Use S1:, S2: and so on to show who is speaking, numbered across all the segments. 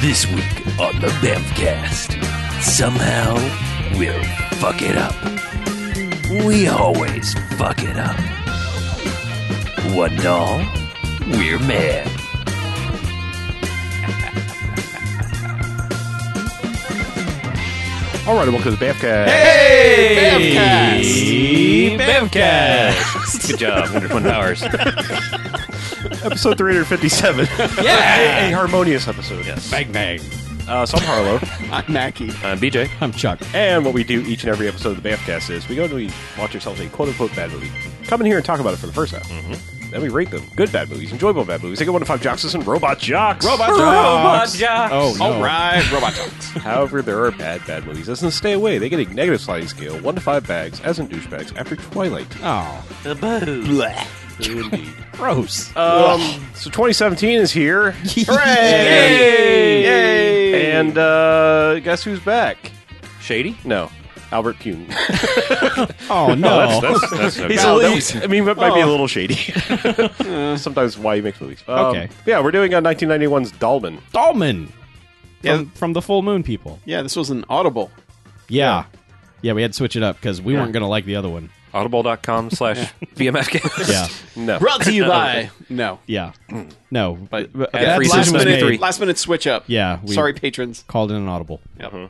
S1: This week on the Bamfcast, somehow we'll fuck it up. We always fuck it up. One and all, we're mad.
S2: All right, welcome to the Bamfcast.
S3: Hey!
S1: Bamcast! Good job, wonderful powers.
S2: Episode 357.
S3: Yeah!
S2: a harmonious episode.
S3: Bang bang.
S2: Uh, so I'm Harlow,
S3: I'm Mackie.
S1: I'm BJ.
S3: I'm Chuck.
S2: and what we do each and every episode of the Bamfcast is we go and we watch ourselves a quote-unquote bad movie, come in here and talk about it for the first hour.
S3: Mm-hmm.
S2: Then we rate them. Good bad movies, enjoyable bad movies. They get one to five jocks and robot jocks.
S3: Robot
S1: Jocks.
S3: Oh, no.
S1: All
S3: right, Robot Jocks.
S2: However, there are bad, bad movies. Doesn't stay away. They get a negative sliding scale, one to five bags, as in douchebags, after Twilight.
S3: oh,
S2: Indeed.
S3: gross.
S2: Um, so 2017 is here.
S3: Yay!
S2: Yay! And uh, guess who's back?
S1: Shady?
S2: No, Albert Kuhn.
S3: Oh, no.
S1: that's
S2: He's a
S3: Wow, that
S2: little,
S3: was-
S2: I mean, that might be a
S3: Oh.
S2: little shady. Uh, Sometimes why he makes movies. Um,
S3: Okay.
S2: Yeah, we're doing uh, 1991's Dolman.
S3: Dahlman.
S4: Yeah.
S3: From, from the Full Moon people.
S4: Yeah, this was an audible.
S3: Yeah. Yeah, we had to switch it up because we weren't going to like the other one.
S1: Audible.com slash BMFcast.
S3: Yeah.
S2: No.
S4: Brought to you by Oh, no.
S3: yeah. No.
S4: But
S3: but
S4: Yeah,
S3: that
S1: free
S4: last
S3: decision was
S4: minute,
S3: made.
S4: last minute switch up.
S3: Yeah, we-
S4: Sorry, patrons.
S3: Called in an audible.
S4: Yep.
S2: Uh,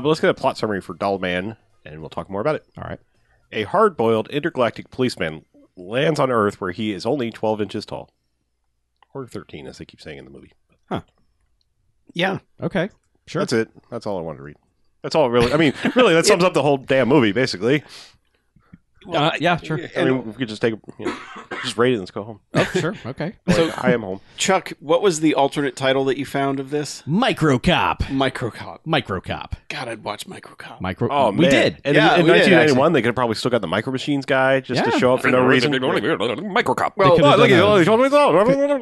S2: but let's get a plot summary for Dollman, and we'll talk more about it.
S3: All right.
S2: A hard boiled intergalactic policeman lands on Earth where he is only 12 inches tall. Or 13, as they keep saying in the movie.
S4: Yeah.
S3: Okay. Sure.
S2: That's it. That's all I wanted to read. That's all really. I mean, really, that sums up the whole damn movie, basically.
S3: Uh, yeah, sure.
S2: I mean, we could just take, you know, just rate it and let's go home.
S3: Oh, sure. Okay.
S2: So, I am home.
S4: Chuck, what was the alternate title that you found of this?
S3: Microcop.
S4: Microcop.
S3: Microcop.
S4: God, I'd watch Microcop.
S3: Micro.
S2: Oh,
S3: we
S2: man.
S3: did.
S2: And
S4: Yeah,
S2: in, in
S4: we did,
S2: 1991, they could have probably still got the Micro Machines guy just
S3: Yeah.
S2: to show up for no reason.
S1: Microcop.
S3: They could've
S2: oh, look at
S3: done a-
S2: all these ones.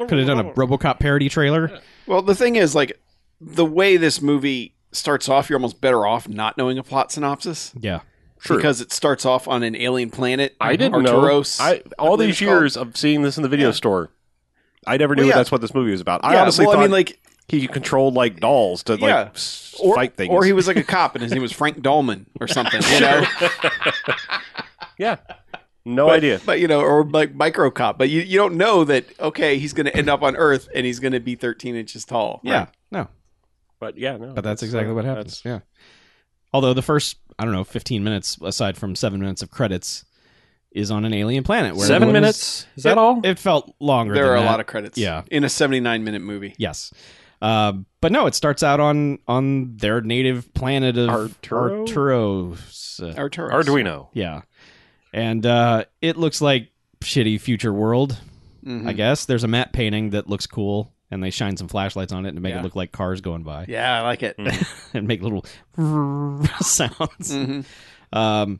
S3: Could have done a RoboCop parody trailer.
S4: Well, the thing is, like, the way this movie starts off, you're almost better off not knowing a plot synopsis
S3: Yeah.
S2: True.
S4: because it starts off on an alien planet.
S2: I didn't
S4: Arturos,
S2: know. I, all
S4: believe
S2: these
S4: it's called.
S2: years of seeing this in the video store, I never knew
S4: Well, yeah.
S2: that's what this movie was about. I
S4: Yeah,
S2: honestly
S4: well,
S2: thought
S4: I mean, like,
S2: he controlled like dolls to
S4: Yeah.
S2: like s-
S4: or,
S2: fight things.
S4: or he was like a cop and his name was Frank Dolman or something. You know.
S2: yeah, no
S4: but,
S2: idea.
S4: But you know, or like micro cop. But you, you don't know that okay, he's gonna end up on Earth and he's gonna be thirteen inches tall.
S3: Yeah. No.
S2: But yeah, no.
S4: Oh,
S3: But that's exactly what happens. Yeah. Although the first, I don't know, 15 minutes, aside from seven minutes of credits, is on an alien planet. Where
S1: Seven
S3: everyone is-
S1: minutes? Is that
S3: It-
S1: all?
S3: It felt longer.
S4: There
S3: than
S4: are a
S3: that.
S4: lot of credits.
S3: Yeah.
S4: In a seventy nine minute movie.
S3: Yes. Uh, but no, it starts out on on their native planet of
S2: Arturo?
S3: Arturos. Uh,
S4: Arturos.
S1: Arduino.
S3: yeah. And uh, it looks like shitty future world,
S4: Mhm.
S3: I guess. There's a matte painting that looks cool, and they shine some flashlights on it to make
S4: Yeah.
S3: it look like cars going by
S4: Yeah, I like it.
S1: Mm.
S3: and make little sounds.
S2: Mm-hmm.
S4: Mhm.
S3: Um,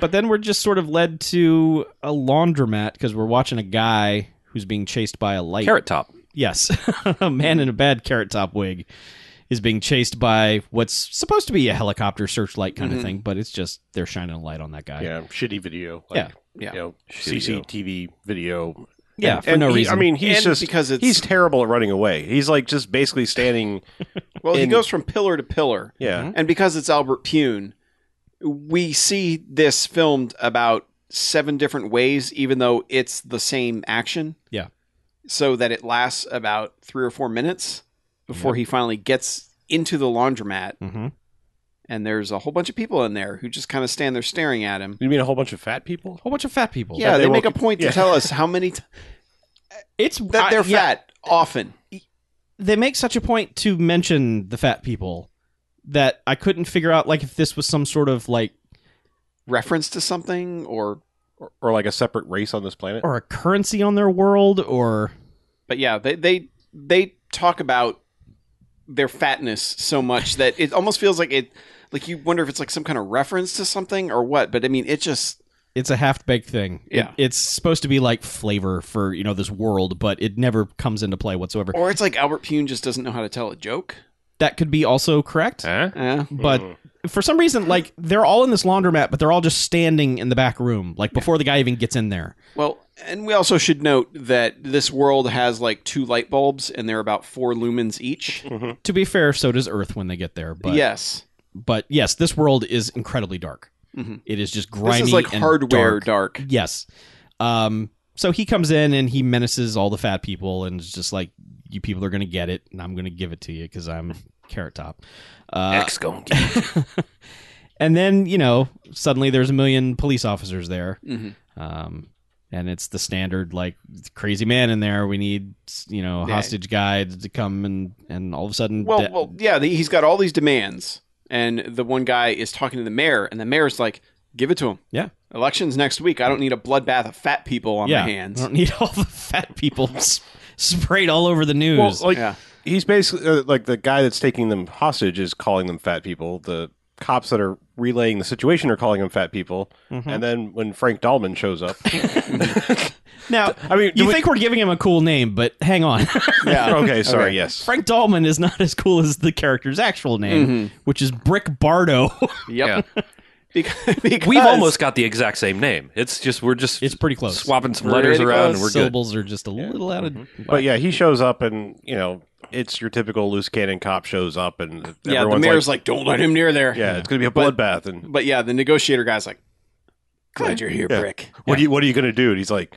S3: but then we're just sort of led to a laundromat because we're watching a guy who's being chased by a light.
S1: Carrot Top.
S3: Yes, a man in a bad carrot top wig is being chased by what's supposed to be a helicopter searchlight kind of
S4: Mhm.
S3: thing, but it's just they're shining a light on that guy.
S2: Mm-hmm. Yeah, shitty video. Like,
S3: Yeah.
S4: Yeah.
S2: You know,
S1: Shitty
S2: CCTV video.
S3: Yeah,
S2: And-
S3: for
S2: and
S3: no
S2: he-
S3: reason.
S2: I mean, he's
S4: And
S2: just
S4: because it's-
S2: he's terrible at running away. He's like just basically standing.
S4: Well, he
S2: In-
S4: goes from pillar to pillar.
S2: Yeah.
S4: And because it's Albert Pune, we see this filmed about seven different ways, even though it's the same action.
S3: Yeah.
S4: So that it lasts about three or four minutes before he finally gets into the laundromat
S3: hmm
S4: and there's a whole bunch of people in there who just kind of stand there staring at him.
S2: You mean a whole bunch of fat people?
S3: whole bunch of fat people.
S4: Yeah,
S2: That
S4: they,
S2: they
S4: make a
S2: won't-
S4: point to
S2: yeah.
S4: tell us how many t-
S3: it's
S4: that
S3: I-
S4: they're
S3: yeah,
S4: fat often.
S3: they make such a point to mention the fat people that I couldn't figure out like if this was some sort of like
S4: Reference to something or
S2: Or, or like a separate race on this planet?
S3: or a currency on their world or
S4: but yeah, they they they talk about their fatness so much that it almost feels like it like you wonder if it's like some kind of reference to something or what, but I mean it just
S3: it's a half baked thing. It-
S4: Yeah.
S3: it's supposed to be like flavor for you know this world, but it never comes into play whatsoever.
S4: or it's like Albert Pune just doesn't know how to tell a joke. Uh.
S2: Mm-hmm.
S3: that could be also correct,
S1: Huh?
S4: Eh.
S3: but for some reason, like they're all in this laundromat, but they're all just standing in the back room, like before the guy even gets in there.
S4: Well, and we also should note that this world has like two light bulbs, and they're about four lumens each.
S3: To be fair, so does Earth when they get there. But
S4: yes,
S3: but yes, this world is incredibly dark. It is just grimy.
S4: Mm-hmm. this is like
S3: and
S4: hardware dark.
S3: Yes. Um, so he comes in and he menaces all the fat people and is just like, "You people are gonna get it, and I'm gonna give it to you because I'm Carrot Top." Uh,
S1: X gon' get it.
S3: and then you know, suddenly there's a million police officers there,
S4: Mhm.
S3: um, and it's the standard like crazy man in there. We need you know
S4: Yeah.
S3: hostage guide to come and and all of a sudden,
S4: Well,
S3: de-
S4: well, yeah, the, he's got all these demands, and the one guy is talking to the mayor, and the mayor's like, "Give it to him."
S3: Yeah.
S4: elections next week. I don't need a bloodbath of fat people on
S3: yeah,
S4: my hands.
S3: I don't need all the fat people s- sprayed all over the news.
S2: Well, like
S4: Yeah.
S2: he's basically uh, like the guy that's taking them hostage is calling them fat people. The cops that are relaying the situation are calling them fat people. And then when Frank Dahlman shows up,
S3: now,
S2: I mean, do
S3: you
S2: we-
S3: think we're giving him a cool name, but hang on.
S4: Yeah.
S2: okay, sorry,
S4: Okay.
S2: yes,
S3: Frank Dahlman is not as cool as the character's actual name, which is Brick Bardo.
S4: Yep. Because, because
S1: We've almost got the exact same name. It's just we're just
S3: It's pretty close.
S1: Swapping some
S4: Pretty
S1: letters around,
S4: close.
S1: and we're good.
S3: Syllables are just a little out of.
S2: but yeah, he shows up and you know it's your typical loose cannon cop shows up and
S4: Yeah, the
S2: everyone's
S4: mayor's like, "Don't let him near there."
S2: like, yeah, it's gonna be a bloodbath and
S4: But yeah, the negotiator guy's like, "Glad you're here,
S2: Yeah.
S4: Brick."
S2: what are you what are you gonna do? And he's like,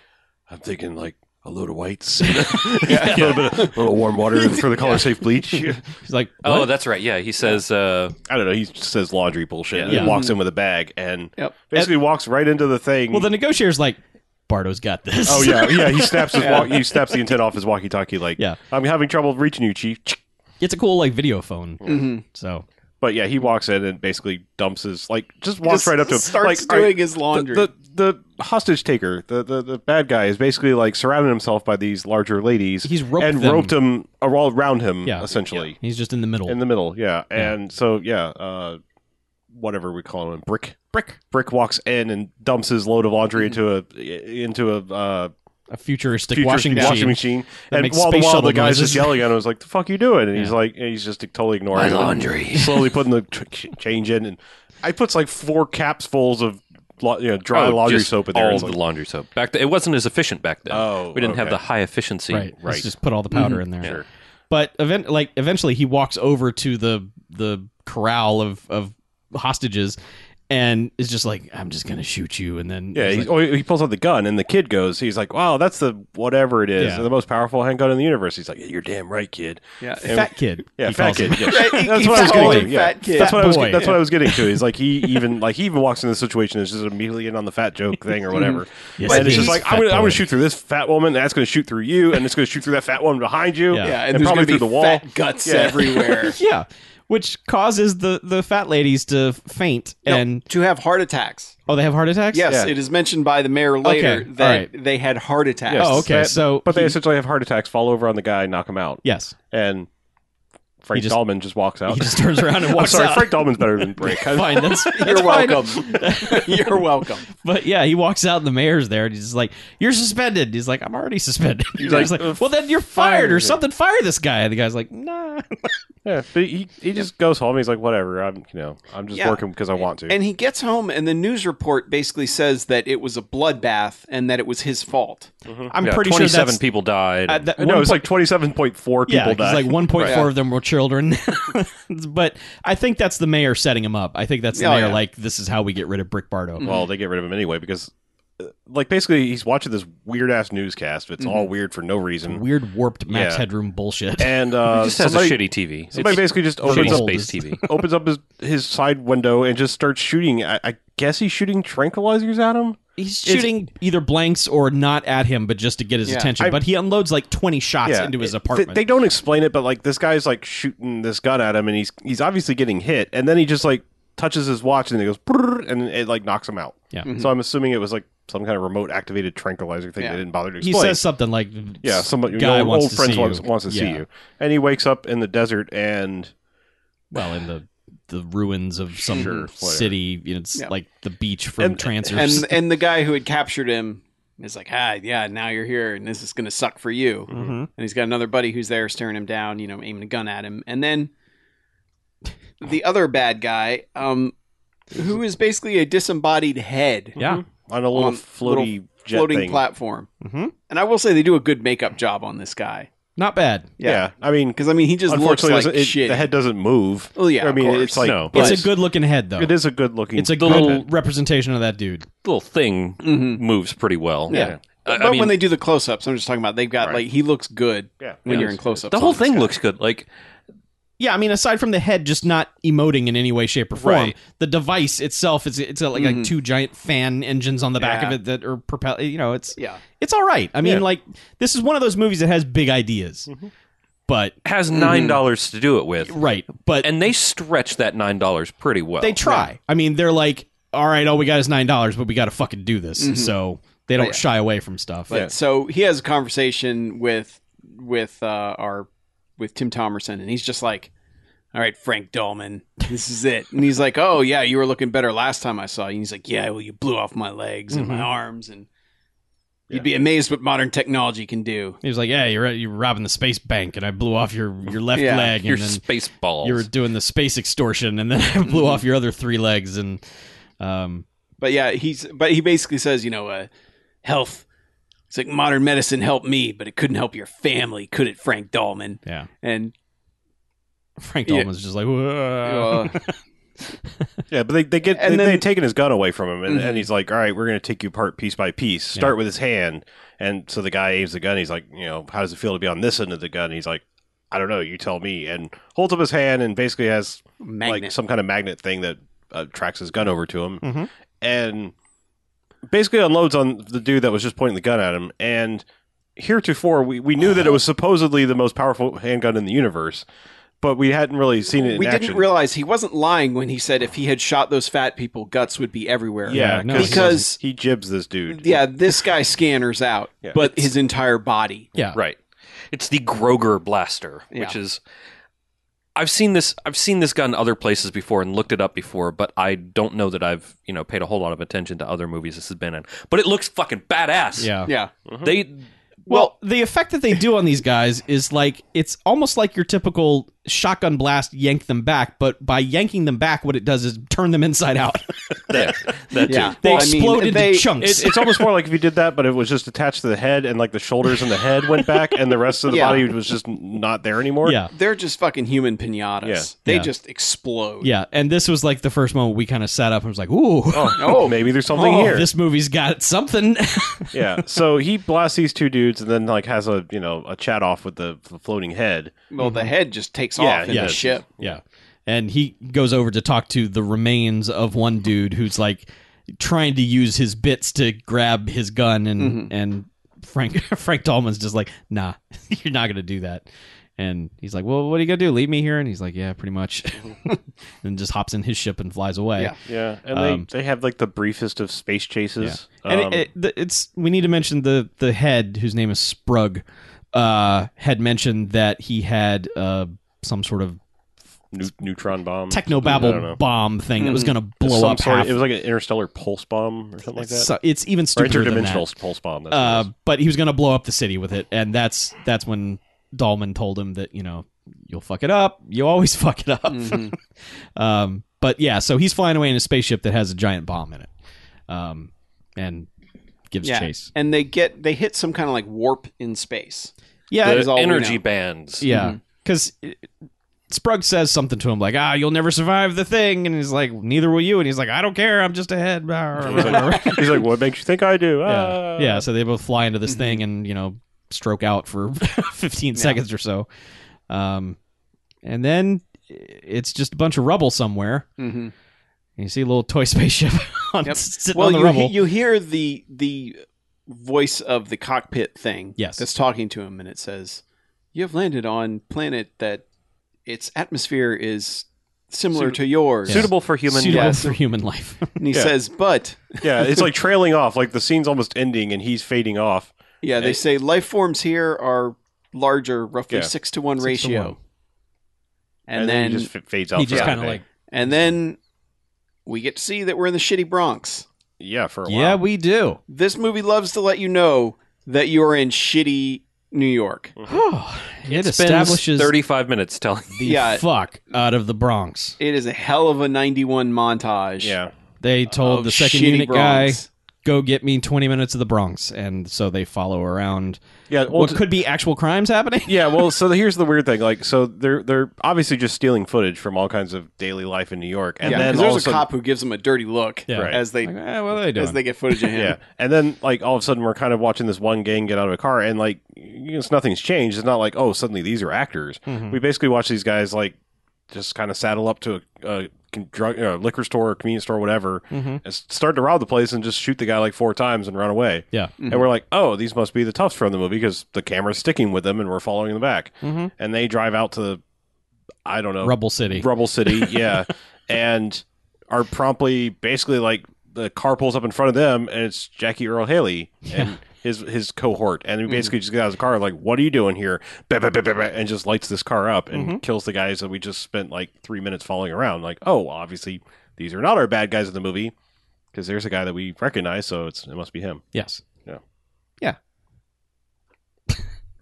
S2: I'm thinking like. A load of whites, a little bit of a little warm water for the color safe bleach. I
S3: He's like,
S1: Oh,
S3: what?
S1: that's right. Yeah, he says. Uh,
S2: don't know. He just says laundry bullshit. and
S3: Yeah.
S2: he walks in with a bag and
S4: Yep.
S2: basically walks right into the thing.
S3: well, the negotiator's like, Bardo's got this.
S2: Oh yeah, yeah. He snaps his wa- he snaps the antenna off his walkie-talkie. Like,
S3: Yeah.
S2: I'm having trouble reaching you, chief.
S3: it's a cool like video phone.
S4: Mhm.
S3: So
S2: But yeah, he walks in and basically dumps his like just walks
S4: Just
S2: right up to him.
S4: Starts
S2: like, all
S4: doing
S2: right,
S4: his
S2: the,
S4: laundry.
S2: the the hostage taker, the, the the bad guy, is basically like surrounded himself by these larger ladies.
S3: He's roped
S2: and
S3: them.
S2: roped them all around him,
S3: Yeah.
S2: essentially
S3: he's just in the middle.
S2: in the middle. Yeah, and so yeah, uh, whatever we call him, brick.
S3: brick,
S2: Brick walks in and dumps his load of laundry into a into a uh,
S3: a futuristic
S2: future
S3: washing machine. that
S2: And
S3: makes
S2: while the
S3: space
S2: while the
S3: shuttle
S2: guy's
S3: noises.
S2: just yelling at him, I was like, "The fuck you doing?" And he's
S3: Yeah.
S2: like, and he's just totally ignoring
S1: my
S2: him,
S1: laundry.
S2: slowly putting the tr- ch- change in. And I puts like four caps fulls of lo- you know, dry
S1: Oh,
S2: laundry
S1: just
S2: soap in there.
S1: All
S2: It's
S1: the
S2: like,
S1: laundry soap. Back then, it wasn't as efficient back then.
S2: Oh,
S1: we didn't have
S2: okay.
S1: the high efficiency.
S3: Right,
S2: Right.
S3: Let's just put all the powder in there.
S2: Sure.
S3: But event like eventually he walks over to the the corral of of hostages and is just like, I'm just gonna shoot you, and then
S2: yeah,
S3: he's
S2: he,
S3: like,
S2: oh, he pulls out the gun, and the kid goes. He's like, "Wow, that's the whatever it is,
S3: Yeah.
S2: the most powerful handgun in the universe." He's like, yeah, "You're damn right, kid."
S4: yeah.
S2: And-
S3: fat kid.
S2: Yeah,
S3: he
S2: fat
S3: calls him.
S2: kid. yeah.
S4: Yeah, he-
S2: That's
S4: he
S2: what I was
S4: calls
S2: getting
S4: him
S2: to. Yeah.
S4: fat kid.
S2: That's what I was.
S3: Fat boy.
S2: That's what I was getting to. He's like he even like he even walks into the situation. It's just immediately in on the fat joke thing or whatever.
S3: Yes,
S2: and it's
S3: he's
S2: just like
S3: fat
S2: I'm gonna, I'm
S3: boy.
S2: gonna shoot through this fat woman. And that's gonna shoot through you, and it's gonna shoot through that fat woman behind you.
S3: Yeah.
S4: Yeah, and,
S2: and,
S4: there's
S2: probably
S4: gonna
S2: through the
S4: be
S2: wall.
S4: fat guts
S2: Yeah.
S4: everywhere.
S3: Yeah, which causes the the fat ladies to faint and
S4: to have heart attacks.
S3: oh, they have heart attacks.
S4: Yes,
S2: Yeah.
S4: it is mentioned by the mayor later
S3: Okay,
S4: that
S3: alright.
S4: they had heart attacks.
S2: Yes.
S3: Oh, okay.
S2: That-
S3: so
S2: But they essentially have heart attacks, fall over on the guy, knock him out,
S3: yes,
S2: and Frank
S3: just-
S2: Dahlman just walks out.
S3: he just turns around and
S2: I'm
S3: walks
S2: sorry,
S3: out.
S2: Frank Dahlman's better than Brick. I-
S3: Fine, that's,
S4: You're
S3: that's fine.
S4: welcome. You're welcome.
S3: But yeah, he walks out and the mayor's there and he's just like, "You're suspended." He's like, "I'm already suspended." He's
S2: like,
S3: like, "Well, then you're fired
S2: fire me."
S3: or something. Fire this guy." And the guy's like, "Nah."
S2: yeah, but he he just goes home. He's like, whatever. I'm you know I'm just
S4: Yeah.
S2: working because I want to.
S4: And he gets home, and the news report basically says that it was a bloodbath and that it was his fault.
S3: I'm
S1: Yeah,
S3: pretty sure
S1: twenty-seven
S3: that's
S1: people died.
S3: at that
S2: no,
S3: one
S2: it's
S3: point-
S2: like 27.4 people
S3: yeah, 'cause
S2: died.
S3: like 1.4
S4: Right.
S3: of them were children. but I think that's the mayor setting him up. I think that's the
S4: Oh,
S3: mayor
S4: yeah.
S3: like, "This is how we get rid of Brick Bardo."
S2: Well, they get rid of him anyway because, uh, like, basically he's watching this weird ass newscast. It's all weard for no reason.
S3: Mhm. Weird warped Max
S2: Yeah.
S3: Headroom bullshit.
S2: And uh,
S1: He just has
S2: somebody,
S1: a shitty TV.
S2: somebody
S1: It's
S2: basically just
S1: shitty
S2: opens up,
S1: space TV.
S2: opens up his his side window and just starts shooting. I, I guess he's shooting tranquilizers at him.
S3: He's shooting either blanks or not at him, but just to get his
S4: Yeah,
S3: attention.
S2: I-
S3: but he unloads like twenty shots into his
S2: It-
S3: apartment.
S2: They, they don't explain it, but like this guy's like shooting this gun at him, and he's he's obviously getting hit, and then he just like touches his watch and it goes "Brrr," and it like knocks him out.
S3: Yeah.
S2: So I'm assuming it was like some kind of remote activated tranquilizer thing
S4: Yeah.
S2: they didn't bother to
S3: he
S2: explain.
S3: says something like,
S2: Yeah, somebody
S3: guy
S2: your old,
S3: wants
S2: old
S3: to
S2: friends
S3: see
S2: wants,
S3: you.
S2: wants to see
S3: Yeah.
S2: you. And he wakes up in the desert and
S3: well, in the the ruins of some
S2: Sure, whatever.
S3: city, you know, it's
S4: Yeah.
S3: like the beach from
S2: And-
S3: Trancers.
S4: And and the guy who had captured him is like, ah, yeah, now you're here, and this is going to suck for you.
S2: Mm-hmm.
S4: And he's got another buddy who's there staring him down, you know, aiming a gun at him. And then the other bad guy, um, who is basically a disembodied head
S3: Yeah.
S2: on a little
S4: On
S2: floaty
S4: little
S2: jet
S4: floating
S2: thing. Mm-hmm.
S4: platform.
S3: Mhm.
S4: And I will say they do a good makeup job on this guy.
S3: Not bad.
S2: yeah. I mean,
S4: Because I mean, he just looks
S2: unfortunately,
S4: like
S2: it-
S4: shit.
S2: the head doesn't move.
S4: Well, yeah,
S2: I mean,
S4: of course.
S2: it's like
S5: No,
S2: it's,
S3: It's a good looking head though.
S2: it is a good looking.
S3: It's a good
S5: The little-
S3: little representation of that dude.
S5: little thing
S4: Mhm.
S5: moves pretty well.
S4: Yeah.
S5: I- I
S4: but
S5: mean,
S4: when they do the close-ups, I'm just talking about they've got
S2: Right.
S4: like he looks good
S2: Yeah.
S4: when
S5: Yeah.
S4: you're in close-ups.
S5: the
S4: on
S5: whole
S4: this
S5: thing
S4: guy.
S5: looks good. Like
S3: Yeah, I mean, aside from the head just not emoting in any way, shape, or form,
S5: Right.
S3: the device itself is it's uh, like,
S2: Mm-hmm.
S3: like
S4: Mhm.
S3: two giant fan engines on the back
S4: Yeah.
S3: of it that are propel. You know, it's
S4: yeah.
S3: it's all right. I mean,
S2: Yeah.
S3: like this is one of those movies that has big ideas, but
S5: has
S2: Mm-hmm.
S5: nine dollars to do it with,
S3: right, but
S5: and oh, they stretch that nine dollars pretty well.
S3: they try. I mean, they're like, all right, all we got is nine dollars, but we got to fucking do this.
S5: Mm-hmm.
S3: So they
S5: Oh,
S3: don't
S4: Yeah.
S3: shy away from stuff.
S4: But so he has a conversation with with uh, our with Tim Thomerson, and he's just like, "All right, Frank Dolman, this is it." And he's like, "Oh yeah, you were looking better last time I saw you." And he's like, "Yeah, well, you blew off my legs and
S5: Mm-hmm.
S4: my arms, and
S2: Yeah.
S4: you'd be amazed what modern technology can do."
S3: He was like, yeah, you're you're robbing the space bank, and I blew off your your left
S4: Yeah,
S3: leg,
S5: Your
S3: and then
S5: space balls.
S3: you were doing the space extortion, and then I blew off your other three legs, and um.
S4: But yeah, he's but he basically says, you know, uh, health. It's like modern medicine helped me, but it couldn't help your family, could it, Frank Dolman?
S3: Yeah.
S4: And
S3: Frank
S4: Yeah.
S3: Dolman's just like,
S5: Oh.
S3: "Whoa."
S4: uh,
S2: yeah, but they, they get
S4: And
S2: they,
S4: then-
S2: they've taken his gun away from him, and,
S4: Mhm.
S2: and he's like, "All right, we're gonna take you apart piece by piece. Start with his hand." And so the guy aims the gun. He's like, "You know, how does it feel to be on this end of the gun?" He's like, "I don't know. You tell me." And holds up his hand and basically has
S4: magnet.
S2: like some kind of magnet thing that uh, tracks his gun over to him,
S3: Mhm.
S2: and basically unloads on the dude that was just pointing the gun at him. And heretofore, we, we knew that it was supposedly the most powerful handgun in the universe, but we hadn't really seen it. In
S4: we
S2: action.
S4: didn't realize he wasn't lying when he said if he had shot those fat people, guts would be everywhere.
S2: Yeah,
S3: Yeah, no,
S2: he
S4: because
S2: he jibs this dude.
S4: yeah, this guy scanners out,
S2: Yeah.
S4: but his entire body.
S3: yeah.
S5: Right. It's the Groger blaster, which is I've seen this I've seen this gun other places before and looked it up before, but I don't know that I've, you know, paid a whole lot of attention to other movies this has been in. But it looks fucking badass.
S3: Yeah.
S4: Yeah,
S5: They
S3: Well, the effect that they do on these guys is like it's almost like your typical shotgun blast yank them back, but by yanking them back what it does is turn them inside out.
S5: that, that
S4: yeah.
S5: too.
S3: They
S4: Well, I mean,
S3: explode into
S4: they-
S3: chunks.
S2: It, it's almost more like if you did that, but it was just attached to the head, and like the shoulders and the head went back, and the rest of the
S4: Yeah.
S2: body was just not there anymore.
S3: yeah.
S4: They're just fucking human pinatas.
S2: Yeah.
S4: They
S3: Yeah.
S4: just explode.
S3: Yeah, and this was like the first moment we kind of sat up and was like, "Ooh,
S2: Oh, maybe there's something
S3: oh,
S2: here.
S3: this movie's got something."
S2: yeah. So he blasts these two dudes, and then like has a you know a chat off with the, the floating head.
S4: Well, the head just takes
S2: Yeah,
S4: off in
S2: yeah.
S4: the ship.
S3: yeah. And he goes over to talk to the remains of one dude who's like trying to use his bits to grab his gun and
S2: Mm-hmm.
S3: and Frank Frank Dolman's just like, "Nah, you're not going to do that." And he's like, "Well, what are you going to do? Leave me here?" And he's like, "Yeah, pretty much." and just hops in his ship and flies away.
S4: Yeah.
S2: Mm-hmm. Yeah, and
S3: Um,
S2: they they have like the briefest of space chases.
S3: And
S2: Um,
S3: it, it, the- it's we need to mention the the head whose name is Sprug uh had mentioned that he had uh some sort of
S2: neu- Um, neutron bomb, I don't know. Mm-hmm.
S3: technobabble bomb thing that was going to blow
S2: Some
S3: up
S2: sort-
S3: half
S2: It was like an interstellar pulse bomb or something like that,
S3: So- it's even
S2: or
S3: stupider than
S2: interdimensional
S3: that.
S2: pulse bomb. That's what it
S3: Uh,
S2: is.
S3: but he was going to blow up the city with it, and that's that's when Dahlman told him that you know you'll fuck it up. You always fuck it up.
S2: Mm-hmm.
S3: um, but yeah, so he's flying away in a spaceship that has a giant bomb in it, um, and gives
S4: Yeah,
S3: chase.
S4: and they get they hit some kind of like warp in space.
S3: Yeah,
S4: is
S5: The
S4: all we
S5: energy
S4: know.
S5: bands.
S2: Mm-hmm.
S3: yeah, because. Sprug says something to him like, "Ah, you'll never survive the thing," and he's like, "Neither will you." And he's like, "I don't care. I'm just ahead."
S2: He's like, he's like, what makes you think I do?
S3: Yeah.
S4: Uh.
S2: Ah.
S3: yeah. So they both fly into this thing
S4: Mm-hmm.
S3: and you know stroke out for 15 seconds or so, um, and then it's just a bunch of rubble somewhere.
S4: Mm-hmm.
S3: And you see a little toy spaceship on
S4: Yep.
S3: sitting
S4: Well,
S3: on the
S4: you,
S3: rubble.
S4: he- you hear the the voice of the cockpit thing.
S3: Yes.
S4: that's talking to him, and it says, "You have landed on planet that its atmosphere is similar to yours."
S5: Suitable for human
S3: Suitable
S4: yeah,
S3: for human life.
S4: And he
S2: Yeah.
S4: says, "But
S2: yeah, it's like trailing off. Like the scene's almost ending, and he's fading off.
S4: yeah, they
S2: Hey.
S4: say life forms here are larger, roughly
S2: Yeah.
S4: six to one
S3: Six to
S4: ratio."
S3: one.
S4: And, then,
S2: he just f- fades out.
S3: he
S2: for
S3: just
S2: that
S3: kind of
S2: day.
S3: like,
S4: and then we get to see that we're in the shitty Bronx.
S2: yeah for a while.
S3: yeah, we do.
S4: This movie loves to let you know that you are in shitty New York.
S3: it
S5: Spends
S3: establishes
S5: 35 minutes telling
S3: the
S4: Yeah.
S3: fuck out of the Bronx.
S4: It is a hell of a 91 montage.
S2: Yeah.
S3: They told
S4: of
S3: the second
S4: Oh, shitty
S3: unit
S4: Bronx.
S3: guy, "Go get me 20 minutes of the Bronx," and so they follow around
S2: Yeah. Well,
S3: what could be actual crimes happening.
S2: yeah, well, so the, here's the weird thing. Like, so they're they're obviously just stealing footage from all kinds of daily life in New York, and
S4: Yeah,
S2: then
S4: because
S2: all of
S4: there's
S2: a
S4: a
S2: sudden,
S4: cop who gives him a dirty look
S3: Yeah.
S4: as they
S3: Like, eh, what are they doing?
S4: as they get footage of him.
S2: yeah, and then like all of a sudden we're kind of watching this one gang get out of a car, and like you know, it's nothing's changed. It's not like oh suddenly these are actors.
S4: Mm-hmm.
S2: We basically watch these guys like just kind of saddle up to a, a con- drug, uh, liquor store or convenience store, whatever, and s- start to rob the place and just shoot the guy like four times and run away.
S3: yeah.
S4: Mm-hmm.
S2: And we're like, oh, these must be the toughs from the movie because the camera's sticking with them and we're following them back.
S4: Mm-hmm.
S3: Mhm.
S2: And they drive out to, I don't know,
S3: Rubble City.
S2: Rubble City, yeah, and are promptly basically like the car pulls up in front of them, and it's Jackie Earl Haley and his his cohort, and he basically just gets out of the car like, "What are you doing here?" Bah, bah, bah, bah, bah, and just lights this car up and kills the guys that we just spent like three minutes following around. Like, oh, obviously these are not our bad guys in the movie because there's a guy that we recognize, so it's it must be him.
S3: Yes.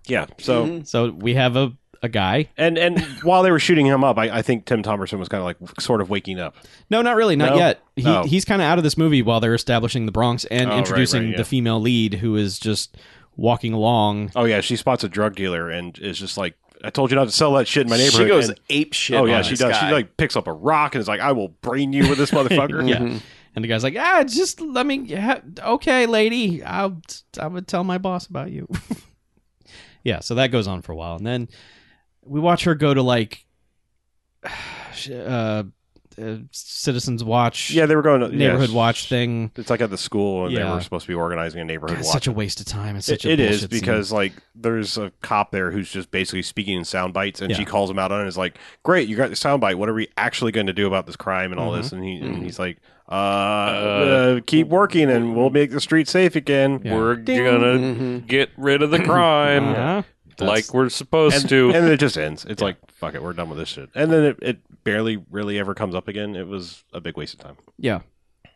S2: Yeah, so.
S4: Mhm.
S3: So we have a a guy.
S2: And and while they were shooting him up, I, I think Tim Thomerson was kind of like sort of waking up.
S3: No, not really, not
S2: No?
S3: yet. He
S2: Oh.
S3: he's kind of out of this movie while they're establishing the Bronx and
S2: Oh, right,
S3: introducing
S2: right, yeah.
S3: the female lead who is just walking along.
S2: Oh yeah, she spots a drug dealer and is just like, "I told you not to sell that shit in my neighborhood."
S4: She goes
S2: And-
S4: ape shit.
S2: oh yeah,
S4: on
S2: she
S4: this
S2: does.
S4: guy. Mm-hmm.
S2: She like picks up a rock and is like, "I will brain you with this motherfucker."
S3: Yeah. And the guy's like, "Ah, just let me ha- okay, lady. I'll I would tell my boss about you." yeah, so that goes on for a while. And then we watch her go to like sh- uh, uh citizens watch
S2: yeah, they were going to yeah,
S3: neighborhood
S2: sh-
S3: watch thing.
S2: It's like at the school, and they
S3: Yeah.
S2: were supposed to be organizing a neighborhood
S3: God, it's
S2: watch.
S3: such a waste of time. It's such
S2: It-
S3: a
S2: it is
S3: bullshit
S2: because like there's a cop there who's just basically speaking in sound bites, and she
S3: Yeah.
S2: calls him out on it. Is like, "Great, you got the sound bite. What are we actually going to do about this crime and all this?"
S3: Mm-hmm.
S2: And he
S4: Mm-hmm.
S2: and he's like, uh, uh, "Keep working, and
S4: mm-hmm.
S2: we'll make the street safe again."
S3: Yeah.
S5: we're gonna get rid of the crime
S3: scene. Uh-huh. That's-
S5: like we're supposed
S2: and,
S5: to.
S2: and then it just ends. It's like fuck it, we're done with this shit. And then it, it barely really ever comes up again. It was a big waste of time.
S3: yeah.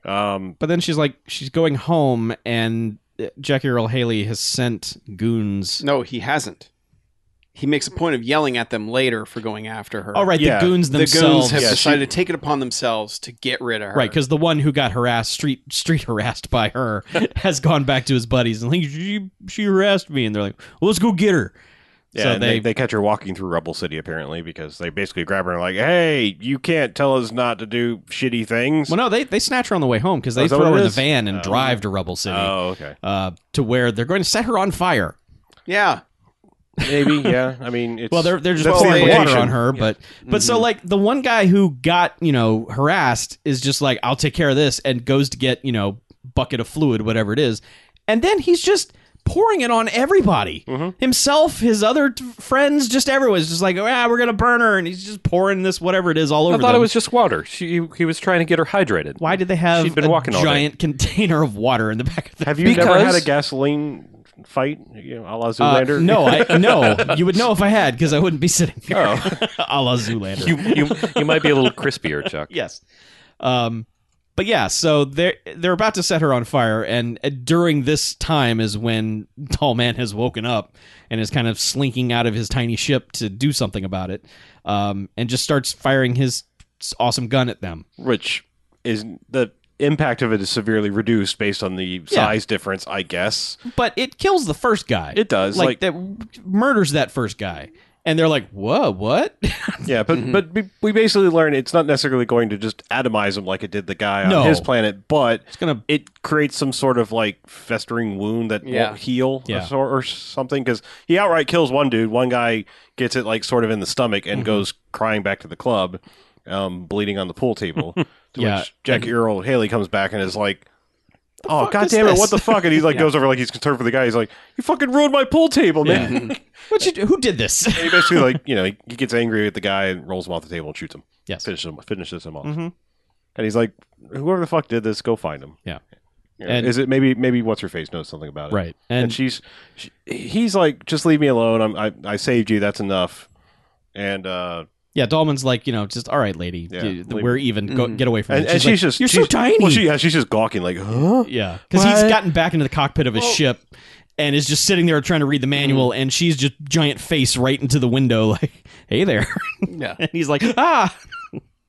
S2: Um,
S3: But then she's like, she's going home, and uh, Jackie Earl Haley has sent goons.
S4: No, he hasn't. He makes a point of yelling at them later for going after her.
S3: Oh, right,
S2: Yeah.
S3: the goons
S4: The goons
S3: themselves.
S4: have
S2: Yeah, she-
S4: decided to take it upon themselves to get rid of her.
S3: Right, because the one who got harassed, street street harassed by her, has gone back to his buddies and like she she harassed me, and they're like, well, let's go get her.
S2: yeah,
S3: so
S2: and they,
S3: they,
S2: they catch her walking through Rubble City apparently because they basically grab her and are like, "Hey, you can't tell us not to do shitty things."
S3: well, no, they they snatch her on the way home because
S2: Oh,
S3: they
S2: is that
S3: throw
S2: what
S3: her
S2: it
S3: in the
S2: is?
S3: van and
S2: Oh.
S3: drive to Rubble City,
S2: oh, okay,
S3: uh, to where they're going to set her on fire.
S4: Yeah.
S2: maybe yeah. I mean, it's,
S3: Well, they're they're just
S2: that's the
S3: pouring water
S2: implication.
S3: on her, but but
S5: Mm-hmm.
S3: so like the one guy who got you know harassed is just like I'll take care of this and goes to get you know bucket of fluid whatever it is, and then he's just pouring it on everybody
S5: Mm-hmm.
S3: himself, his other t- friends, just everyone's just like ah we're gonna burn her, and he's just pouring this whatever it is all over.
S5: I thought it
S3: them.
S5: was just water. She, he was trying to get her hydrated.
S3: why did they have
S5: She'd been
S3: a
S5: walking all day.
S3: giant container of water in the back of the
S2: Have you never
S5: Because-
S2: had a gasoline fight? You know, a la
S3: Uh,
S2: Zoolander.
S3: no, I no. You would know if I had because I wouldn't be sitting here.
S5: Oh.
S3: a la Zoolander.
S5: You, you, you might be a little crispier, Chuck.
S3: yes. Um, but yeah, so they're they're about to set her on fire, and uh, during this time is when Tall Man has woken up and is kind of slinking out of his tiny ship to do something about it, um, and just starts firing his awesome gun at them.
S2: which is the impact of it is severely reduced based on the size difference, I guess.
S3: But it kills the first guy.
S2: It does, like-
S3: like, that murders that first guy, and they're like, "Whoa, what?"
S2: Yeah, but but we- we basically learn it's not necessarily going to just atomize him like it did the guy on
S3: No.
S2: his planet, but
S3: it's gonna
S2: it creates some sort of like festering wound that
S4: Yeah.
S2: won't heal
S3: Yeah.
S2: or, so- or something because he outright kills one dude. One guy gets it like sort of in the stomach and
S3: Mm-hmm.
S2: goes crying back to the club, um, bleeding on the pool table. to
S3: Yeah.
S2: which Jackie Earl Haley comes back and is like. Oh
S3: fuck
S2: god
S3: is
S2: damn it!
S3: this?"
S2: What the fuck? And he like
S3: Yeah.
S2: goes over like he's concerned for the guy. He's like, "You fucking ruined my pool table, man."
S3: what you do? Who did this?
S2: And he basically like you know he, he gets angry at the guy and rolls him off the table and shoots him.
S3: Yes.
S2: finishes him finishes him off.
S3: Mhm.
S2: And he's like, whoever the fuck did this, go find him.
S3: Yeah.
S2: You know,
S3: And-
S2: is it maybe maybe what's her face knows something about it?
S3: right,
S2: And,
S3: and
S2: she's she, he's like, just leave me alone. I'm, I I saved you. That's enough. And uh
S3: Yeah, Dolman's like, you know, just all right, lady,
S2: Yeah,
S3: you-
S2: leave-
S3: we're even. Go, Get away from
S2: and,
S3: me.
S2: and she's
S3: like,
S2: just
S3: you're so
S2: she's-
S3: tiny.
S2: Well, she yeah, she's just gawking like, huh?
S3: yeah, because he's
S2: What?
S3: gotten back into the cockpit of his ship, and is just sitting there trying to read the manual,
S2: Mm.
S3: and she's just giant face right into the window, like, "Hey there,"
S4: Yeah.
S3: and he's like, "Ah."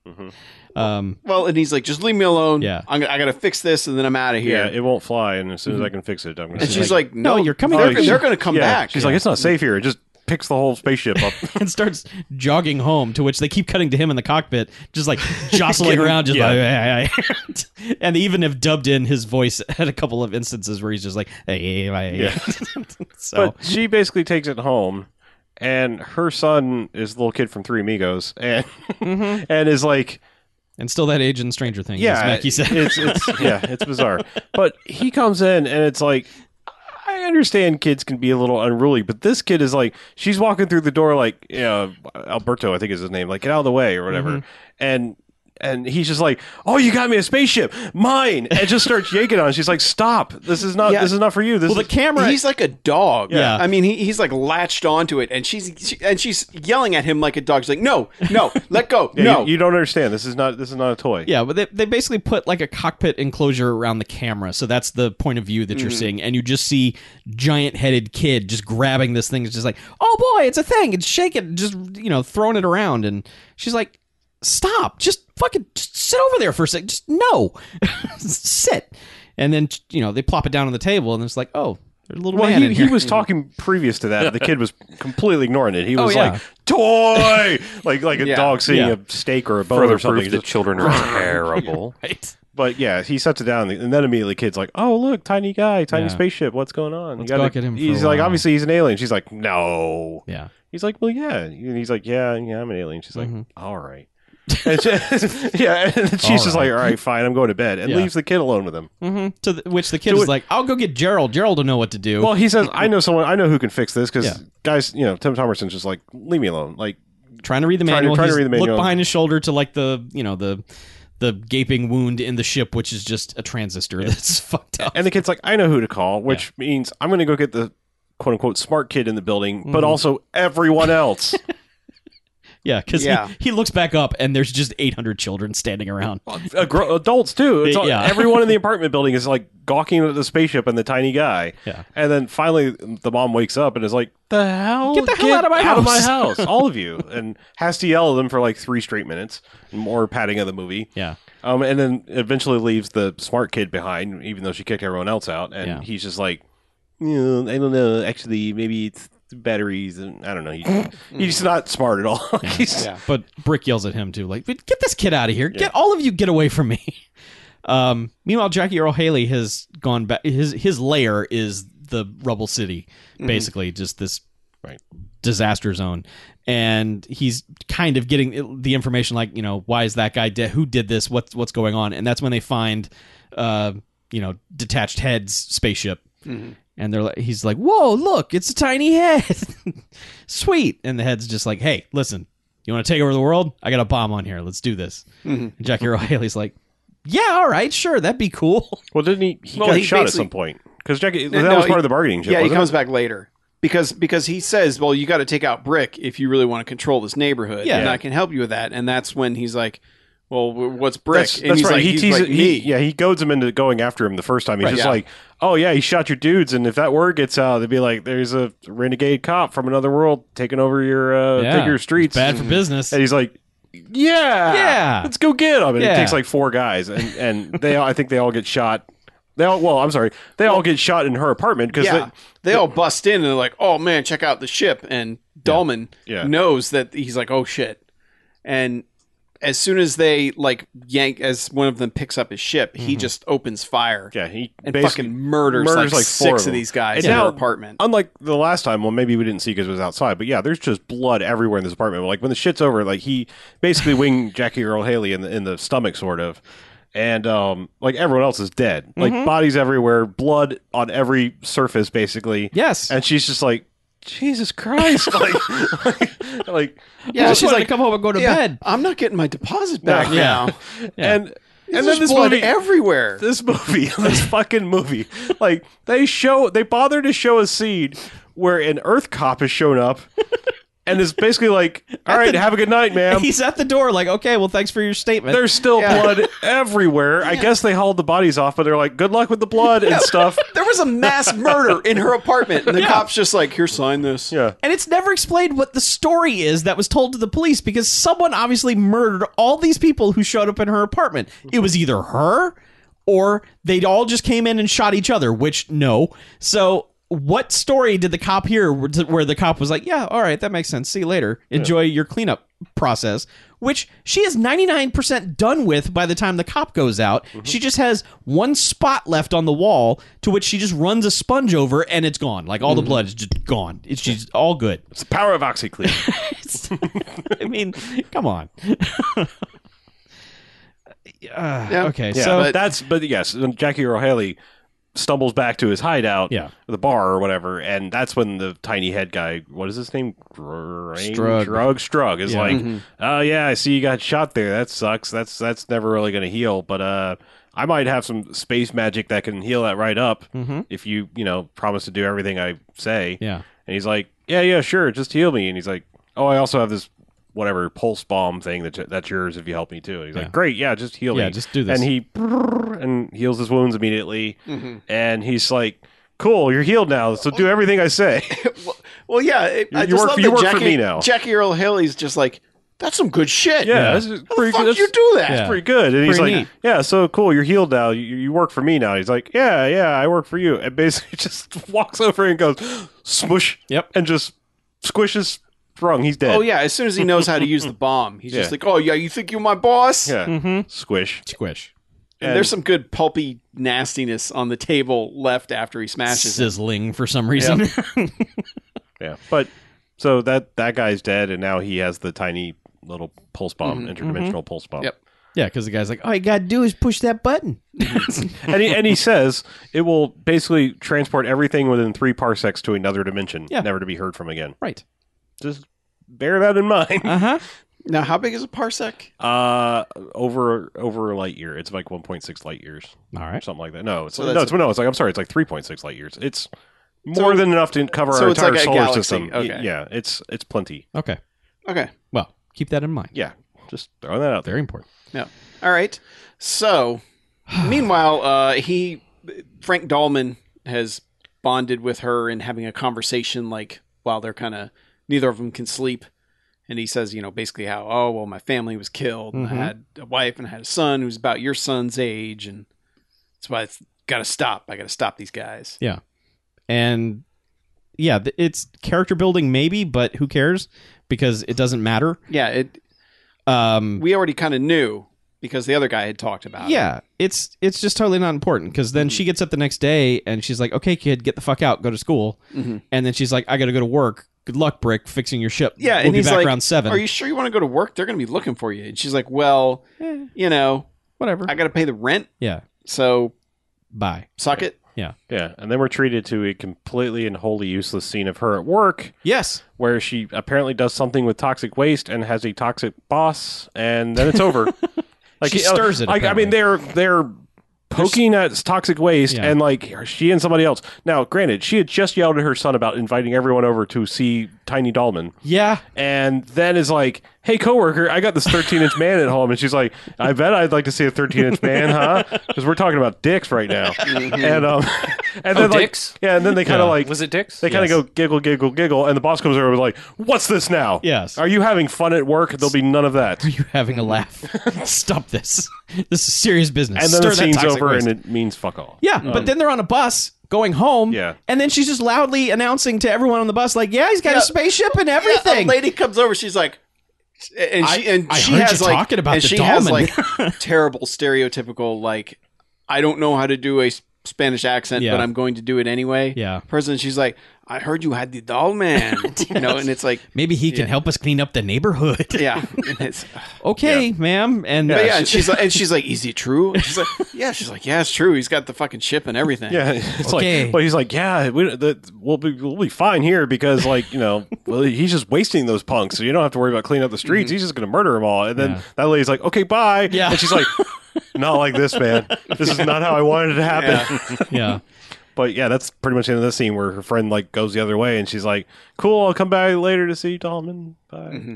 S2: Mhm.
S3: Um,
S4: Well, and he's like, just leave me alone.
S3: Yeah.
S4: I'm, I got to fix this and then I'm out of
S2: Yeah,
S4: here.
S2: it won't fly, and as soon as I can fix it, I'm gonna.
S4: Mm-hmm. and
S2: say-
S4: she's like,
S3: "No,
S4: no,
S3: you're coming
S4: They're,
S3: with me."
S4: they're going to come
S2: Yeah.
S4: back.
S2: She's like, it's not safe here. It just picks the whole spaceship up.
S3: and starts jogging home, to which they keep cutting to him in the cockpit, just like jostling around, just like, "Hey, hey, hey." and they even have dubbed in his voice at a couple of instances where he's just like, hey, hey, hey, hey." so
S2: But she basically takes it home, and her son is the little kid from Three Amigos, and and is like,
S3: and still that age in Stranger Things, as
S2: yeah,
S3: Mackie said.
S2: it's it's yeah, it's bizarre. But he comes in, and it's like. I understand kids can be a little unruly, but this kid is like she's walking through the door like you know, Alberto, I think is his name, like get out of the way or whatever,
S3: Mm-hmm.
S2: and and he's just like, oh, you got me a spaceship, mine, and just starts yanking on. it. She's like, stop, this is not
S4: Yeah.
S2: this is not for you. This
S3: well, the
S2: is
S3: camera.
S4: He's like a dog.
S3: Yeah.
S4: I mean, he, he's like latched onto it, and she's she, and she's yelling at him like a dog. She's like, "No, no, let go,
S2: Yeah,
S4: no."
S2: you, you don't understand. This is not this is not a toy.
S3: Yeah, but they, they basically put like a cockpit enclosure around the camera. So that's the point of view that
S2: Mm-hmm.
S3: you're seeing. And you just see giant headed kid just grabbing this thing. It's just like, oh boy, it's a thing. It's shaking, just, you know, throwing it around. And she's like, stop. Just fucking just sit over there for a sec. Just no. sit. And then, you know, they plop it down on the table and it's like, oh, there's a little
S2: Well,
S3: man
S2: he,
S3: in
S2: he
S3: here.
S2: was talking previous to that. The kid was completely ignoring it. He was
S3: yeah.
S2: like, "Toy," like like a
S4: Yeah.
S2: dog seeing
S3: Yeah.
S2: a steak or a bone
S5: Further
S2: or something.
S5: proof that
S2: Just-
S5: children are terrible.
S3: right.
S2: but yeah, he sets it down, and then immediately, the kid's like, "Oh, look, tiny guy, tiny
S3: Yeah.
S2: spaceship. What's going on?"
S3: Let's
S2: You gotta-
S3: gawk at him for
S2: He's
S3: a
S2: like,
S3: while.
S2: "Obviously, he's an alien." She's like, "No."
S3: Yeah.
S2: He's like, "Well, yeah," and he's like, "Yeah, yeah, I'm an alien." She's like,
S3: Mhm.
S2: "All right." And she- yeah, and she's just like,
S3: right.
S2: "All right, fine, I'm going to bed," and
S3: Yeah.
S2: leaves the kid alone with him.
S3: Mm-hmm. To the, which the kid
S2: To
S3: was
S2: it-
S3: like, I'll go get Gerald. Gerald will know what to do.
S2: Well, he says, "I know someone. I know who can fix this." Because
S3: Yeah.
S2: guys, you know, Tim Thomerson's just like, "Leave me alone." Like,
S3: trying to read the
S2: Trying to-
S3: manual.
S2: trying to
S3: He's
S2: read the manual.
S3: Looked behind his shoulder to like the you know the the gaping wound in the ship, which is just a transistor that's fucked up.
S2: and the kid's like, "I know who to call," which means I'm going to go get the "quote unquote" smart kid in the building,
S3: Mm-hmm.
S2: but also everyone else.
S3: Yeah, because
S4: Yeah.
S3: he, he looks back up and there's just 800 children standing around.
S2: Uh, gro- adults too. It's all,
S3: Yeah.
S2: Everyone in the apartment building is like gawking at the spaceship and the tiny guy.
S3: Yeah.
S2: And then finally, the mom wakes up and is like, "The hell!
S3: Get the hell out of my house."
S2: house, all of you!" And has to yell at them for like three straight minutes. More padding of the movie.
S3: Yeah,
S2: Um, and then eventually leaves the smart kid behind, even though she kicked everyone else out. And
S3: Yeah.
S2: he's just like, "Yeah, I don't know. Actually, maybe it's the batteries. And I don't know. He, he's not smart at all. He's-
S4: Yeah.
S3: but Brick yells at him too, like, "Get this kid out of here! Get all of you, get away from me!" Um, meanwhile, Jackie Earl Haley has gone back. His his lair is the rubble city, basically, just this
S2: Right.
S3: disaster zone. And he's kind of getting the information, like you know, why is that guy dead? Who did this? What's what's going on? And that's when they find, uh, you know, detached heads spaceship. And they're like, he's like, "Whoa, look! It's a tiny head, sweet." And the head's just like, "Hey, listen, you want to take over the world? I got a bomb on here. Let's do this." And Jackie Earl Haley's like, yeah, all right, sure, that'd be cool.
S2: Well, didn't he? He
S4: Well,
S2: got
S4: he
S2: shot at
S4: basically-
S2: some point because Jackie.
S4: No,
S2: that was
S4: he-
S2: part of the bargaining chip.
S4: yeah, he
S2: wasn't it?
S4: comes back later because because he says, "Well, you got to take out Brick if you really want to control this neighborhood."
S3: Yeah.
S4: and I can help you with that. And that's when he's like, "Well, w- what's Brick?"
S2: That's,
S4: and
S2: that's
S4: he's
S2: right.
S4: like,
S2: he
S4: he's
S2: teases.
S4: like,
S2: he, yeah, he goads him into going after him the first time. He's
S4: Right,
S2: just
S4: yeah.
S2: like, "Oh yeah, he shot your dudes, and if that word gets out, they'd be like, there's a renegade cop from another world taking over your uh,
S3: Yeah,
S2: take your streets,
S3: Bad for business.
S2: And he's like, "Yeah,
S3: Yeah.
S2: let's go get him." And
S3: Yeah.
S2: it takes like four guys, and and they, all, I think they all get shot. They all, well, I'm sorry, they all get shot in her apartment because
S4: yeah. They, all bust in and they're like, "Oh man, check out the ship!" And Dolman
S2: Yeah.
S4: knows that he's like, "Oh shit!" And as soon as they like yank, as one of them picks up his ship, he just opens fire
S2: Mm-hmm. yeah, he
S4: and
S2: basically
S4: fucking murders,
S2: murders,
S4: like,
S2: like, four
S4: six
S2: of
S4: of,
S2: them.
S4: these guys
S2: And
S4: in
S2: now-
S4: their apartment.
S2: Unlike the last time, well, maybe we didn't see because it was outside, but yeah, there's just blood everywhere in this apartment. Like when the shit's over, like he basically winged Jackie Earl Haley in the in the stomach, sort of, and um, like everyone else is dead, like
S4: Mm-hmm.
S2: bodies everywhere, blood on every surface, basically.
S3: yes.
S2: and she's just like, Jesus Christ, like, like, like-
S4: Yeah,
S3: Well,
S4: she's
S3: she's
S4: like,
S3: like, come home and go to
S4: yeah,
S3: bed.
S4: I'm not getting my deposit back now.
S3: Yeah.
S2: and
S4: And
S2: and then this
S4: blood
S2: movie,
S4: everywhere.
S2: this movie, this fucking movie, like they show, they bother to show a scene where an Earth cop has shown up and it's basically like, all right, have a good night, ma'am.
S3: He's at the door, like, okay, well, thanks for your statement.
S2: There's still
S4: Yeah.
S2: blood everywhere. I guess they hauled the bodies off, but they're like, good luck with the blood and stuff.
S4: There was a mass murder in her apartment, and the cops just like, here, sign this.
S2: Yeah.
S3: and it's never explained what the story is that was told to the police because someone obviously murdered all these people who showed up in her apartment. It was either her or they'd all just came in and shot each other, which no. So what story did the cop hear where where the cop was like, "Yeah, all right, that makes sense. See you later. Enjoy your cleanup process." Which she is 99% done with by the time the cop goes out. She just has one spot left on the wall to which she just runs a sponge over and it's gone. Like all the blood is just gone. It's, she's all good.
S2: It's the power of OxyClean.
S3: I mean, come on. Uh,
S4: Yeah.
S3: Okay,
S2: Yeah,
S3: so
S2: but that's but yes, when Jackie Earl Haley stumbles back to his hideout,
S3: Yeah.
S2: the bar or whatever, and that's when the tiny head guy, what is his name, Grang-
S3: Strug.
S2: Drug Strug is
S3: Yeah.
S2: like, oh yeah, I see you got shot there. That sucks. That's that's never really going to heal. But uh, I might have some space magic that can heal that right up
S3: Mhm.
S2: if you you know promise to do everything I say.
S3: yeah,
S2: And he's like, yeah, yeah, sure, just heal me. And he's like, oh, I also have this. Whatever pulse bomb thing that that's yours if you help me too. And he's
S3: Yeah.
S2: like, great, yeah, just heal me.
S3: yeah, just do this.
S2: And he and heals his wounds immediately.
S4: Mm-hmm.
S2: And he's like, "Cool, you're healed now. So do everything I say."
S4: Well, yeah. It, I
S2: You
S4: just
S2: work-
S4: love
S2: you
S4: that
S2: work for
S4: Jackie,
S2: me now.
S4: Jackie Earl Haley's just like, that's some good shit.
S2: Yeah, this is
S4: How
S2: pretty
S4: the fuck
S2: good.
S4: do you do that?
S3: Yeah.
S2: That's pretty good. And he's
S3: Pretty
S2: like,
S3: neat.
S2: "Yeah, so cool, you're healed now. You, you work for me now." He's like, "Yeah, yeah, I work for you." And basically just walks over and goes, "Smush."
S3: Yep.
S2: And just squishes Sprung. He's dead.
S4: Oh yeah, as soon as he knows how to use the bomb, he's
S2: Yeah.
S4: just like, "Oh yeah, you think you're my boss?"
S2: Yeah.
S3: Mhm.
S2: Squish.
S3: squish,
S4: And, there's some good pulpy nastiness on the table left after he smashes it.
S3: sizzling for some reason.
S2: Yeah. But so that that guy's dead and now he has the tiny little pulse bomb, interdimensional pulse bomb.
S4: Yep.
S3: yeah, because the guy's like, all you gotta do is push that button.
S2: and he, and he says it will basically transport everything within three parsecs to another dimension,
S3: Yeah.
S2: never to be heard from again.
S3: right.
S2: Just bear that in mind.
S3: Uh huh.
S4: Now, how big is a parsec?
S2: Uh, over over a light year, it's like one point six light years,
S3: All right.
S2: something like that. No, it's
S4: So
S2: no,
S4: that's-
S2: it's no, it's like I'm sorry, it's like three point six light years. It's more
S4: So-
S2: than enough to cover
S4: so
S2: our
S4: it's
S2: entire
S4: like a
S2: solar
S4: galaxy,
S2: system. Y-
S4: okay.
S2: Yeah, it's it's plenty.
S3: Okay.
S4: Okay,
S3: Well, keep that in mind.
S2: Yeah, just throwing that out there.
S3: Very important.
S4: yeah, all right. So, meanwhile, uh, he Frank Dahlman has bonded with her and having a conversation like while they're kind of neither of them can sleep, and he says, you know, basically how, oh well, my family was killed, and
S3: Mhm.
S4: I had a wife and I had a son who's about your son's age, and that's why it's got to stop. I got to stop these guys.
S3: And yeah, th- it's character building, maybe, but who cares? Because it doesn't matter.
S4: Yeah, it.
S3: Um,
S4: We already kind of knew because the other guy had talked about. it. Mm-hmm.
S3: yeah, it's it's just totally not important because then she gets up the next day and she's like, "Okay, kid, get the fuck out, go to school."
S4: Mhm.
S3: And then she's like, "I gotta go to work. Good luck, Brick, fixing your ship.
S4: Yeah,
S3: we'll
S4: and
S3: be
S4: he's
S3: back
S4: like,
S3: around seven.
S4: Are you sure you want to go to work? They're going to be looking for you. And she's like, Well,
S3: Eh.
S4: you know,
S3: Whatever.
S4: I got to pay the rent,
S3: yeah,
S4: so
S3: bye.
S4: suck it.
S2: Yeah, and then we're treated to a completely and wholly useless scene of her at work.
S3: Yes,
S2: where she apparently does something with toxic waste and has a toxic boss, and then it's over. like uh,
S3: She stirs it,
S2: Like, I mean,
S3: apparently.
S2: they're they're poking at toxic waste,
S3: Yeah.
S2: and like she and somebody else. Now, granted, she had just yelled at her son about inviting everyone over to see Tiny Dollman,
S3: yeah,
S2: and then is like, "Hey, coworker, I got this 13 inch man at home," and she's like, "I bet I'd like to see a 13 inch man, huh? Because we're talking about dicks right now." and um, and
S5: Oh,
S2: then like,
S5: dicks?
S2: yeah, and then they kind of like
S5: Was it dicks?
S2: they kind of go giggle, giggle, giggle, and the boss comes over and was like, "What's this now?
S3: Yes.
S2: Are you having fun at work? There'll be none of that."
S3: you're having a laugh. Stop this. This is serious business.
S2: And then
S3: Stir
S2: the
S3: that
S2: scene's
S3: toxic
S2: over,
S3: waste.
S2: and it means fuck all.
S3: Yeah, but then they're on a bus going home.
S2: Yeah.
S3: And then she's just loudly announcing to everyone on the bus, like, yeah, he's got
S4: Yeah.
S3: a spaceship and
S4: Yeah, a
S3: everything.
S4: lady comes over. She's like, and she and
S3: I
S4: she
S3: heard
S4: has
S3: you
S4: like
S3: talking about
S4: and
S3: the
S4: she has like
S3: Dahlman.
S4: terrible stereotypical like I don't know how to do a s- Spanish accent,
S3: Yeah.
S4: but I'm going to do it anyway.
S3: Yeah.
S4: Person, she's like, I heard you had the doll man, you know, and it's like,
S3: Maybe he can help us clean up the neighborhood.
S4: yeah, and it's,
S3: okay, ma'am. And
S4: but yeah, and she's like, and she's like, is it true? And she's like, yeah, she's like, yeah, it's true. He's got the fucking chip and everything.
S2: Yeah, it's
S3: Okay.
S2: like, well, he's like, yeah, we, the, we'll be we'll be fine here because, like, you know, well, he's just wasting those punks, so you don't have to worry about cleaning up the streets. He's just gonna murder them all, and then
S3: Mm-hmm. Yeah.
S2: that lady's like, okay, bye.
S3: Yeah.
S2: and she's like, not like this, man. This is not how I wanted it to happen.
S3: yeah.
S2: But yeah, that's pretty much the end of this scene where her friend like goes the other way, and she's like, "Cool, I'll come back later to see Dolman." Bye.
S3: Mm-hmm.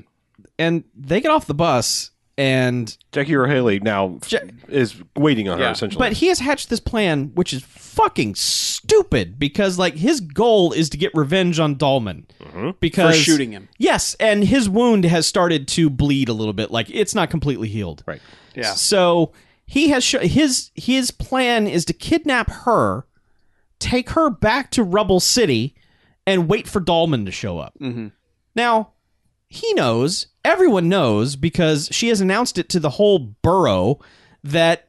S3: and they get off the bus and
S2: Jackie O'Haley now
S3: Ja-
S2: is waiting on her
S4: Yeah.
S2: essentially.
S3: but he has hatched this plan which is fucking stupid because like his goal is to get revenge on Dolman because
S4: Mm-hmm. For shooting him.
S3: Yes, and his wound has started to bleed a little bit. Like it's not completely healed.
S2: right.
S4: Yeah.
S3: So he has sho his his plan is to kidnap her, take her back to Rubble City, and wait for Dahlman to show up.
S4: Mhm.
S3: Now he knows, everyone knows, because she has announced it to the whole borough that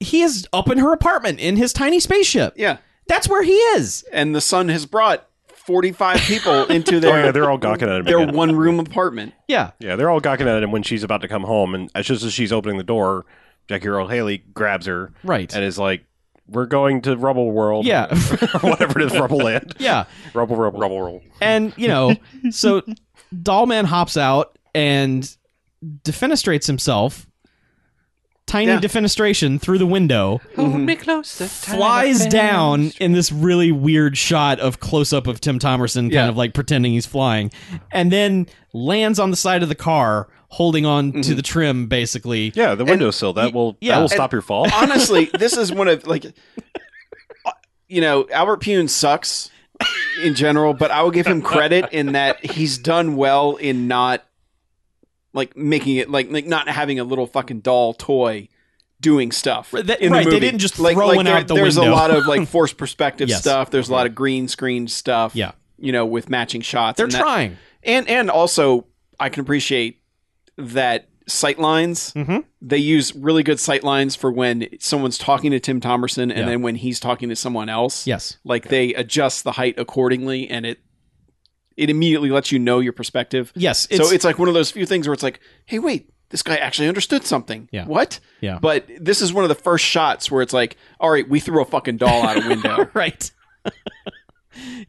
S3: he is up in her apartment in his tiny spaceship.
S4: Yeah.
S3: That's where he is.
S4: And the sun has brought 45 people into
S2: Oh yeah,
S4: their,
S2: they're all gawking at him.
S4: their
S2: again.
S4: one room apartment.
S3: Yeah.
S2: Yeah, they're all gawking at him when she's about to come home, and as just as she's opening the door, Jackie Earl Haley grabs her
S3: Right.
S2: and is like, "We're going to Rubble World,
S3: Yeah.
S2: whatever it is, Rubble Land,
S3: yeah.
S2: Rubble, Rubble,
S5: Rubble roll.
S3: And you know, so Dollman hops out and defenestrates himself. Tiny
S4: Yeah.
S3: defenestration through the window,
S4: Mhm.
S3: Mm-hmm. flies down in this really weird shot of close up of Tim Thomerson,
S4: Yeah.
S3: kind of like pretending he's flying, and then lands on the side of the car, holding on
S4: Mm-hmm.
S3: to the trim, basically.
S2: Yeah, the windowsill that will
S3: yeah,
S2: that will
S3: and-
S2: stop your fall.
S4: honestly, this is one of like, you know, Albert Pune sucks in general, but I will give him credit in that he's done well in not like making it like like not having a little fucking doll toy doing stuff
S3: Right, that-
S4: in
S3: right,
S4: the
S3: they
S4: movie.
S3: didn't just throw one out the
S4: there's
S3: window.
S4: a lot of like forced perspective
S3: Yes.
S4: stuff. There's a lot of green screen stuff.
S3: Yeah.
S4: you know, with matching shots.
S3: They're
S4: and that-
S3: trying.
S4: and and also I can appreciate that sight lines.
S3: Mm-hmm.
S4: They use really good sight lines for when someone's talking to Tim Thomerson and
S3: Yeah.
S4: then when he's talking to someone else.
S3: Yes.
S4: like they adjust the height accordingly, and it it immediately lets you know your perspective.
S3: Yes.
S4: so it's like one of those few things where it's like, hey, wait, this guy actually understood something.
S3: Yeah.
S4: What?
S3: Yeah.
S4: But this is one of the first shots where it's like, all right, we threw a fucking doll out a window.
S3: right.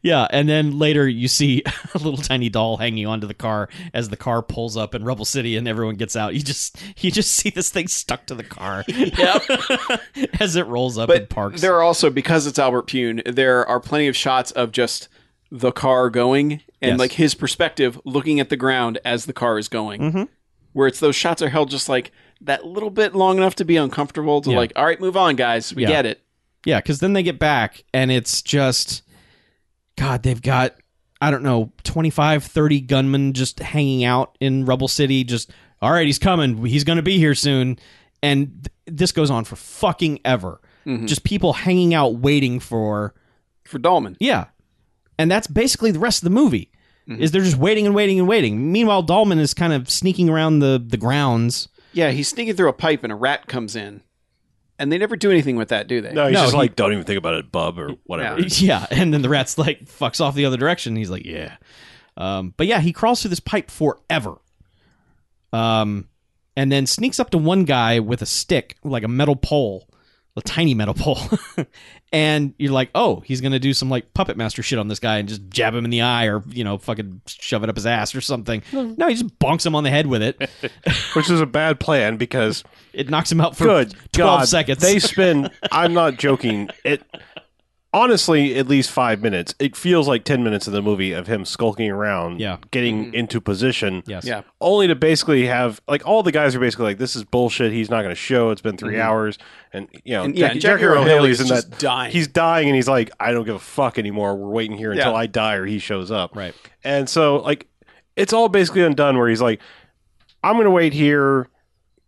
S3: yeah, and then later you see a little tiny doll hanging onto the car as the car pulls up in Rubble City and everyone gets out. You just you just see this thing stuck to the car. yep. as it rolls up and
S4: but
S3: parks.
S4: there are also because it's Albert Pune, there are plenty of shots of just the car going and
S3: Yes.
S4: like his perspective looking at the ground as the car is going. Where it's those shots are held just like that little bit long enough to be uncomfortable to
S3: Yeah.
S4: like, all right, move on, guys, we
S3: Yeah.
S4: get it.
S3: Yeah, because then they get back and it's just, God, they've got, I don't know, 25, 30 gunmen just hanging out in Rubble City, just, all right, he's coming. He's going to be here soon. And th- this goes on for fucking ever. Just people hanging out waiting for,
S4: For Dolman,
S3: yeah. And that's basically the rest of the movie. Is they're just waiting and waiting and waiting. Meanwhile, Dahlman is kind of sneaking around the, the grounds.
S4: yeah, he's sneaking through a pipe and a rat comes in, and they never do anything with that, do they?
S2: No, he's
S3: No,
S2: just
S3: he-
S2: like, "Don't even think about it, bub," or whatever.
S4: Yeah.
S3: Yeah, and then the rat's like fucks off the other direction. And he's like, yeah, um, but yeah, he crawls through this pipe forever, um, and then sneaks up to one guy with a stick, like a metal pole, a tiny metal pole, and you're like, oh, he's gonna do some like puppet master shit on this guy and just jab him in the eye or you know fucking shove it up his ass or something.
S2: Hmm.
S3: No, he just bonks him on the head with it.
S2: Which is a bad plan because
S3: It knocks him out for
S2: good
S3: twelve
S2: God,
S3: seconds.
S2: They spend. I'm not joking. It honestly, at least five minutes. It feels like ten minutes of the movie of him skulking around,
S3: Yeah.
S2: getting into position,
S3: yes,
S4: Yeah.
S2: only to basically have like all the guys are basically like, "This is bullshit. He's not going to show. It's been 3 hours." And you know,
S4: Mm-hmm. And, yeah,
S2: Jackie,
S4: and Jackie
S2: Jackie Earle
S4: Earle
S2: Haley's
S4: Haley's
S2: in
S4: just
S2: that
S4: dying.
S2: He's dying, and he's like, "I don't give a fuck anymore. We're waiting here until
S4: Yeah.
S2: I die or he shows up."
S3: right.
S2: And so like it's all basically undone where he's like, I'm gonna wait here.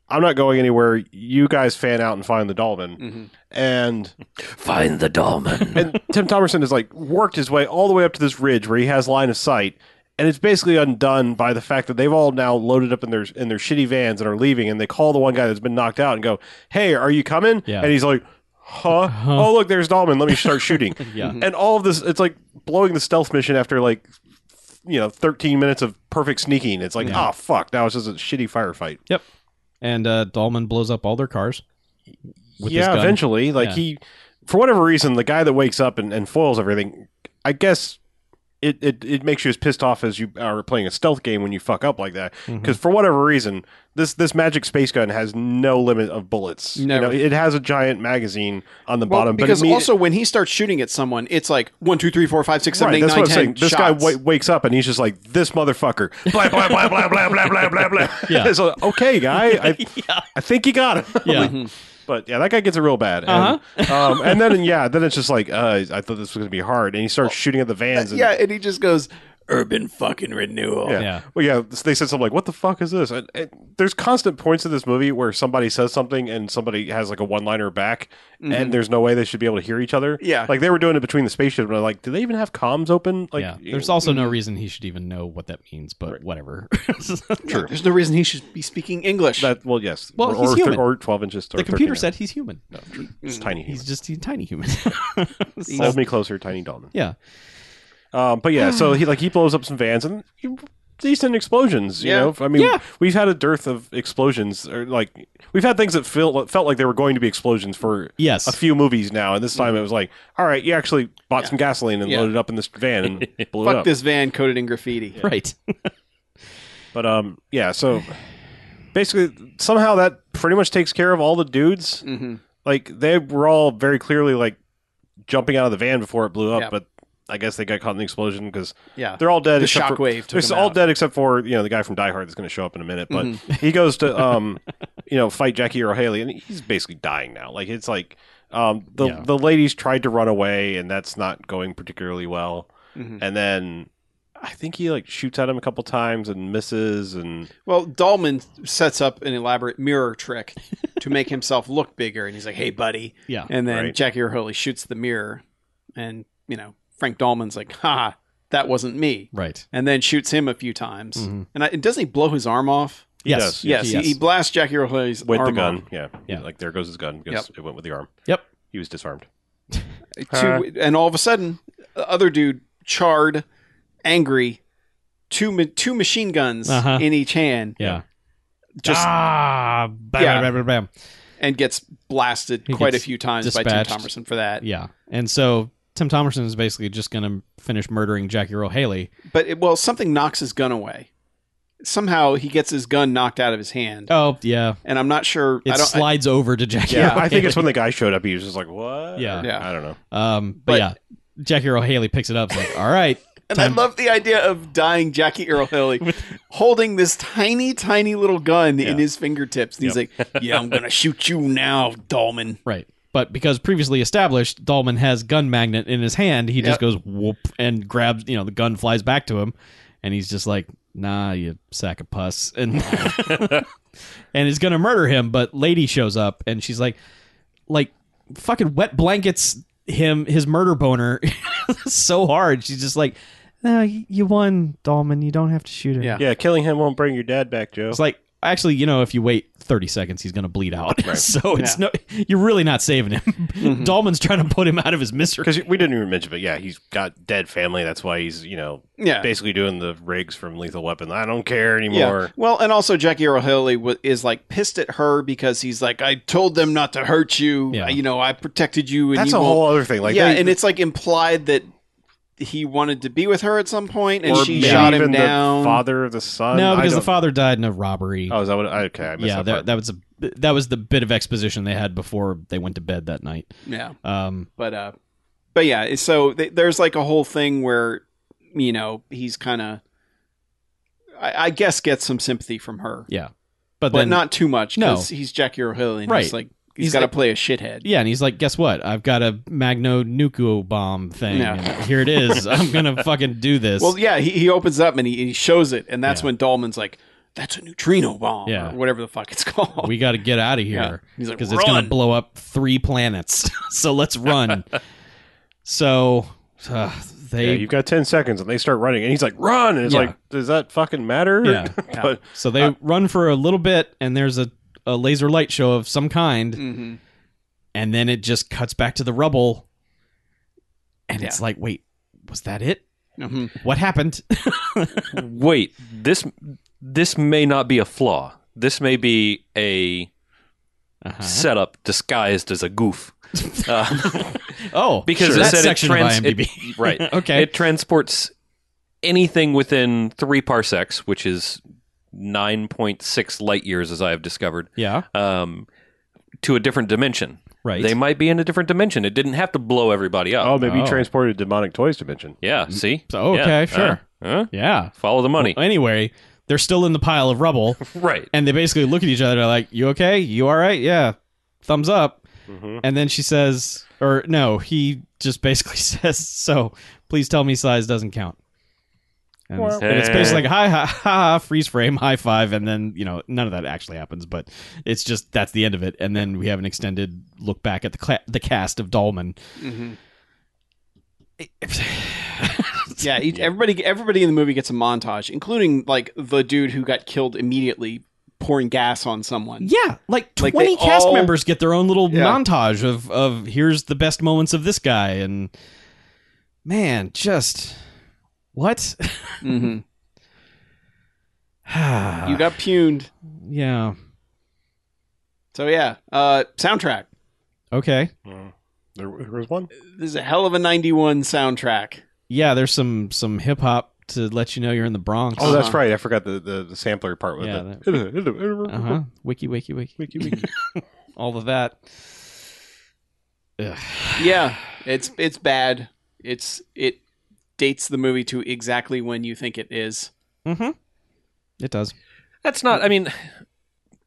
S2: I'm not going anywhere. You guys fan out and find the Dolman.
S4: Mm-hmm.
S2: And
S1: Find the Dollman.
S2: and Tim Thomerson has like worked his way all the way up to this ridge where he has line of sight, and it's basically undone by the fact that they've all now loaded up in their in their shitty vans and are leaving, and they call the one guy that's been knocked out and go, "Hey, are you coming?"
S3: Yeah.
S2: And he's like, "Huh? Oh, look, there's Dolman. Let me start shooting."
S3: Yeah.
S2: And all of this, it's like blowing the stealth mission after like you know 13 minutes of perfect sneaking. It's like, oh fuck, now it's just a shitty firefight.
S3: Yep. And uh, Dahlman blows up all their cars. with his
S2: yeah,
S3: gun.
S2: eventually. Like
S3: Yeah.
S2: he, for whatever reason, the guy that wakes up and, and foils everything, I guess it, it, it makes you as pissed off as you are playing a stealth game when you fuck up like that.
S3: Mm-hmm.
S2: Because for whatever reason, this this magic space gun has no limit of bullets. You
S4: Never.
S2: know, it has a giant magazine on the
S4: Well,
S2: bottom, but
S4: because
S2: it mean-
S4: also when he starts shooting at someone, it's like one, two, three, four, five, six, seven,
S2: Right,
S4: eight,
S2: that's
S4: nine,
S2: what I'm saying.
S4: ten.
S2: This guy w- wakes up and he's just like, "This motherfucker!" Blah blah blah blah blah blah blah blah blah.
S3: Yeah.
S2: It's like, okay, guy, I, I think you got him.
S3: Yeah.
S2: Like, but yeah, that guy gets it real bad. And,
S3: Uh-huh.
S2: um, and then yeah, then it's just like, uh, I thought this was gonna be hard, and he starts shooting at the
S3: uh,
S2: vans. And,
S4: yeah, and he just goes urban fucking renewal.
S2: Yeah.
S3: Yeah.
S2: Well, yeah. They said something like, "What the fuck is this?" And, and there's constant points in this movie where somebody says something and somebody has like a one-liner back,
S3: Mm-hmm.
S2: and there's no way they should be able to hear each other.
S4: Yeah.
S2: Like they were doing it between the spaceship, and I'm like, do they even have comms open? Like,
S3: yeah.
S2: you-
S3: There's also no reason he should even know what that means, but whatever. True.
S4: There's no reason he should be speaking English.
S2: that. Well, yes. or,
S3: Well, he's
S2: or,
S3: human.
S2: or 12 inches. Or
S3: The computer
S2: 13
S3: said he's human.
S2: inches. tiny. Human.
S3: He's just a tiny human. So,
S2: Hold me closer, tiny Dolman.
S3: yeah.
S2: Um, but yeah, so he like he blows up some vans and he- decent explosions. You
S4: Yeah.
S2: know, I mean,
S3: Yeah.
S2: we've had a dearth of explosions, or like we've had things that felt felt like they were going to be explosions for
S3: Yes.
S2: a few movies now. And this time it was like, all right, you actually bought some gasoline and
S4: Yeah.
S2: loaded up in this van and blew it
S4: Fuck
S2: up.
S4: this van coated in graffiti.
S3: Right.
S2: But um, yeah, so basically somehow that pretty much takes care of all the dudes.
S4: hmm
S2: Like they were all very clearly like jumping out of the van before it blew up,
S4: Yeah.
S2: but. I guess they got caught in the explosion because
S4: Yeah.
S2: they're all dead.
S4: The
S2: except for-
S4: shockwave took
S2: It's
S4: him
S2: all
S4: out.
S2: dead except for you know the guy from Die Hard that's going to show up in a minute. But he goes to um, you know, fight Jackie Earl Haley, and he's basically dying now. Like it's like um, the
S3: Yeah.
S2: the ladies tried to run away, and that's not going particularly well.
S4: Mhm.
S2: And then I think he like shoots at him a couple times and misses, and
S4: Well, Dahlman sets up an elaborate mirror trick to make himself look bigger, and he's like, "Hey, buddy,"
S3: Yeah.
S4: and then
S2: Right.
S4: Jackie Earle shoots the mirror, and you know Frank Dahlman's like, "Ha, that wasn't me,"
S3: Right.
S4: and then shoots him a few times,
S2: Mm-hmm.
S3: Mhm.
S4: and I, and doesn't he blow his arm off?
S3: Yes.
S2: does,
S4: Yes, He, he blasts Jackie Earle Haley's
S2: with the
S4: arm
S2: gun,
S4: off.
S2: yeah,
S3: Yeah.
S2: like there goes his gun because it went with the arm.
S3: Yep.
S2: He was disarmed.
S4: Two- and all of a sudden, the other dude, charred, angry, two ma- two machine guns
S3: Uh-huh.
S4: in each hand,
S3: Yeah.
S4: just
S3: ah, bam,
S4: Yeah.
S3: bam, bam, bam.
S4: and gets blasted
S3: He
S4: quite
S3: gets
S4: a few times by Tim
S3: dispatched.
S4: Thomerson for that.
S3: Yeah. And so Tim Thomerson is basically just going to finish murdering Jackie Earl Haley.
S4: But it, well, something knocks his gun away. Somehow he gets his gun knocked out of his hand,
S3: Oh, yeah.
S4: and I'm not sure.
S3: It
S4: I don't. I-
S3: slides over to Jackie
S2: Yeah,
S3: Earl
S2: I think
S3: Haley.
S2: it's when the guy showed up. He was just like, "What?"
S3: Yeah.
S4: Yeah.
S2: I don't know.
S3: Um, but,
S4: But-
S3: yeah, Jackie Earl Haley picks it up. It's like, all right,
S4: and I love the idea of dying Jackie Earl Haley holding this tiny, tiny little gun in his fingertips. And He's like, "Yeah, I'm gonna shoot you now, Dolman."
S3: right. But because previously established, Dahlman has gun magnet in his hand. He
S4: Yep.
S3: just goes whoop and grabs. You know, the gun flies back to him, and he's just like, "Nah, you sack of pus," and and is gonna murder him. But Lady shows up, and she's like, like fucking wet blankets him his murder boner so hard. She's just like, "No, you you won, Dahlman. You don't have to shoot him."
S4: Yeah.
S2: Yeah, killing him won't bring your dad back, Joe.
S3: It's like actually, you know, if you wait 30 seconds, he's going to bleed out. so it's
S4: Yeah.
S3: no, you're really not saving him. Dolman's trying to put him out of his misery.
S2: Mm-hmm. Because we didn't even mention, but yeah, he's got dead family. That's why he's you know
S4: Yeah.
S2: basically doing the rigs from Lethal Weapon. I don't care
S4: Yeah.
S2: anymore.
S4: Well, and also Jackie Earl Haley wa is like pissed at her because he's like, "I told them not to hurt you.
S3: Yeah.
S4: You know, I protected you." And
S2: That's
S4: you
S2: a
S4: won't-
S2: whole other thing. Like
S4: yeah,
S2: they-
S4: and it's like implied that he wanted to be with her at some point, and
S2: or
S4: she
S2: maybe
S4: shot him
S2: even
S4: down.
S2: The father of the son.
S3: no,
S2: um, I
S3: because the
S2: don't-
S3: father died in a robbery.
S2: Oh, is that what? Okay, I missed
S3: yeah,
S2: that.
S3: that,
S2: part.
S3: that was a that was the bit of exposition they had before they went to bed that night.
S4: Yeah,
S3: Um,
S4: but uh, but yeah. So th- there's like a whole thing where you know he's kind of, I-, I guess, gets some sympathy from her,
S3: yeah, but,
S4: but
S3: then
S4: not too much.
S3: No.
S4: 'cause he's Jackie Earl Haley, and
S3: Right.
S4: He's like he's
S3: He's
S4: got to
S3: like-
S4: play a shithead.
S3: yeah, and he's like, guess what? I've got a Magno Nuku bomb thing.
S4: Yeah.
S3: and here it is. I'm gonna fucking do this.
S4: Well, yeah, he, he opens up and he, he shows it, and that's
S3: Yeah.
S4: when Dahlman's like, "That's a neutrino bomb,
S3: Yeah.
S4: or whatever the fuck it's called."
S3: we got to get out of
S4: Yeah.
S3: here
S4: He's like,
S3: because it's going
S4: "Run."
S3: to blow up three planets. so let's run. so uh,
S2: Yeah,
S3: they
S2: you've got ten seconds, and they start running, and he's like, "Run!" And it's
S3: Yeah.
S2: like, "Does that fucking matter?"
S3: Yeah.
S2: but
S3: so they run for a little bit, and there's a, a laser light show of some kind,
S4: Mhm.
S3: and then it just cuts back to the rubble, and
S4: Yeah.
S3: it's like, wait, was that it?
S4: Mhm.
S3: What happened?
S5: Wait, this this may not be a flaw. This may be a
S3: Uh-huh.
S5: setup disguised as a goof. Uh,
S3: Oh,
S5: because
S3: sure.
S5: it
S3: that
S5: said
S3: section
S5: it trans-
S3: of IMDb.
S5: it- right.
S3: Okay.
S5: It transports anything within three parsecs, which is 9.6 light years, as I have discovered,
S3: Yeah.
S5: um, to a different dimension.
S3: Right.
S5: They might be in a different dimension. It didn't have to blow everybody up.
S2: Oh, maybe
S3: Oh.
S2: he transported demonic toys dimension.
S5: yeah. See?
S3: So, okay,
S5: Yeah.
S3: sure.
S5: Uh, huh?
S3: yeah.
S5: Follow the money.
S3: Anyway, they're still in the pile of rubble,
S5: right.
S3: and they basically look at each other. They're like, "You okay? You all right? Yeah, thumbs up." And then she says, or no, he just basically says, "So please tell me size doesn't count." And it's, and it's basically like hi ha ha ha freeze frame high five and then you know none of that actually happens but it's just that's the end of it and then we have an extended look back at the cla- the cast of Dolman
S4: Mm-hmm. Yeah, each, everybody everybody in the movie gets a montage, including like the dude who got killed immediately pouring gas on someone.
S3: Yeah, like
S4: Like, they
S3: twenty cast
S4: all-
S3: members get their own little
S4: Yeah.
S3: montage of of here's the best moments of this guy, and man, just what?
S4: hmm You
S3: yeah,
S4: got puned. So yeah, uh, soundtrack.
S3: okay,
S2: Mm. There, there was one.
S4: This is a hell of a '91 soundtrack.
S3: yeah. There's some some hip hop to let you know you're in the Bronx.
S2: Oh, that's
S4: Uh-huh.
S2: right. I forgot the, the, the sampler part with
S3: Yeah,
S2: it. That...
S3: uh huh. Wiki, wiki, wiki,
S2: Wiki, wiki.
S3: all of that. Ugh.
S4: Yeah, it's it's bad. It's it dates the movie to exactly when you think it is.
S3: Mm-hmm. It does.
S5: That's not, I mean,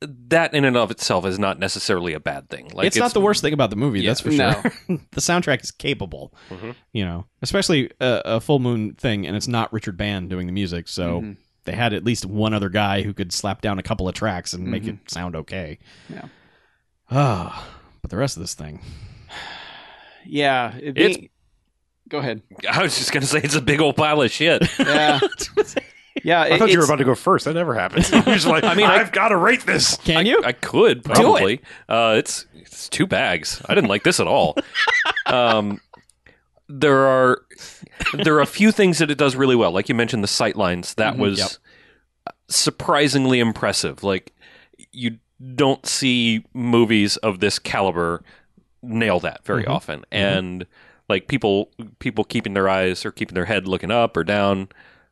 S5: that in and of itself is not necessarily a bad thing. Like
S3: it's, not the worst thing about the movie,
S5: Yeah, Mm-hmm.
S3: that's for
S4: no.
S3: sure. the soundtrack is capable, you know, especially a, a full moon thing, and it's not Richard Band doing the music, so
S5: Mm-hmm.
S3: they had at least one other guy who could slap down a couple of tracks and make
S5: Mm-hmm.
S3: it sound okay.
S4: Yeah.
S3: Ah, but the rest of this thing,
S4: Yeah, it
S5: It's-
S4: being- go ahead.
S5: I was just going to say it's a big old pile of shit.
S4: Yeah, yeah.
S2: I thought you were
S4: it's-
S2: about to go first. That never happens. You're just like, I mean, I've got to rate this.
S3: can you?
S5: I could probably. Uh, it's it's two bags. I didn't like this at all. um, there are there are a few things that it does really well. Like you mentioned, the sight lines that was
S3: Mm-hmm. yep.
S5: surprisingly impressive. Like you don't see movies of this caliber nail that very
S3: Mhm.
S5: often, and like people people keeping their eyes or keeping their head looking up or down.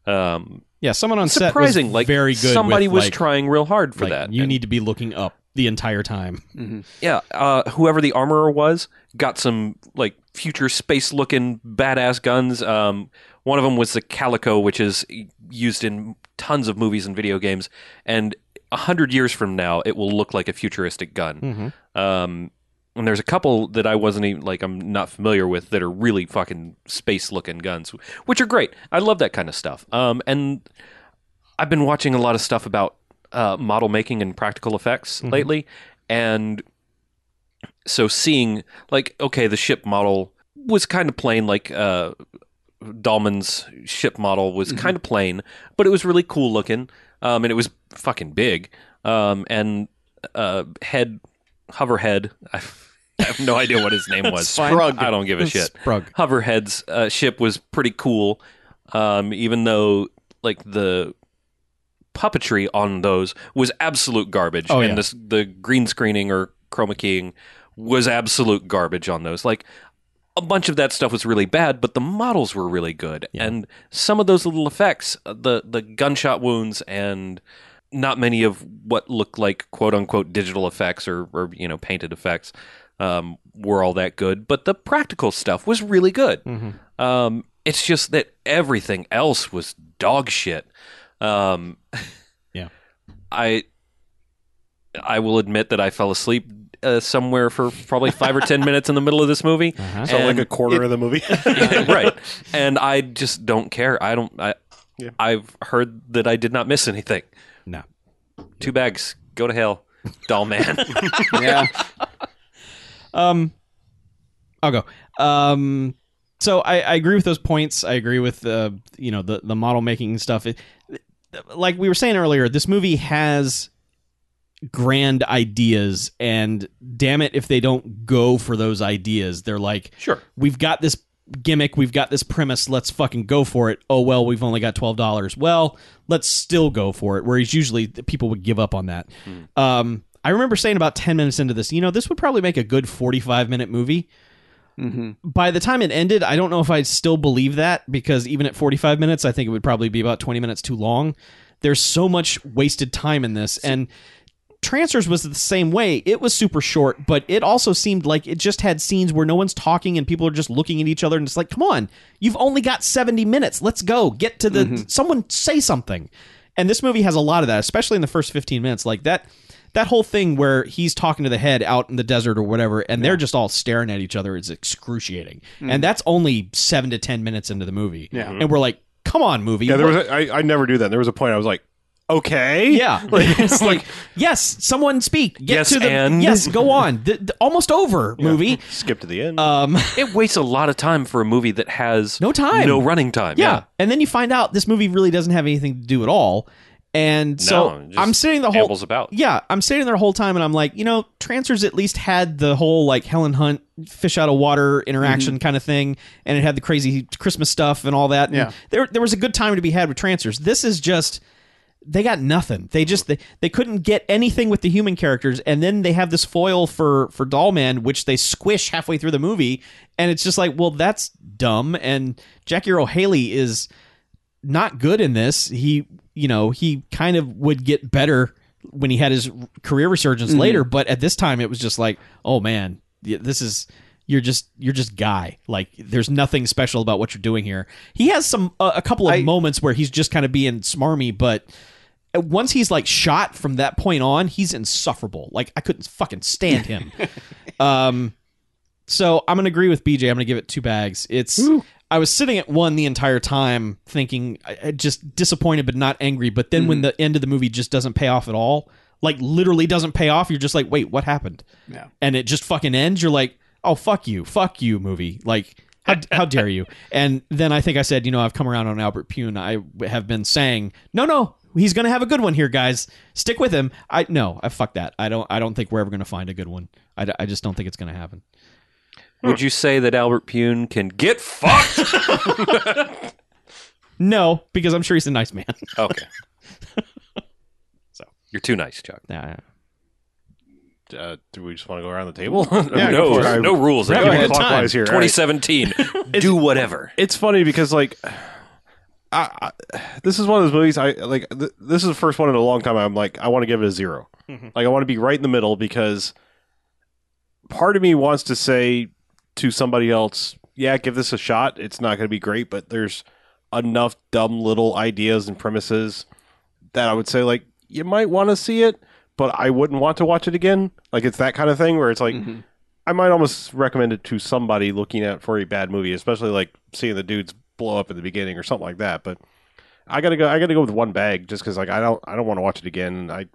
S5: Um,
S3: yeah, someone on set was
S5: surprising, like
S3: very good.
S5: Somebody
S3: with,
S5: was
S3: like-
S5: trying real hard for
S3: like,
S5: that.
S3: You
S5: and-
S3: need to be looking up the entire time.
S4: Mm-hmm.
S5: yeah, uh, whoever the armorer was got some like future space looking badass guns. Um, one of them was the Calico, which is e, used in tons of movies and video games. And a hundred years from now, it will look like a futuristic gun. Um, and there's a couple that I wasn't even like I'm not familiar with that are really fucking space looking guns, which are great. I love that kind of stuff. Um, and I've been watching a lot of stuff about uh, model making and practical effects lately, and so seeing like okay, the ship model was kind of plain, like uh, Dahlman's ship model was kind of plain, but it was really cool looking, um, and it was fucking big, um, and uh, head hoverhead. I have no idea what his name was.
S4: Sprug.
S5: I don't give a shit.
S3: Sprug.
S5: Hoverhead's uh, ship was pretty cool, um, even though like the puppetry on those was absolute garbage,
S3: Oh,
S5: and
S3: yeah.
S5: this, the green screening or chroma keying was absolute garbage on those. Like a bunch of that stuff was really bad, but the models were really good, and some of those little effects, uh, the the gunshot wounds and not many of what looked like quote unquote digital effects or, or you know painted effects um, were all that good, but the practical stuff was really good.
S3: Mm-hmm.
S5: Um, it's just that everything else was dog shit. Um,
S3: Yeah.
S5: I I will admit that I fell asleep uh, somewhere for probably five or ten minutes in the middle of this movie.
S3: Uh-huh.
S2: So like
S5: And-
S2: a quarter of the movie.
S5: right. And I just don't care. I don't. I
S2: Yeah.
S5: I've heard that I did not miss anything.
S3: No.
S5: Two bags. Go to hell, doll man.
S4: yeah.
S3: Um, I'll go. Um, so I, I agree with those points. I agree with the you know the the model making stuff. It, like we were saying earlier, this movie has grand ideas, and damn it, if they don't go for those ideas, they're like,
S5: sure.
S3: we've got this gimmick, we've got this premise, let's fucking go for it. Oh well, we've only got twelve dollars. Well, let's still go for it. Whereas usually the people would give up on that. Um, I remember saying about ten minutes into this, you know, this would probably make a good forty-five minute movie.
S4: Mm-hmm.
S3: by the time it ended, I don't know if I still believe that because even at 45 minutes, I think it would probably be about 20 minutes too long. There's so much wasted time in this. And Transfers was the same way. It was super short, but it also seemed like it just had scenes where no one's talking and people are just looking at each other and it's like, come on, you've only got 70 minutes. Let's go. Get to the
S2: Mm-hmm.
S3: someone say something. And this movie has a lot of that, especially in the first 15 minutes. Like that that whole thing where he's talking to the head out in the desert or whatever, and they're just all staring at each other is excruciating.
S2: Mm.
S3: And that's only seven to ten minutes into the movie.
S4: Yeah.
S3: And we're like, come on, movie.
S2: Yeah, there
S3: What-
S2: was. A, I, I never do that. There was a point I was like, okay,
S3: yeah.
S2: like, it's like
S3: yes, someone speak. Get
S5: Yes,
S3: to the
S5: and?
S3: yes, go on. The, the- almost over movie.
S2: skip to the end.
S3: Um,
S5: It wastes a lot of time for a movie that has
S3: No time.
S5: no running time.
S3: yeah. and then you find out this movie really doesn't have anything to do at all. And so
S5: No, just
S3: I'm sitting the
S5: yeah.
S3: whole
S5: ambles about.
S3: yeah, I'm sitting there the whole time and I'm like, you know, Trancers at least had the whole like Helen Hunt fish out of water interaction kind of thing, and it had the crazy Christmas stuff and all that. and
S4: Yeah.
S3: there there was a good time to be had with Trancers. This is just they got nothing. They just they, they couldn't get anything with the human characters, and then they have this foil for for Dollman, which they squish halfway through the movie, and it's just like, well, that's dumb. And Jackie Earl Haley is not good in this. He, you know, he kind of would get better when he had his career resurgence later, but at this time it was just like, oh man, y- this is you're just you're just guy. Like there's nothing special about what you're doing here. He has some uh, a a couple of
S4: I-
S3: moments where he's just kind of being smarmy, but uh, once he's like shot from that point on, he's insufferable. Like I couldn't fucking stand him. um so I'm gonna agree with BJ. I'm gonna give it two bags. It's I was sitting at one the entire time, thinking I- I just disappointed but not angry. But then when the end of the movie just doesn't pay off at all, like literally doesn't pay off, you're just like, wait, what happened?
S4: Yeah.
S3: And it just fucking ends. You're like, oh fuck you, fuck you, movie. Like how, how dare you? And then I think I said, you know, I've come around on Albert Pune. I w- have been saying, no, no, he's gonna have a good one here, guys. Stick with him. I no, I fuck that. I don't. I don't think we're ever gonna find a good one. I, d- I just don't think it's gonna happen.
S5: Would you say that Albert Pune can get fucked?
S3: No, because I'm sure he's a nice man.
S5: okay.
S3: So.
S5: You're too nice, Chuck.
S3: Nah.
S2: uh, do we just want to go around the table?
S4: Yeah, go
S5: no,
S4: for it.
S5: no rules.
S3: Go
S2: Go
S3: ahead.
S5: anymore.
S2: ahead,
S3: Time.
S2: clockwise here. all right.
S5: 2017. Do whatever.
S2: it's funny because like I, I this is one of those movies I like th- this is the first one in a long time I'm like I want to give it a 0. Like I want to be right in the middle because part of me wants to say to somebody else, yeah, give this a shot. It's not going to be great, but there's enough dumb little ideas and premises that I would say like you might want to see it, but I wouldn't want to watch it again. Like it's that kind of thing where it's like I might almost recommend it to somebody looking at for a bad movie, especially like seeing the dudes blow up in the beginning or something like that. But I gotta go. I gotta go with one bag just because like I don't I don't want to watch it again. I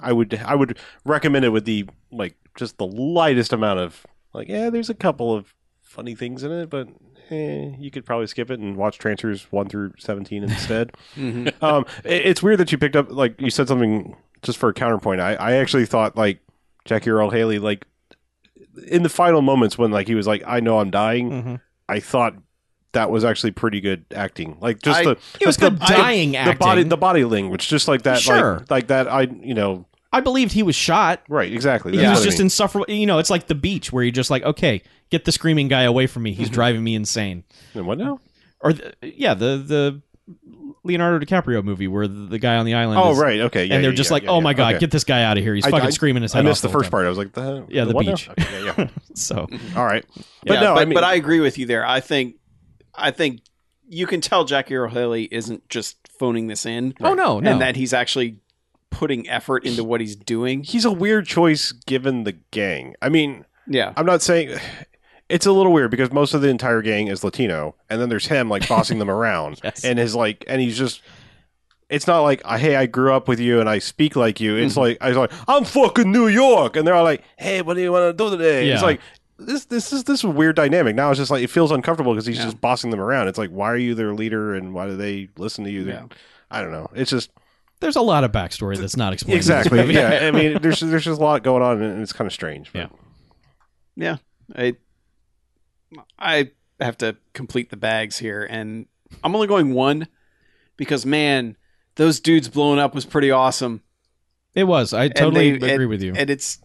S2: I would I would recommend it with the like just the lightest amount of like yeah. There's a couple of funny things in it, but eh, you could probably skip it and watch Transfers one through seventeen instead.
S4: Mm-hmm.
S2: um, it- it's weird that you picked up like you said something just for a counterpoint. I I actually thought like Jackie Earl Haley like in the final moments when like he was like I know I'm dying.
S3: Mm.
S2: I thought that was actually pretty good acting. Like just
S4: I-
S2: the
S3: He was
S2: just the-
S3: good
S2: the-
S3: dying
S2: the body
S3: acting.
S2: the body language, just like that,
S3: Sure.
S2: like, like that. I you know
S3: I believed he was shot.
S2: right exactly.
S3: he
S2: That's
S3: was
S2: what I
S3: just
S2: mean.
S3: insufferable. You know, it's like the beach where you're just like, okay, get the screaming guy away from me. He's
S2: Mm-hmm.
S3: driving me insane.
S2: And what now?
S3: Or the, yeah, the the Leonardo DiCaprio movie where the, the guy on the island.
S2: Oh
S3: is-
S2: right, okay. Yeah,
S3: and they're
S2: yeah,
S3: just
S2: yeah,
S3: like,
S2: yeah,
S3: oh
S2: yeah,
S3: my god,
S2: okay.
S3: get this guy out of here. He's fucking screaming his head
S2: I missed the
S3: off whole
S2: first
S3: time.
S2: part. I was like, the,
S3: Yeah, the
S2: what now?
S3: beach.
S2: Okay, yeah, yeah.
S3: So
S2: All right, but
S4: yeah,
S2: no,
S4: but,
S2: I mean,
S4: but I agree with you there. I think, I think you can tell Jackie Earl Haley isn't just phoning this in.
S3: Oh, no, no.
S4: and that he's actually putting effort into what he's doing.
S2: he's a weird choice given the gang. I mean,
S4: Yeah,
S2: I'm not saying it's a little weird because most of the entire gang is Latino, and then there's him like bossing them around,
S3: Yes.
S2: and his like, and he's just. It's not like uh, hey, I grew up with you and I speak like you.
S3: Mm-hmm.
S2: It's like I was like I'm fucking New York, and they're all like, hey, what do you want to do today? It's
S3: Yeah.
S2: like this this is this is a weird dynamic. Now it's just like it feels uncomfortable because he's
S4: Yeah.
S2: just bossing them around. It's like why are you their leader and why do they listen to you? They're-
S4: Yeah.
S2: I don't know. It's just
S3: there's a lot of backstory that's not explained. in this
S2: exactly
S3: movie.
S2: yeah. I mean, there's there's just a lot going on and it's kind of strange.
S3: Yeah.
S4: yeah. I, I have to complete the bags here, and I'm only going one because man, those dudes blowing up was pretty awesome.
S3: It was. I
S4: And
S3: totally
S4: they-
S3: agree
S4: and-
S3: with you.
S4: And it's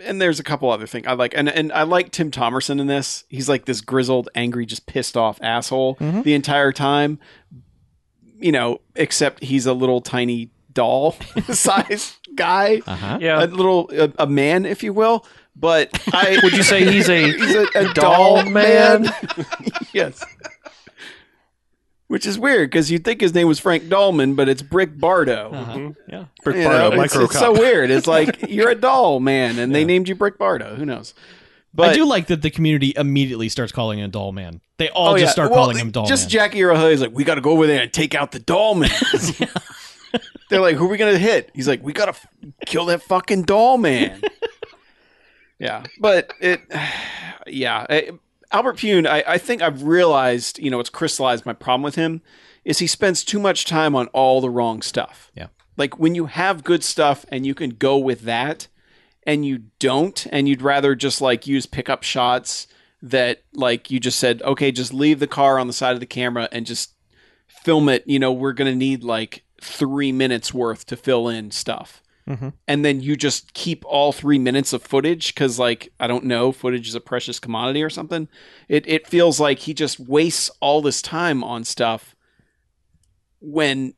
S4: and there's a couple other things I like, and and I like Tim Thomerson in this. He's like this grizzled, angry, just pissed off asshole
S5: Mm-hmm.
S4: the entire time. You know, except he's a little tiny doll sized guy,
S3: Uh-huh.
S5: Yeah.
S4: a little a, a man, if you will. But I
S5: Would you say he's a
S4: he's a, a
S5: Doll
S4: doll
S5: man?
S4: man. yes. Which is weird because you'd think his name was Frank Dahlman, but it's Brick Bardo.
S3: Yeah.
S2: Brick
S4: You
S2: Bardo,
S4: know, it's,
S2: micro
S4: it's so weird. It's like you're a doll man, and they named you Brick Bardo. Who knows? But
S3: I do like that the community immediately starts calling him Doll Man. They all
S4: Oh, yeah.
S3: just start
S4: Well,
S3: calling him Doll
S4: Just
S3: Man.
S4: Jackie Earl Haley's like, we got to go over there and take out the doll man. They're like, who are we gonna hit? He's like, we gotta f- kill that fucking doll man. yeah, but it, yeah, I- Albert Pune. I, I think I've realized, you know, it's crystallized my problem with him is he spends too much time on all the wrong stuff.
S3: Yeah.
S4: like when you have good stuff and you can go with that, and you don't, and you'd rather just like use pickup shots that like you just said, okay, just leave the car on the side of the camera and just film it, you know, we're going to need like three minutes worth to fill in stuff.
S3: Mhm.
S4: And then you just keep all three minutes of footage because, like, I don't know, footage is a precious commodity or something. It, it feels like he just wastes all this time on stuff when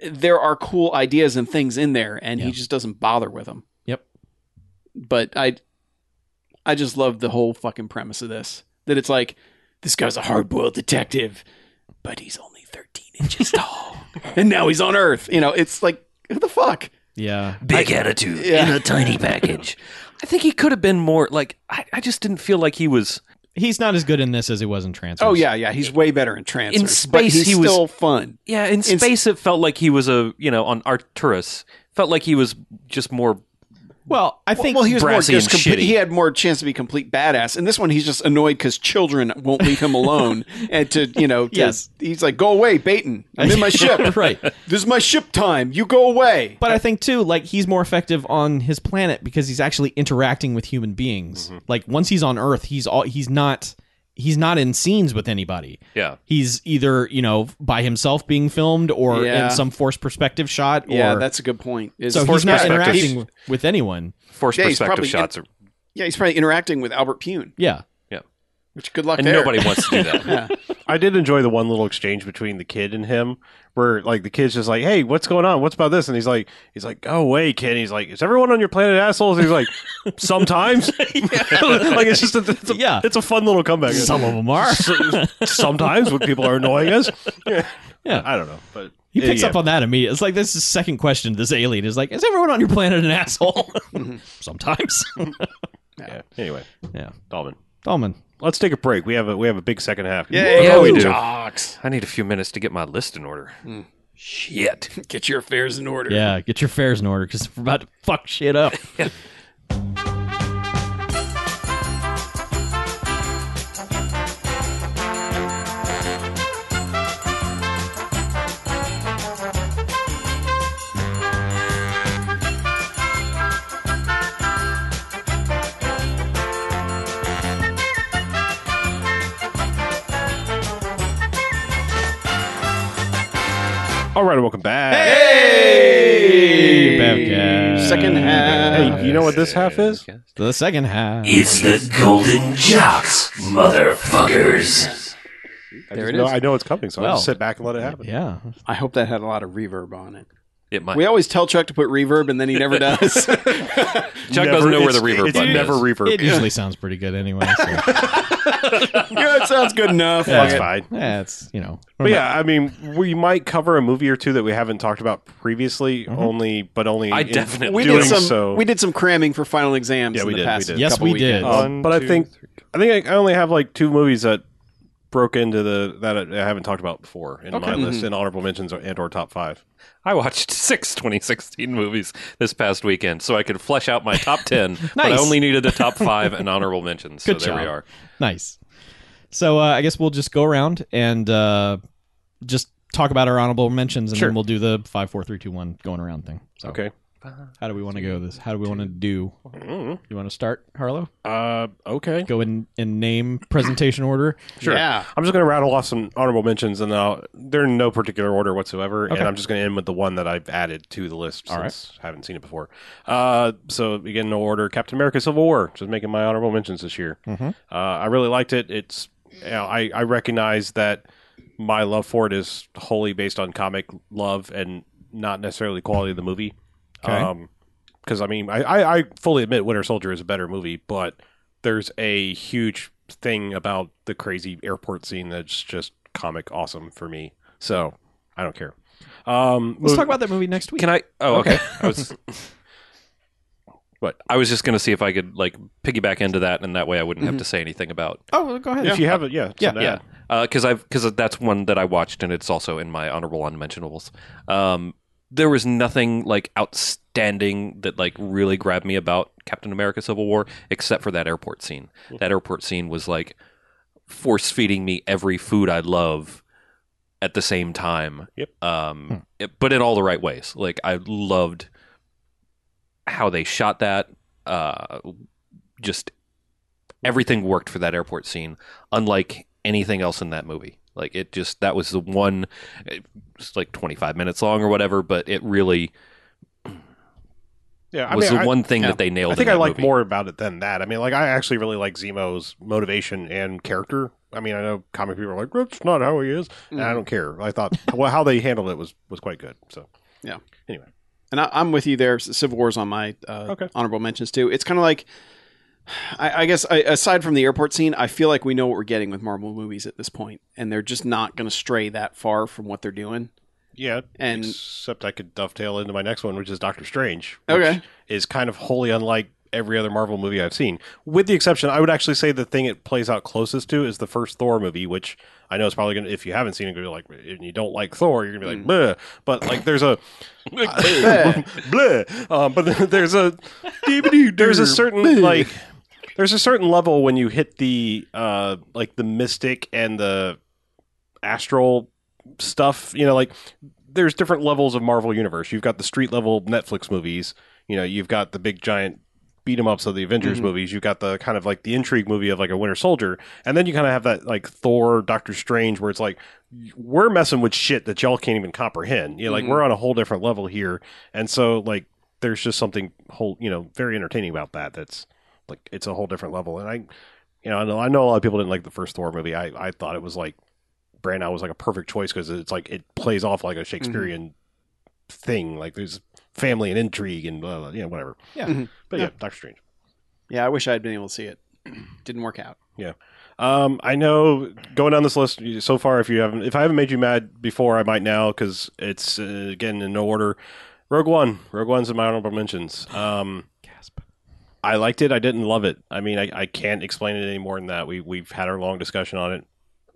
S4: there are cool ideas and things in there and he
S3: Yeah.
S4: just doesn't bother with them.
S3: Yep.
S4: But I, I just love the whole fucking premise of this that it's like, this guy's a hard boiled detective but he's only 13 inches tall. and now he's on Earth. You know, it's like, what the fuck?
S3: yeah.
S1: Big attitude
S4: yeah.
S1: in a tiny package.
S5: I think he could have been more like I, I just didn't feel like he was
S3: He's not as good in this as he was in Transfers.
S4: Oh, yeah, yeah. He's way better in Transfers.
S5: In
S4: but
S5: space,
S4: he's
S5: he was-
S4: still fun.
S5: Yeah, in
S4: s-
S5: space it felt like he was a you know, on Arcturus. Felt like he was just more
S3: Well, I think
S4: well, he was more
S5: brassy
S4: just
S5: and
S4: complete,
S5: shitty.
S4: he had more chance to be complete badass. And this one, he's just annoyed because children won't leave him alone. and to you know, to-
S3: Yes.
S4: he's like, "Go away, Baton! I'm in my ship.
S3: right.
S4: This is my ship time. You go away."
S3: But I think too, like he's more effective on his planet because he's actually interacting with human
S4: Mm-hmm.
S3: beings. Like once he's on Earth, he's all he's not he's not in scenes with anybody.
S5: Yeah.
S3: He's either you know by himself being filmed or
S4: Yeah.
S3: in some forced perspective shot.
S4: yeah,
S3: or,
S4: that's a good point. Is
S3: so he's
S4: forced
S3: not
S4: perspective.
S3: interacting w- with anyone.
S5: forced
S4: Yeah, he's
S5: perspective
S4: probably-
S5: shots are,
S4: yeah, he's probably interacting with Albert Pune.
S3: Yeah,
S4: Which good luck
S5: and
S4: there.
S5: nobody wants to do that.
S4: Yeah.
S2: I did enjoy the one little exchange between the kid and him, where like the kid's just like, "Hey, what's going on? What's about this?" And he's like, "He's like, go away, kid." He's like, "Is everyone on your planet assholes?" And he's like, "Sometimes." like it's just a, it's a,
S3: Yeah.
S2: it's a fun little comeback.
S3: some of them are.
S2: So- sometimes when people are annoying us. Yeah,
S3: Yeah.
S2: I don't know, but
S3: He picks
S2: yeah.
S3: up on that immediately. It's like this is the second question. to This alien is like, is everyone on your planet an asshole? Sometimes.
S2: Yeah. Anyway,
S3: yeah,
S2: Dalman,
S3: Dolman.
S2: let's take a break. We have a we have a big second half.
S4: Yay,
S5: Yeah, we do.
S4: Jocks.
S5: I need a few minutes to get my list in order.
S1: Shit.
S4: Get your affairs in order.
S3: Yeah, get your fares in order because we're about to fuck shit up.
S2: All right, welcome back.
S4: Hey!
S3: Bamcast.
S4: Second half.
S2: Hey, you know what this half is?
S3: The second half.
S1: It's the Golden Jocks, motherfuckers.
S2: I
S4: There
S2: just
S4: it
S2: know-
S4: is.
S2: I know it's coming, so I'll just
S3: Well.
S2: sit back and let it happen.
S3: Yeah.
S4: I hope that had a lot of reverb on it.
S5: It might.
S4: We always tell Chuck to put reverb, and then he never does.
S5: Chuck
S2: Never-
S5: doesn't know where the
S2: it's-
S5: reverb
S2: it's
S5: button
S2: never
S5: is.
S2: reverb.
S3: It usually sounds pretty good anyway. So.
S4: yeah, it sounds good enough.
S2: That's
S4: Fuck it.
S2: fine.
S3: yeah, it's, you know.
S2: But yeah, I mean, we might cover a movie or two that we haven't talked about previously. Only, but only.
S5: I
S2: in
S5: definitely-
S4: We
S2: doing
S4: did some.
S2: so.
S4: We did some cramming for final exams.
S2: Yeah, we
S4: in the
S2: did, we
S4: Past
S2: did.
S3: Yes,
S4: couple
S3: we did.
S4: weekends. Oh,
S2: Um,
S5: One,
S2: but I
S5: two,
S2: think I think I I only have like two movies that broke into the that I I haven't talked about before in my
S5: Mm-hmm.
S2: list in honorable mentions or, and or top five.
S5: I watched six 2016 movies this past weekend so I could flesh out my top 10, but I
S3: Nice.
S5: only needed the top five and honorable mentions.
S3: Good
S5: so there
S3: job.
S5: we are.
S3: Nice. So uh, I guess we'll just go around and uh, just talk about our honorable mentions and
S2: Sure.
S3: then we'll do the five, four, three, two, one going around thing. So,
S2: Okay,
S3: How do we want to go this? How do we want to do?
S5: Mm-hmm.
S3: You want to start, Harlow?
S2: Uh, okay.
S3: Go in and name presentation order.
S2: Sure.
S4: Yeah.
S2: I'm just going to rattle off some honorable mentions, and I'll, they're in no particular order whatsoever.
S3: Okay.
S2: And I'm just going to end with the one that I've added to the list
S3: All
S2: since I haven't seen it before. Uh, so again, no order. Captain America: Civil War, just making my honorable mentions this year.
S3: Mhm.
S2: Uh, I really liked it. It's you know, I I recognize that my love for it is wholly based on comic love and not necessarily quality of the movie.
S3: Okay.
S2: because I mean, I, I I fully admit Winter Soldier is a better movie, but there's a huge thing about the crazy airport scene that's just comic awesome for me. So I don't care. Um,
S3: Let's
S2: mov-
S3: talk about that movie next week.
S5: Can I? Oh, okay.
S3: Okay.
S5: I was.
S2: What?
S5: I was just going to see if I could like piggyback into that, and that way I wouldn't have to say anything about.
S3: oh, go ahead.
S2: if you have it, yeah,
S3: Yeah,
S2: something to
S5: Yeah,
S2: add.
S5: because Uh, I've because that's one that I watched, and it's also in my honorable unmentionables. Um, there was nothing like outstanding that like really grabbed me about Captain America: Civil War, except for that airport scene. That airport scene was like force feeding me every food I love at the same time.
S2: Yep.
S5: Um, it- but in all the right ways. Like I loved how they shot that. Uh, just everything worked for that airport scene, unlike anything else in that movie. Like it just that was the one. It's like twenty five minutes long or whatever, but it really
S2: yeah. I
S5: was
S2: mean,
S5: the
S2: I-
S5: one thing
S4: yeah.
S5: that they nailed.
S2: I think
S5: in
S2: I
S5: that
S2: like
S5: movie.
S2: more about it than that. I mean, like I actually really like Zemo's motivation and character. I mean, I know comic people are like, "That's not how he is," and I don't care. I thought, well, how they handled it was was quite good. So
S4: and I, I'm with you there. C- Civil War's on my uh,
S2: Okay.
S4: honorable mentions too. It's kind of like, I, I guess, I, aside from the airport scene, I feel like we know what we're getting with Marvel movies at this point, and they're just not going to stray that far from what they're doing.
S2: yeah,
S4: And-
S2: except I could dovetail into my next one, which is Doctor Strange. which
S4: Okay.
S2: is kind of wholly unlike every other Marvel movie I've seen, with the exception. I would actually say the thing it plays out closest to is the first Thor movie, which I know is probably gonna. If you haven't seen it, you're gonna be like, and you don't like Thor, you're gonna
S4: Mm.
S2: be like, "Bleh." but like, there's a bleh. Um, but there's a there's a certain like there's a certain level when you hit the uh like the mystic and the astral stuff. You know, like there's different levels of Marvel universe. You've got the street level Netflix movies. You know, you've got the big giant beat 'em ups of the Avengers movies. You've got the kind of like the intrigue movie of like a Winter Soldier, and then you kind of have that like Thor, Doctor Strange, where it's like we're messing with shit that y'all can't even comprehend. You know, like we're on a whole different level here, and so like there's just something whole you know very entertaining about that. That's like it's a whole different level, and I. You know, I know, I know a lot of people didn't like the first Thor movie. I, I thought it was like Branagh was like a perfect choice because it's like it plays off like a Shakespearean thing. Like there's family and intrigue and blah, blah, you know, whatever. Yeah.
S4: Mhm.
S2: But yeah,
S4: Yeah.
S2: Doctor Strange.
S4: Yeah, I wish I'd been able to see it. Didn't work out.
S2: Um, I know going down this list you- so far, if you haven't, if I haven't made you mad before, I might now because it's uh, again in no order. Rogue One, Rogue One's in my honorable mentions. Um,
S3: Gasp.
S2: I liked it. I didn't love it. I mean, I, I can't explain it any more than that. We we've had our long discussion on it.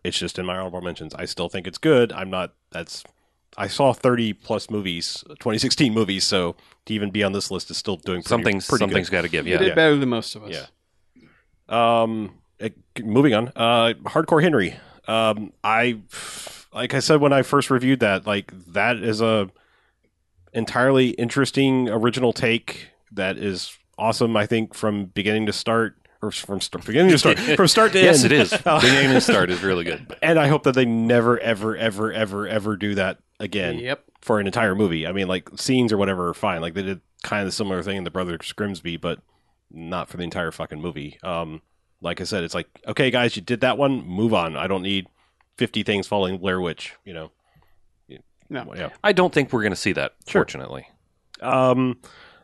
S2: It's just in my honorable mentions. I still think it's good. I'm not. That's. I saw 30 plus movies, 2016 movies. So to even be on this list is still doing pretty,
S5: something's
S2: pretty
S5: something's got to give.
S4: You
S5: Yeah,
S4: did better than most of us.
S2: Yeah. good. Um, eh, moving on. Uh, Hardcore Henry. Um, I like I said when I first reviewed that. Like that is a entirely interesting original take that is awesome. I think from beginning to start or from st- beginning to start from start to
S5: yes,
S2: end.
S5: it is. Beginning and start is really good.
S2: and I hope that they never, ever, ever, ever, ever do that again
S4: Yep.
S2: for an entire movie. I mean, like scenes or whatever are fine. Like they did kind of a similar thing in the Brothers Grimsby, but not for the entire fucking movie. Um, like I said, it's like, okay, guys, you did that one. Move on. I don't need fifty things following Blair Witch. You know. Yeah.
S4: No.
S2: Yeah.
S5: I don't think we're going to see that.
S2: Sure.
S5: Fortunately,
S2: Um,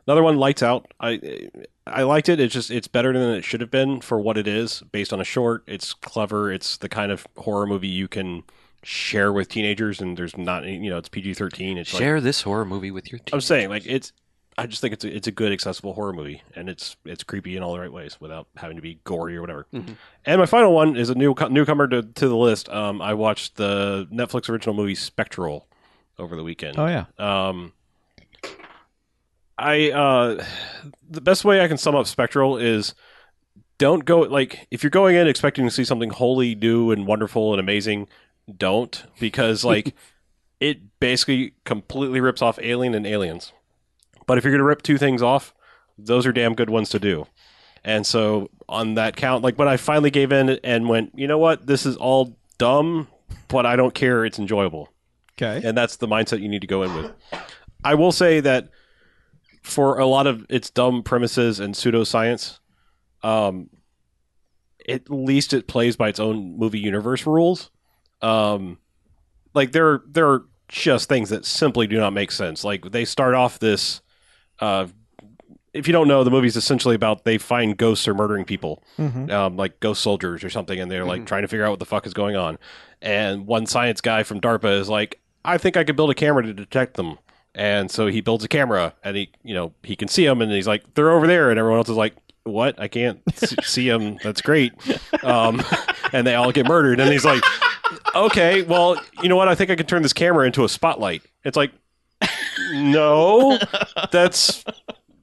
S2: another one, Lights Out. I I liked it. It's just it's better than it should have been for what it is. Based on a short, it's clever. It's the kind of horror movie you can share with teenagers, and there's not any- you know it's PG thirteen. It's like
S5: share this horror movie with your. Team.
S2: I'm saying like it's. I just think it's a, it's a good accessible horror movie, and it's it's creepy in all the right ways without having to be gory or whatever.
S4: Mhm.
S2: And my final one is a new newcomer to, to the list. Um, I watched the Netflix original movie Spectral over the weekend.
S3: Oh yeah.
S2: Um, I uh, the best way I can sum up Spectral is don't go like if you're going in expecting to see something wholly new and wonderful and amazing, don't because like it basically completely rips off Alien and Aliens. But if you're going to rip two things off, those are damn good ones to do. And so on that count, like when I finally gave in and went, you know what, this is all dumb, but I don't care. It's enjoyable.
S3: Okay.
S2: And that's the mindset you need to go in with. I will say that for a lot of its dumb premises and pseudoscience, um, at least it plays by its own movie universe rules. Um, like there, there are just things that simply do not make sense. Like they start off this. Uh, if you don't know, the movie's essentially about they find ghosts or murdering people
S3: Mm-hmm.
S2: um, like ghost soldiers or something, and they're like trying to figure out what the fuck is going on. And one science guy from DARPA is like, I think I could build a camera to detect them. And so he builds a camera, and he, you know, he can see them, and he's like, they're over there, and everyone else is like, what? I can't s- see them. That's great. Um, and they all get murdered, and he's like, okay, well, you know what? I think I can turn this camera into a spotlight. It's like, no, that's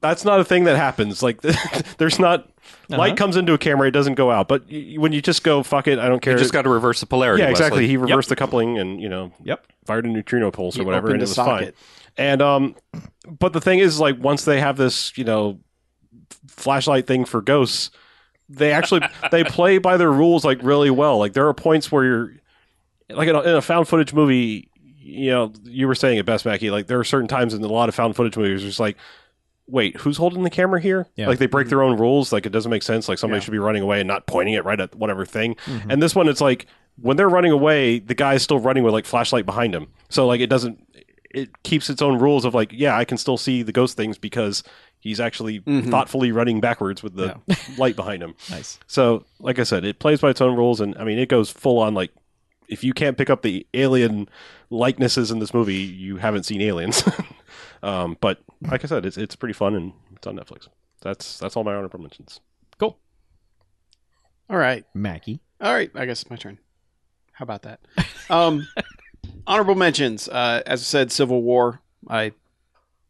S2: that's not a thing that happens. Like, there's not
S5: Uh-huh.
S2: light comes into a camera, it doesn't go out. But y- y- when you just go, fuck it, I don't care.
S5: You just got to reverse the polarity.
S2: yeah, exactly.
S5: Wesley.
S2: He reversed the coupling, and you know,
S3: Yep.
S2: fired a neutrino pulse or
S4: He
S2: whatever,
S4: opened
S2: and
S4: a
S2: it was fine.
S4: socket.
S2: And um, but the thing is, like, once they have this, you know, f- flashlight thing for ghosts, they actually they play by their rules like really well. Like, there are points where you're like in a, in a found footage movie. You know, you were saying it best, Mackie. Like, there are certain times in a lot of found footage movies, where it's like. Wait, who's holding the camera here?
S3: Yeah.
S2: Like they
S4: Mm-hmm.
S2: break their own rules. Like it doesn't make sense. Like somebody should be running away and not pointing it right at whatever thing.
S3: Mm-hmm.
S2: Mm-hmm. And this one, it's like when they're running away, the guy's still running with like flashlight behind him. So like it doesn't it keeps its own rules of like, yeah, I can still see the ghost things because he's actually thoughtfully running backwards with the light behind him.
S3: Nice.
S2: So, like I said, it plays by its own rules, and I mean, it goes full on like. If you can't pick up the alien likenesses in this movie, you haven't seen Aliens. um, but like I said, it's it's pretty fun and it's on Netflix. That's that's all my honorable mentions.
S3: Cool.
S4: All right.
S3: Mackie.
S4: All right, I guess it's my turn. How about that? Um, honorable mentions. Uh, as I said, Civil War. I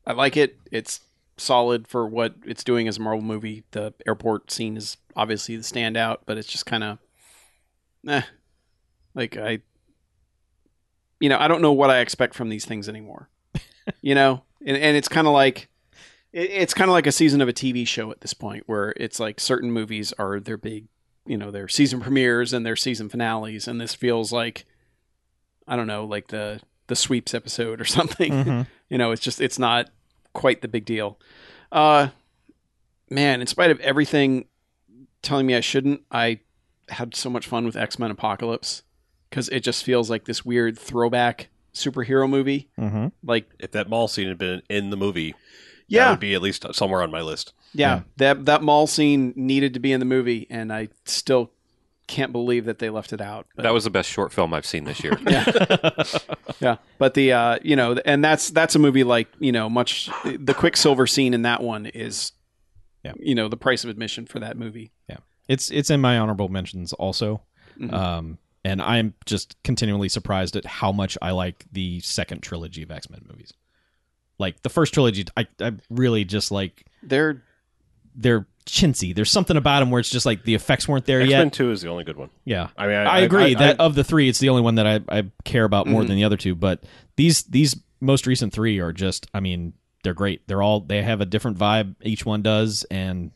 S4: I like it. It's solid for what it's doing as a Marvel movie. The airport scene is obviously the standout, but it's just kind of, eh. Like I, you know, I don't know what I expect from these things anymore. you know, and and it's kind of like. it- It's kind of like a season of a TV show at this point, where it's like certain movies are their big you know their season premieres and their season finales and this feels like i don't know like the the sweeps episode or something
S3: Mm-hmm.
S4: you know it's just it's not quite the big deal uh man in spite of everything telling me i shouldn't i had so much fun with x-men apocalypse because it just feels like this weird throwback superhero movie
S3: Mm-hmm.
S4: like
S2: If that mall scene had been in the movie, that
S4: yeah
S2: would be at least somewhere on my list.
S4: Yeah, that that mall scene needed to be in the movie, and I still can't believe that they left it out. But,
S5: That was the best short film I've seen this year.
S4: yeah, but the uh, you know, and that's that's a movie like you know, much the Quicksilver scene in that one is,
S3: Yeah.
S4: you know, the price of admission for that movie.
S3: It's it's in my honorable mentions also.
S4: Mhm.
S2: Mm-hmm.
S3: Um and I'm just continually surprised at how much I like the second trilogy of X-Men movies. Like the first trilogy I I really just like
S4: They're
S3: they're chintzy. There's something about them where it's just like the effects weren't there
S2: X Men
S3: yet.
S2: Two is the only good one.
S3: Yeah.
S2: I mean, I,
S3: I agree
S2: I- Mm-hmm.
S3: that of the three, it's the only one that I, I care about more than the other two. But these these most recent three are just, I mean, they're great. They're all they have a different vibe. Each one does, and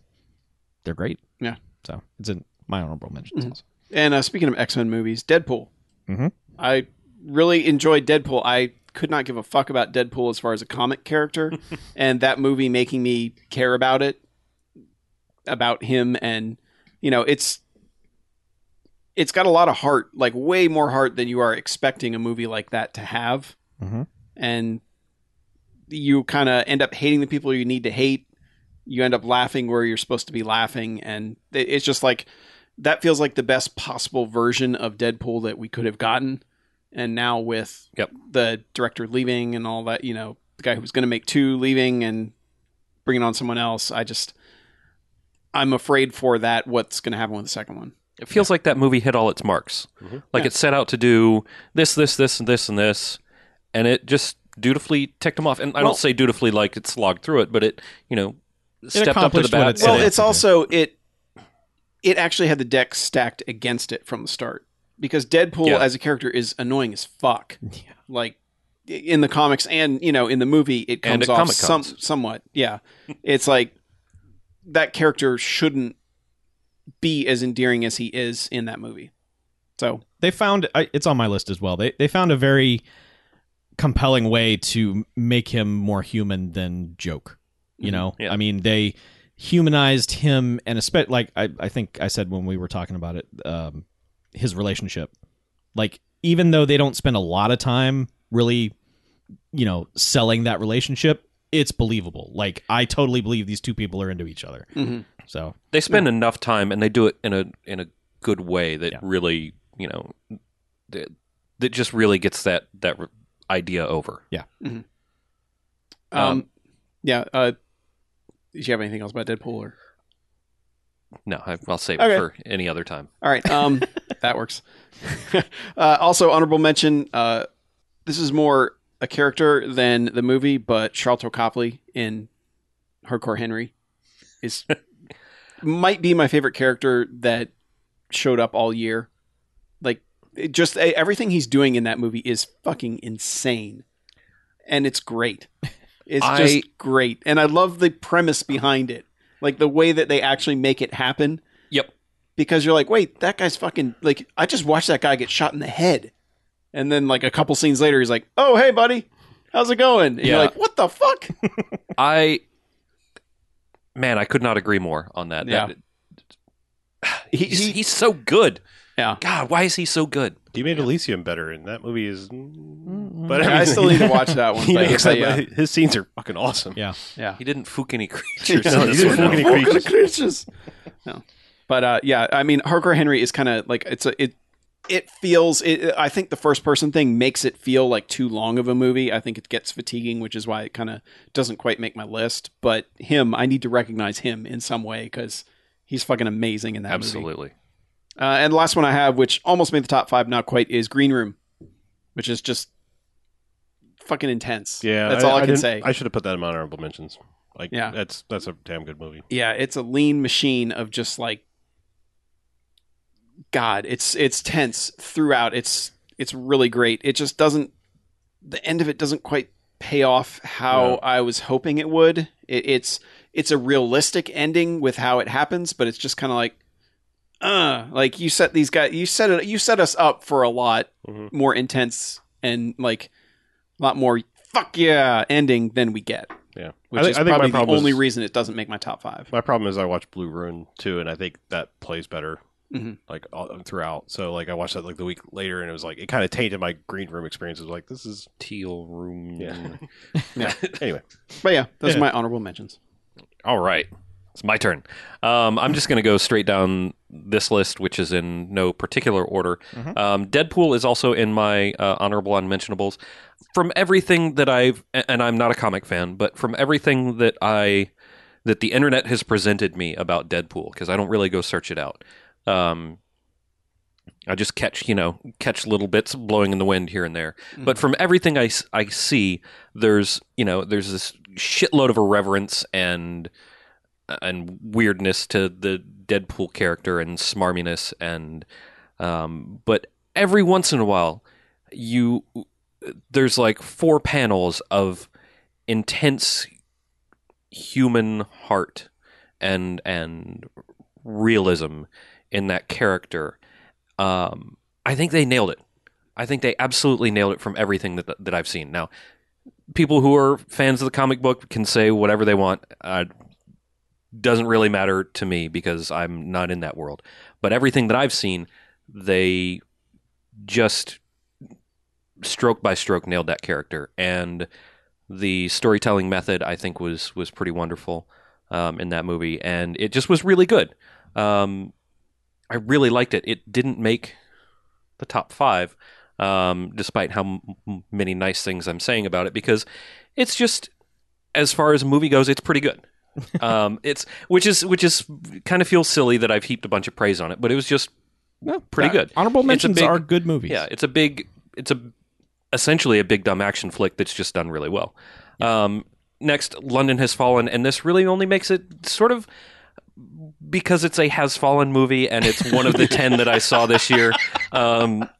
S3: they're great.
S4: Yeah.
S3: So it's in my honorable mentions.
S2: Mm-hmm.
S3: also.
S4: and uh, speaking of X Men movies, Deadpool.
S3: Mhm.
S4: I really enjoyed Deadpool. I could not give a fuck about Deadpool as far as a comic character, and that movie making me care about it, about him, and you know, it's it's got a lot of heart, like way more heart than you are expecting a movie like that to have,
S3: Mhm.
S4: and you kind of end up hating the people you need to hate. You end up laughing where you're supposed to be laughing, and it- it's just like that feels like the best possible version of Deadpool that we could have gotten. And now with
S5: Yep.
S4: the director leaving and all that, you know, the guy who was going to make two leaving and bringing on someone else, I just I'm afraid for that what's going to happen with the second one.
S5: It feels like that movie hit all its marks. Like
S4: Mm-hmm. Yeah.
S5: it set out to do this, this, this, and this, and this, and it just dutifully ticked them off. And I
S4: Well-
S5: don't say dutifully like it slogged through it, but it, you know, stepped up to the
S3: accomplished what
S5: bat.
S3: it set
S5: and
S4: Well,
S3: it.
S4: it's also it it actually had the deck stacked against it from the start because Deadpool
S5: Yeah.
S4: as a character is annoying as fuck. Like in the comics and you know in the movie it
S5: And
S4: comes
S5: at
S4: off some,
S5: Comic-Cons.
S4: somewhat. Yeah, it's like that character shouldn't be as endearing as he is in that movie. So
S3: they found I- it's on my list as well. They they found a very compelling way to make him more human than joke. You know,
S5: Mm-hmm. Yeah.
S3: I mean, they humanized him, and especially like I I think I said when we were talking about it, um, his relationship. Like even though they don't spend a lot of time really, you know, selling that relationship, it's believable. Like I totally believe these two people are into each other.
S4: Mhm.
S3: So
S5: They spend enough time and they do it in a in a good way that
S3: Yeah.
S5: really you know that, that just really gets that that re- idea over.
S4: um,
S5: Um,
S4: yeah. Uh, did you have anything else about Deadpool? Or?
S5: No, I, I'll save
S4: Okay.
S5: it for any other time.
S4: All right, um, that works. uh, also, honorable mention. Uh, this is more a character than the movie, but Charlton Copley in Hardcore Henry is might be my favorite character that showed up all year. Like, it just e- everything he's doing in that movie is fucking insane, and it's great. It's
S5: I-
S4: just great, and I love the premise behind it, like the way that they actually make it happen
S5: Yep.
S4: because you're like, wait, that guy's fucking like I just watched that guy get shot in the head, and then like a couple scenes later, he's like, oh hey buddy, how's it going? And you're
S5: Yeah.
S4: like, what the fuck?
S5: I man, I could not agree more on that.
S4: Yeah.
S5: That-
S4: He,
S5: he's,
S4: he-
S5: he's so good.
S4: yeah.
S5: God, why is he so good?
S2: He made Elysium better, and that movie is. mm,
S3: Mm-hmm.
S2: But
S4: Yeah, I still need to watch that one.
S2: He
S4: but-
S2: makes that-
S4: but yeah.
S2: His scenes are fucking awesome.
S3: Yeah.
S4: yeah.
S5: He didn't fook any creatures.
S2: No,
S5: in
S2: he
S5: this
S2: didn't
S5: one,
S2: fook
S5: no.
S2: any
S4: Walking
S2: creatures.
S4: the creatures. No. But uh, yeah, I mean, Hardcore Henry is kind of like it's a it. It feels. It, I think the first person thing makes it feel like too long of a movie. I think it gets fatiguing, which is why it kind of doesn't quite make my list. But him, I need to recognize him in some way because he's fucking amazing in that movie.
S5: Absolutely.
S4: Uh, and the last one I have, which almost made the top five, not quite, is Green Room, which is just fucking intense.
S2: Yeah,
S4: that's all I, can
S2: didn't-
S4: say.
S2: I should have put that in my honorable mentions. Like, yeah,
S4: Yeah.
S2: that's that's a damn good movie.
S4: yeah, it's a lean machine of just like God. It's it's tense throughout. It's it's really great. It just doesn't. The end of it doesn't quite pay off how
S2: No.
S4: I was hoping it would. It, it's it's a realistic ending with how it happens, but it's just kind of like, uh, like you set these guys, you set it, you set us up for a lot
S2: Mhm.
S4: more intense and like a lot more fuck yeah ending than we get.
S2: Yeah,
S4: Which
S2: I, thi-
S4: is
S2: I think my
S4: probably the
S2: problem
S4: only
S2: is,
S4: reason it doesn't make my top five.
S2: my problem is I watched Blue Ruin too, and I think that plays better.
S4: Mhm.
S2: Like all, throughout, so like I watched that like the week later, and it was like it kind of tainted my green room experience. It was like this is
S5: Teal room.
S2: Yeah.
S4: Yeah.
S2: anyway.
S4: But yeah, those are
S2: Yeah.
S4: my honorable mentions.
S5: All right. It's my turn. Um, I'm just going to go straight down this list, which is in no particular order. Um, Deadpool is also in my uh, honorable unmentionables. From everything that I've, a- and I'm not a comic fan, but from everything that I, that the internet has presented me about Deadpool, because I don't really go search it out. Um, I just catch, you know, catch little bits blowing in the wind here and there. But from everything I, s- I see, there's, you know, there's this shitload of irreverence and and weirdness to the Deadpool character and smarminess and um, but every once in a while you there's like four panels of intense human heart and and realism in that character um, I think they nailed it I think they absolutely nailed it from everything that that I've seen now people who are fans of the comic book can say whatever they want uh, doesn't really matter to me because I'm not in that world. But everything that I've seen, they just stroke by stroke nailed that character, and the storytelling method I think was was pretty wonderful um, in that movie, and it just was really good. Um, I really liked it. It didn't make the top five, um, despite how m- m- many nice things I'm saying about it, because it's just as far as a movie goes, it's pretty good um, it's which is which is kind of feels silly that I've heaped a bunch of praise on it, but it was just
S3: No,
S5: Pretty
S3: yeah,
S5: good.
S3: Honorable
S5: It's a
S3: mentions
S5: big-
S3: are good movies.
S5: yeah, it's a big it's a essentially a big dumb action flick that's just done really well. Um, next, London has fallen, and this really only makes it sort of because it's a has fallen movie, and it's one of the ten that I saw this year. Um,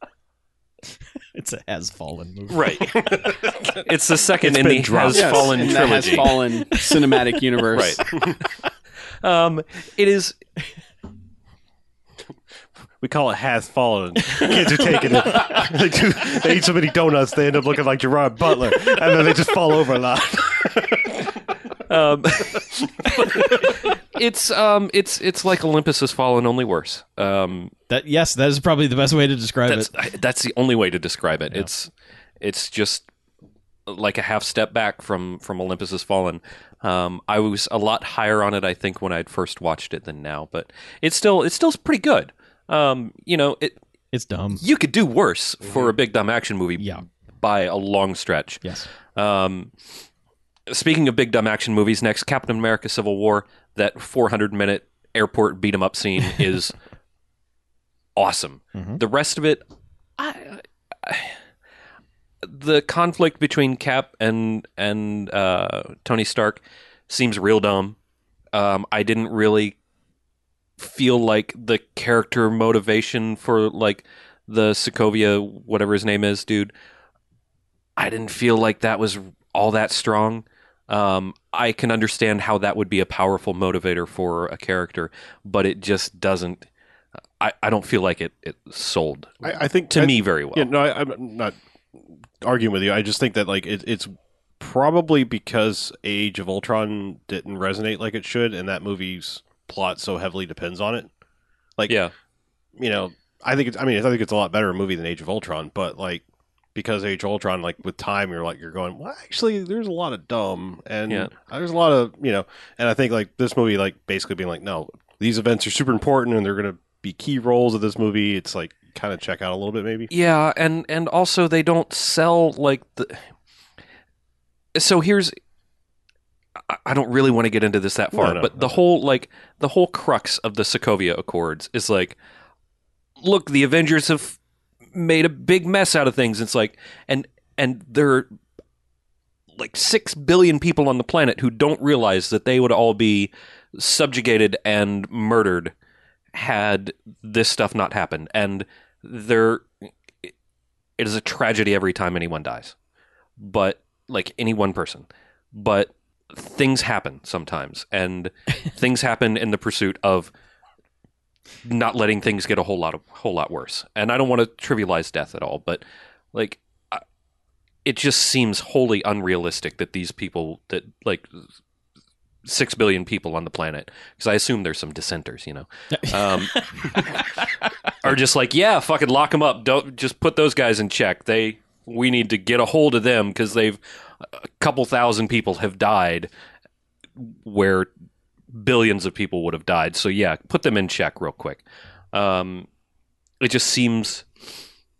S3: It's a has fallen movie.
S5: Right. it's the second
S2: It's
S5: in
S2: been
S5: the
S2: dropped.
S5: Has
S2: Yes,
S5: Fallen
S4: in
S5: trilogy.
S4: the Has Fallen cinematic universe.
S5: Right. um, it is
S2: We call it has fallen. Kids are taking it. they, do, they eat so many donuts, they end up looking like Gerard Butler, and then they just fall over a lot.
S5: um, it's um, it's it's like Olympus Has Fallen, only worse. Um,
S3: That yes, that is probably the best way to describe
S5: that's
S3: it.
S5: that's the only way to describe it. It's it's just like a half step back from from Olympus Has Fallen. Um, I was a lot higher on it, I think, when I'd first watched it than now, but it's still it's still pretty good. Um, you know, it
S3: It's dumb.
S5: you could do worse for a big dumb action movie
S3: Yeah.
S5: by a long stretch.
S3: Yes.
S5: Um, speaking of big dumb action movies, next Captain America: Civil War. That 400 minute airport beat 'em up scene is awesome.
S3: Mhm.
S5: The rest of it, I, I, the conflict between Cap and and uh, Tony Stark seems real dumb. Um, I didn't really feel like the character motivation for like the Sokovia, whatever his name is, dude. I didn't feel like that was all that strong. Um, I can understand how that would be a powerful motivator for a character, but it just doesn't. I, I don't feel like it, it sold
S2: I, I think
S5: to
S2: I-
S5: me very well.
S2: Yeah, no, I, I'm not arguing with you. I just think that like it, it's probably because Age of Ultron didn't resonate like it should, and that movie's plot so heavily depends on it. Like,
S5: yeah,
S2: you know, I think it's. I mean, I think it's a lot better movie than Age of Ultron, but like because Age of Ultron, like with time, you're like you're going. Well, actually, there's a lot of dumb, and uh,
S5: Yeah.
S2: there's a lot of you know, and I think like this movie, like basically being like, no, these events are super important, and they're gonna be key roles of this movie. It's like kind of check out a little bit, maybe.
S5: yeah, and and also they don't sell like the. So here's, I- I don't really want to get into this that far,
S2: No, no,
S5: but the whole like the whole crux of the Sokovia Accords is like, look, the Avengers have made a big mess out of things. It's like, and and there are like six billion people on the planet who don't realize that they would all be subjugated and murdered had this stuff not happened. And there, it is a tragedy every time anyone dies, but like any one person, but things happen sometimes, and things happen in the pursuit of not letting things get a whole lot of whole lot worse. And I don't want to trivialize death at all, but like I, it just seems wholly unrealistic that these people that like 6 billion people on the planet because I assume there's some dissenters, you know. Um are just like, yeah, fucking lock them up. Don't just put those guys in check. They we need to get a hold of them because they've a couple thousand people have died where billions of people would have died. So yeah, put them in check real quick. Um, it just seems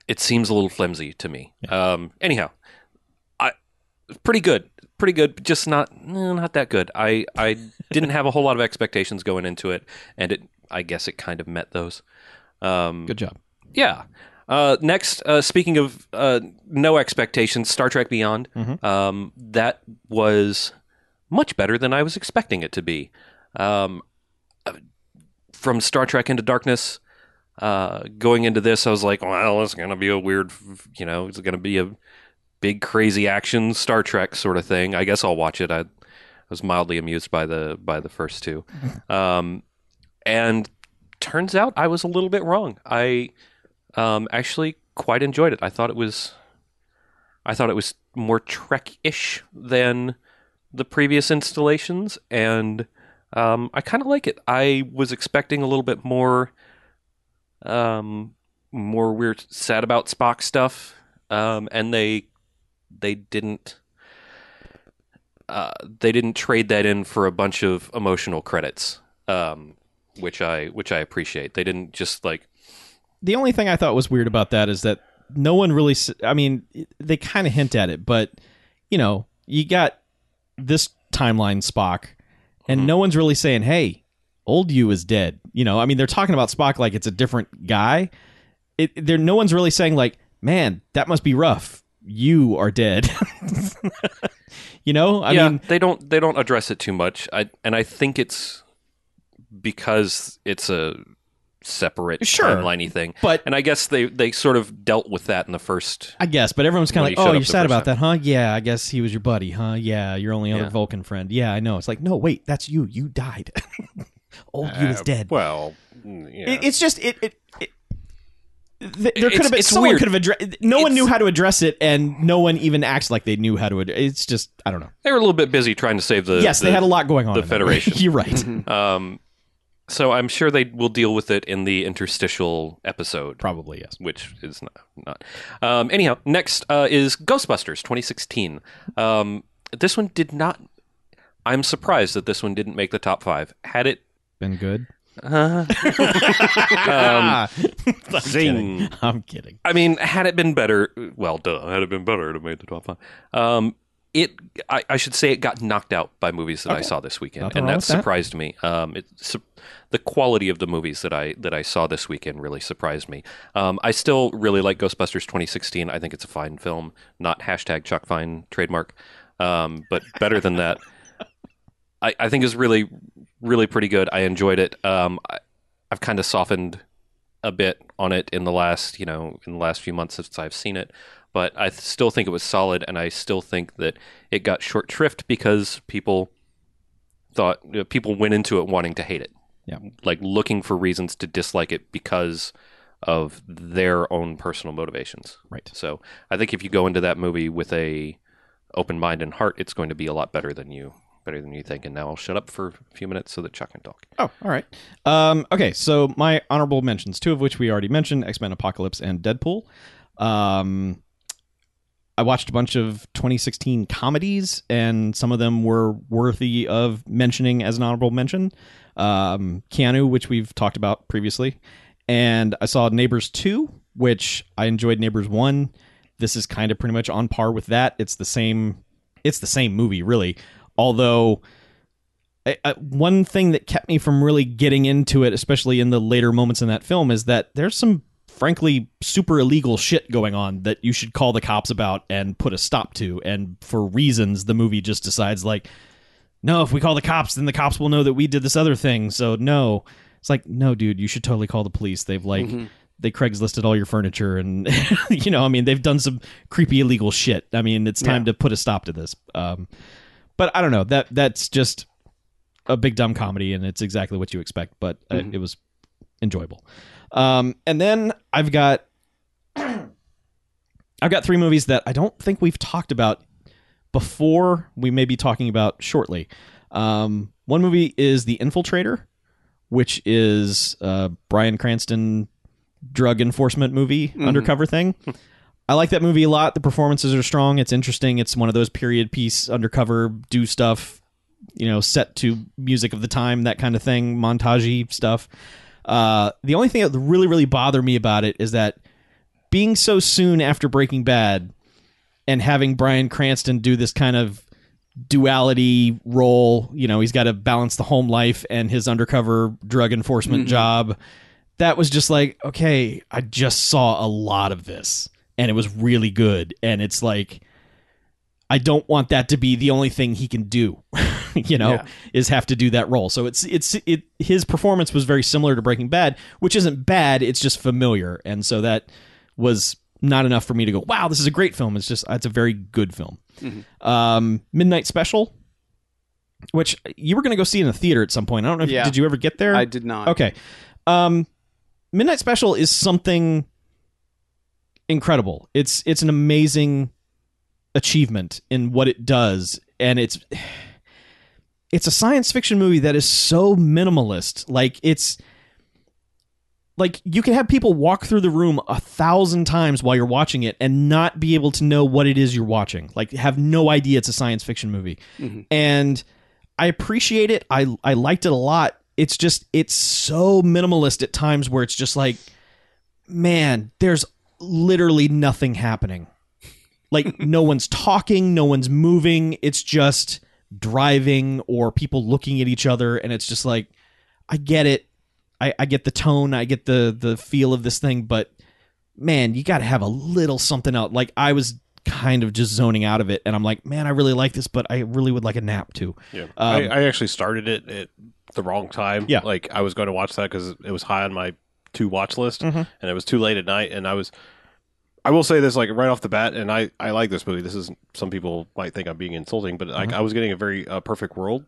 S5: it seems a little flimsy to me. Um, anyhow, I pretty good, pretty good, but just not eh, not that good. I I didn't have a whole lot of expectations going into it, and it I guess it kind of met those. Um,
S3: Good job.
S5: yeah. Uh, next, uh, speaking of uh, no expectations, Star Trek Beyond. Um, that was much better than I was expecting it to be. Um, uh, from Star Trek Into Darkness, uh, going into this, I was like, well, it's going to be a weird, you know, it's going to be a big, crazy action Star Trek sort of thing. I guess I'll watch it. I was mildly amused by the by the first two, um, and turns out I was a little bit wrong. I um, actually quite enjoyed it. I thought it was, I thought it was more Trek-ish than the previous installations, and um, I kind of like it. I was expecting a little bit more, um, more weird, sad about Spock stuff, um, and they they didn't. Uh, they didn't trade that in for a bunch of emotional credits, um, which I which I appreciate. They didn't just like
S3: The only thing I thought was weird about that is that no one really. s- I mean, it- they kind of hint at it, but you know, you got this timeline Spock, and no one's really saying, "Hey, old you is dead." You know, I mean, they're talking about Spock like it's a different guy. It, there, no one's really saying like, "Man, that must be rough. You are dead." you know, I mean,
S5: they don't they don't address it too much. I and I think it's because it's a separate
S3: Sure.
S5: timeliney thing.
S3: But-
S5: and I guess they they sort of dealt with that in the first.
S3: I guess, but everyone's kind
S5: When he
S3: of
S5: showed
S3: like, "Oh,
S5: up
S3: you're
S5: the
S3: sad
S5: first
S3: about
S5: time.
S3: that, huh? Yeah, I guess he was your buddy, huh? Yeah, your only other
S5: Yeah.
S3: Vulcan friend. Yeah, I know." It's like, "No, wait, that's you. You died. Old you is
S2: Uh,
S3: dead."
S2: Well, mm, yeah.
S3: It, it's just it. it, it th- there could
S5: It's-
S3: have been
S5: it's
S3: someone
S5: weird.
S3: could have addressed. No one
S5: It's-
S3: knew how to address it, and no one even acts like they knew how to. address It's just I don't know.
S5: They were a little bit busy trying to save the.
S3: yes,
S5: the-
S3: they had a lot going on.
S5: the
S3: in there.
S5: Federation.
S3: You're right.
S5: Um, so I'm sure they will deal with it in the interstitial episode,
S3: Probably yes.
S5: which is not. not. Um, anyhow, next uh, is Ghostbusters 2016. Um, this one did not. I'm surprised that this one didn't make the top five. Had it.
S3: Been good.
S5: Uh, um,
S3: Ah, I'm kidding.
S5: zing.
S3: I'm kidding.
S5: I mean, had it been better, well, duh, had it been better, it would have made the top five. Um, it, I, I should say, it got knocked out by movies that I saw this weekend,
S3: Nothing
S5: and
S3: wrong
S5: that
S3: with that.
S5: surprised me. Um, it, su- the quality of the movies that I that I saw this weekend really surprised me. Um, I still really like Ghostbusters 2016. I think it's a fine film, not hashtag Chuck Fine trademark, um, but better than that. I, I think is really, really pretty good. I enjoyed it. Um, I, I've kind of softened a bit on it in the last, you know, in the last few months since I've seen it, but I th- still think it was solid, and I still think that it got short shrift because people thought you know, people went into it wanting to hate it,
S3: Yeah.
S5: like looking for reasons to dislike it because of their own personal motivations.
S3: Right.
S5: So I think if you go into that movie with a open mind and heart, it's going to be a lot better than you better than you think. And now I'll shut up for a few minutes so that Chuck can talk.
S3: Oh, all right. Um, okay, so my honorable mentions, two of which we already mentioned, X Men Apocalypse and Deadpool. Um, I watched a bunch of 2016 comedies, and some of them were worthy of mentioning as an honorable mention. Um, Keanu, which we've talked about previously, and I saw Neighbors 2, which I enjoyed Neighbors 1. This is kind of pretty much on par with that. It's the same it's the same movie really, although I, I, one thing that kept me from really getting into it, especially in the later moments in that film, is that there's some frankly super illegal shit going on that you should call the cops about and put a stop to. And for reasons, the movie just decides like, no, if we call the cops, then the cops will know that we did this other thing. So no, it's like no, dude, you should totally call the police. They've like.
S4: Mm-hmm.
S3: They Craigslisted all your furniture, and you know, I mean, they've done some creepy illegal shit. I mean, it's time to put a stop to this. Um, but I don't know that that's just a big dumb comedy and it's exactly what you expect but uh, it was enjoyable um, and then i've got i've got three movies that i don't think we've talked about before we may be talking about shortly um, one movie is the infiltrator which is uh, brian cranston drug enforcement movie undercover thing I like that movie a lot. The performances are strong. It's interesting. It's one of those period piece undercover do stuff, you know, set to music of the time, that kind of thing, montagey stuff. Uh, the only thing that really, really bothered me about it is that being so soon after Breaking Bad and having Brian Cranston do this kind of duality role, you know, he's got to balance the home life and his undercover drug enforcement job. That was just like, okay, I just saw a lot of this and it was really good. And it's like, I don't want that to be the only thing he can do, you know,
S4: Yeah.
S3: is have to do that role. So it's it's it his performance was very similar to Breaking Bad, which isn't bad, it's just familiar. And so that was not enough for me to go, wow, this is a great film. It's just it's a very good film. Um, Midnight Special, which you were going to go see in a theater at some point. I don't know if
S4: Yeah.
S3: did you ever get there?
S4: I did not.
S3: Okay. Um, Midnight Special is something incredible. It's it's an amazing achievement in what it does, and it's it's a science fiction movie that is so minimalist. Like it's like you can have people walk through the room a thousand times while you're watching it and not be able to know what it is you're watching. Like have no idea it's a science fiction movie. And I appreciate it. I I liked it a lot. It's just it's so minimalist at times where it's just like, man, there's literally nothing happening. Like no one's talking, no one's moving. It's just driving or people looking at each other, and it's just like, I get it. I, I get the tone. I get the the feel of this thing, but man, you got to have a little something else. Like I was kind of just zoning out of it, and I'm like, man, I really like this, but I really would like a nap too.
S2: Yeah.
S3: Um,
S2: I, I actually started it at the wrong time.
S3: Yeah.
S2: Like I was going to watch that because it was high on my to watch list,
S3: Mm-hmm.
S2: and it was too late at night, and I was. I will say this, like right off the bat, and I I like this movie. This is some people might think I'm being insulting, but like
S3: Mm-hmm.
S2: I was getting a very uh, perfect world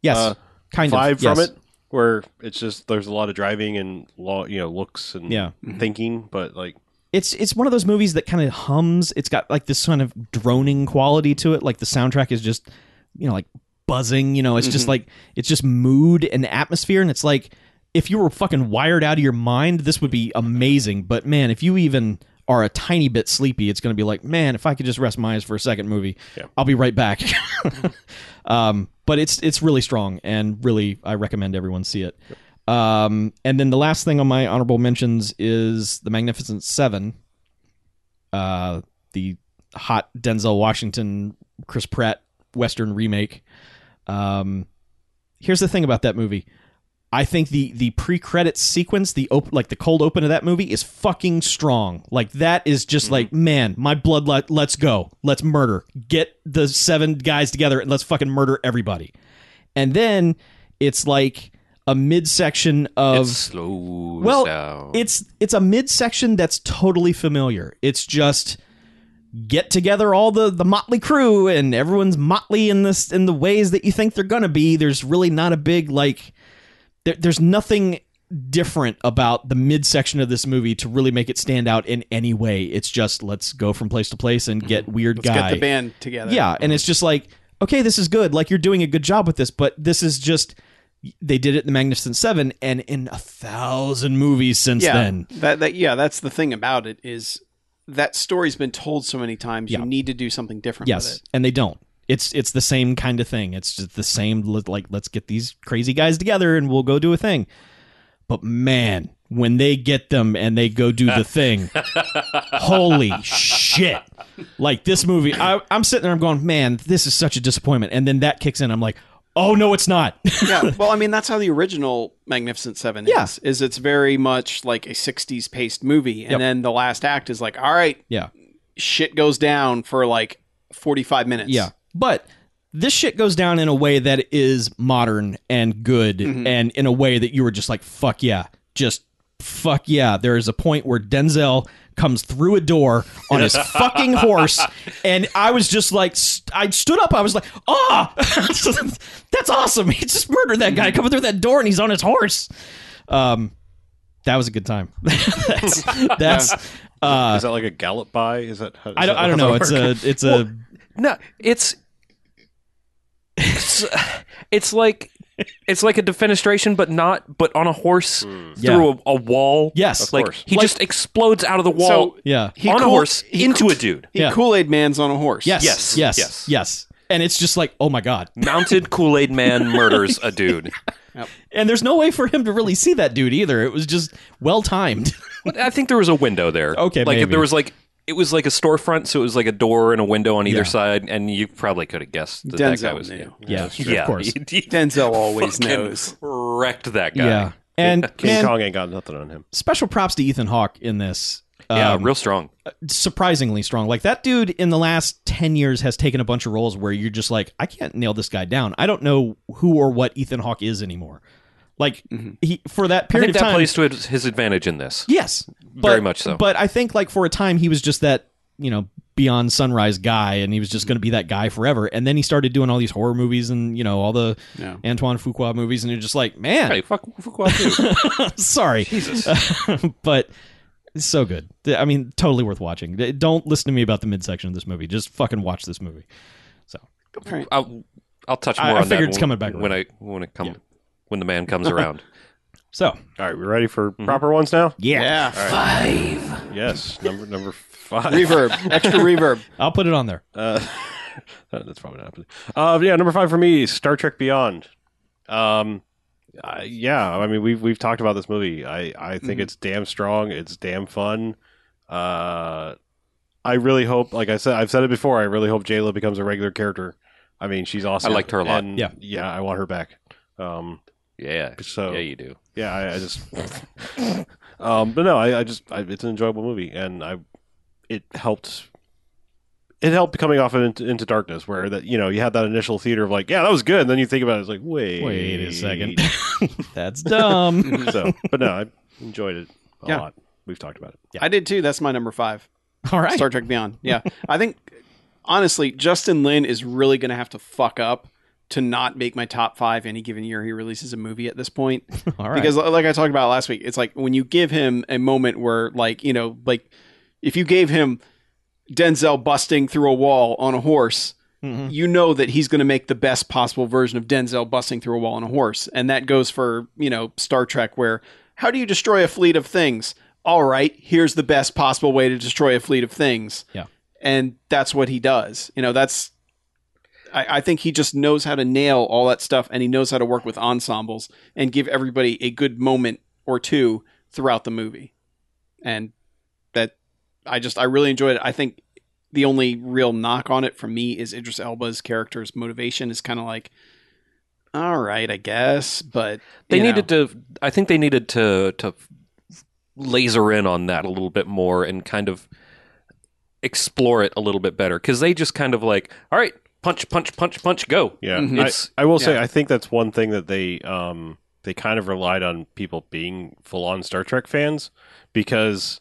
S3: Yes,
S2: Uh,
S3: kind
S2: vibe
S3: of. yes.
S2: from it, where it's just there's a lot of driving and law, you know, looks and
S3: Yeah.
S2: thinking, but like
S3: It's it's one of those movies that kind of hums. It's got like this kind of droning quality to it. Like the soundtrack is just, you know, like buzzing. You know, it's
S2: Mm-hmm.
S3: just like it's just mood and atmosphere, and it's like if you were fucking wired out of your mind, this would be amazing. But man, if you even are a tiny bit sleepy, it's going to be like, man, if I could just rest my eyes for a second, movie, I'll be right back. um, but it's it's really strong and really I recommend everyone see it. Um, and then the last thing on my honorable mentions is the Magnificent Seven, uh, the hot Denzel Washington Chris Pratt Western remake. Um, here's the thing about that movie. I think the the pre credits sequence, the op- like the cold open of that movie is fucking strong. Like that is just like, man, my blood let, let's go. Let's murder. Get the seven guys together and let's fucking murder everybody. And then it's like a midsection of
S5: it slows
S3: well,
S4: Oh.
S5: down.
S3: it's it's a midsection that's totally familiar. It's just get together all the the motley crew and everyone's motley in this in the ways that you think they're gonna be. There's really not a big like there, there's nothing different about the midsection of this movie to really make it stand out in any way. It's just let's go from place to place and get weird
S4: Mm-hmm. Let's
S3: guy.
S4: get the band together.
S3: Yeah, and it's just like, okay, this is good. Like you're doing a good job with this, but this is just they did it in the Magnificent Seven, and in a thousand movies since
S4: yeah.
S3: then.
S4: That, that yeah, that's the thing about it is that story's been told so many times.
S3: Yeah.
S4: You need to do something different.
S3: Yes,
S4: with
S3: and they don't. It's it's the same kind of thing. It's just the same. li- Like let's get these crazy guys together, and we'll go do a thing. But man, when they get them and they go do the thing, holy shit! Like this movie, I, I'm sitting there, I'm going, man, this is such a disappointment. And then that kicks in, I'm like, oh no, it's not.
S4: it. yeah. Well, I mean, that's how the original Magnificent Seven
S3: Yeah.
S4: is. Is it's very much like a '60s paced movie, and
S3: Yep.
S4: then the last act is like, all right,
S3: yeah,
S4: shit goes down for like 45 minutes.
S3: Yeah. But this shit goes down in a way that is modern and good and in a way that you were just like, fuck yeah. Just fuck yeah. There is a point where Denzel comes through a door on his fucking horse and I was just like st- I stood up I was like ah that's awesome he just murdered that guy coming through that door and he's on his horse um that was a good time that's that's uh
S2: is that like a gallop by? Is that how, is
S3: I don't
S2: that
S3: I don't
S2: how
S3: know
S2: that
S3: it's uh,
S2: works?
S3: a it's a
S5: Well, No, it's it's, it's like it's like a defenestration, but not but on a horse through a, a wall.
S3: Yes. Of
S5: like
S2: course.
S5: he
S3: Like-
S5: just explodes out of the wall
S4: So-
S3: yeah
S4: He
S5: on a
S4: cool-
S5: horse
S4: he
S5: into
S4: cool-
S5: a dude,
S4: He
S3: Yeah.
S4: Kool Aid Man's on a horse.
S3: Yes.
S5: Yes.
S3: Yes. Yes.
S5: Yes.
S3: And it's just like, oh my god.
S5: mounted Kool Aid Man murders a dude.
S3: And there's no way for him to really see that dude either. It was just well timed.
S5: But I think there was a window there.
S3: Okay,
S5: like
S3: maybe.
S5: there was like it was like a storefront, so it was like a door and a window on either
S3: Yeah.
S5: side, and you probably could have guessed that, that guy
S4: Denzel
S5: was
S4: knew.
S3: yeah,
S5: yeah,
S3: of course.
S5: He, he
S4: Denzel always
S5: fucking
S4: knows.
S5: wrecked that guy.
S3: Yeah. And
S2: King
S3: man,
S2: Kong ain't got nothing on him.
S3: special props to Ethan Hawke in this.
S5: yeah,
S3: Um,
S5: real strong.
S3: surprisingly strong. Like that dude in the last 10 years has taken a bunch of roles where you're just like, I can't nail this guy down. I don't know who or what Ethan Hawke is anymore. Like he for that
S5: Mm-hmm. I
S3: period
S5: think that
S3: of time
S5: plays to his his advantage in this.
S3: Yes, but,
S5: Very much so.
S3: But I think like for a time he was just that you know beyond sunrise guy, and he was
S4: Mm.
S3: just going to be that guy forever. And then he started doing all these horror movies and you know all the
S4: Yeah.
S3: Antoine Fuqua movies, and you're just like, man,
S5: Hey, fuck, fuck off, dude.
S3: sorry, but it's so good. Th- I mean, totally worth watching. D- Don't listen to me about the midsection of this movie. Just fucking watch this movie.
S4: Right.
S5: I'll I'll touch
S3: I-
S5: more
S3: I
S5: on that
S3: figured it's
S5: when-
S3: coming back
S5: when I when it come when the man comes around.
S3: So
S2: All right, we ready for proper ones now?
S3: yeah,
S2: Yes, number number five.
S4: Reverb, extra reverb.
S3: I'll put it on there.
S2: Uh, that's probably not happening. Uh, yeah, number five for me, is Star Trek Beyond. Um, I yeah, I mean we've we've talked about this movie. I I
S5: Mm-hmm.
S2: think it's damn strong. It's damn fun. Uh, I really hope, like I said, I've said it before. I really hope Jayla becomes a regular character. I mean, she's awesome.
S5: I liked her a lot.
S2: And
S3: Yeah.
S2: yeah, I want her back. Um,
S5: Yeah,
S2: So-
S5: yeah, you do.
S2: yeah, I, I just. um, but no, I, I just I, it's an enjoyable movie, and I it helped. It helped coming off of into, into darkness, where that you know you had that initial theater of like, yeah, that was good, and then you think about it, it's like, wait,
S3: Wait a second, that's dumb.
S2: so, but no, I, Enjoyed it a
S4: Yeah.
S2: lot. We've talked about it. Yeah.
S4: I did too. That's my number five.
S3: All right.
S4: Star Trek Beyond. Yeah. I think honestly, Justin Lin is really gonna have to fuck up to not make my top five any given year he releases a movie at this point.
S3: All right.
S4: Because li- like I talked about last week, it's like when you give him a moment where like, you know, like if you gave him Denzel busting through a wall on a horse,
S3: Mhm.
S4: you know that he's going to make the best possible version of Denzel busting through a wall on a horse. And that goes for, you know, Star Trek, where how do you destroy a fleet of things? All right, here's the best possible way to destroy a fleet of things.
S3: Yeah.
S4: And that's what he does. You know, that's. I, I think he just knows how to nail all that stuff and he knows how to work with ensembles and give everybody a good moment or two throughout the movie. And that I just, I really enjoyed it. I think the only real knock on it from me is Idris Elba's character's motivation is kind of like, all right, I guess, but
S5: They
S4: you know.
S5: needed to. I think they needed to to laser in on that a little bit more and kind of explore it a little bit better because they just kind of like, all right, punch, punch, punch, punch, go.
S2: Yeah,
S4: Mhm.
S5: It's-
S2: I, I will say
S4: yeah.
S2: I think that's one thing that they um they kind of relied on people being full on Star Trek fans because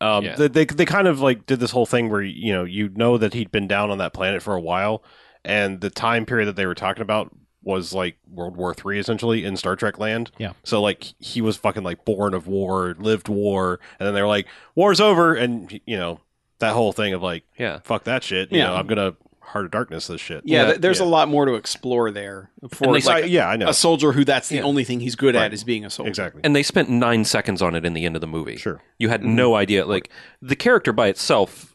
S2: um
S5: Yeah.
S2: they, they they kind of like did this whole thing where you know you know that he'd been down on that planet for a while and the time period that they were talking about was like World War Three essentially in Star Trek land.
S3: Yeah.
S2: So like he was fucking like born of war, lived war, and then they were like, War's over and you know, that whole thing of like,
S5: Yeah.
S2: fuck that shit. You
S4: Yeah.
S2: know, I'm gonna Heart of Darkness this shit.
S4: yeah, th- there's
S2: yeah.
S4: a lot more to explore there for
S5: And they-
S4: like
S2: I- yeah, I know.
S4: a soldier who that's the
S5: Yeah.
S4: only thing he's good
S2: Right.
S4: at is being a soldier.
S2: Exactly.
S5: And they spent nine seconds on it in the end of the movie.
S2: sure.
S5: You had no idea. Like the character by itself,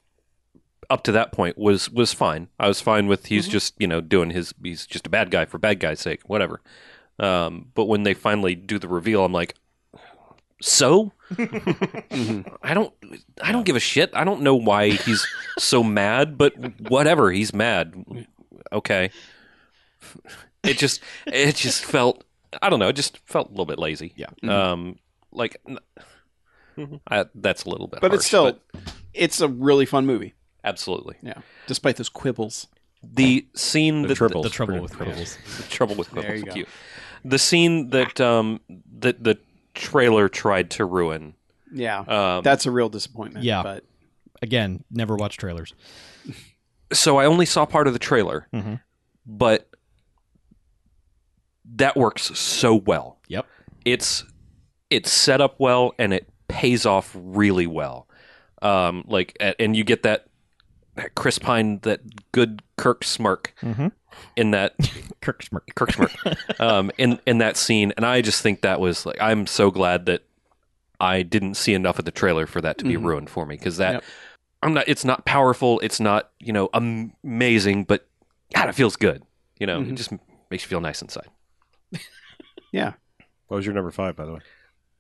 S5: up to that point, was was fine. I was fine with he's just you know doing his he's just a bad guy for bad guy's sake, whatever. Um, but when they finally do the reveal, I'm like, so I don't I don't give a shit. I don't know why he's so mad, but whatever, he's mad. Okay. It just it just felt I don't know, it just felt a little bit lazy.
S2: Yeah.
S5: Um like n- I, that's a little bit
S4: Mm-hmm. But it's
S5: harsh,
S4: still,
S5: but
S4: it's a really fun movie.
S5: absolutely.
S4: Yeah, despite those quibbles.
S5: The scene that
S2: triples.
S3: the trouble with quibbles.
S5: the trouble with quibbles
S4: you
S5: with
S4: go.
S5: you. The scene that um that the trailer tried to ruin.
S4: Yeah,
S5: Um
S4: that's a real disappointment.
S3: Yeah.
S4: but
S3: Again, never watch trailers.
S5: so I only saw part of the trailer,
S3: Mhm.
S5: but that works so well.
S3: Yep.
S5: It's it's set up well and it pays off really well. Um, like a- and you get that, that Chris Pine that good Kirk smirk
S3: Mhm.
S5: in that
S3: Kirk Smirk.
S5: Kirk smirk um, in in that scene, and I just think that was like I'm so glad that I didn't see enough of the trailer for that to be
S4: Mhm.
S5: ruined for me because that
S4: Yep.
S5: I'm not. It's not powerful. It's not you know am- amazing, but God, it feels good. You know, it
S4: Mhm.
S5: just makes you feel nice inside.
S2: What was your number five, by the way?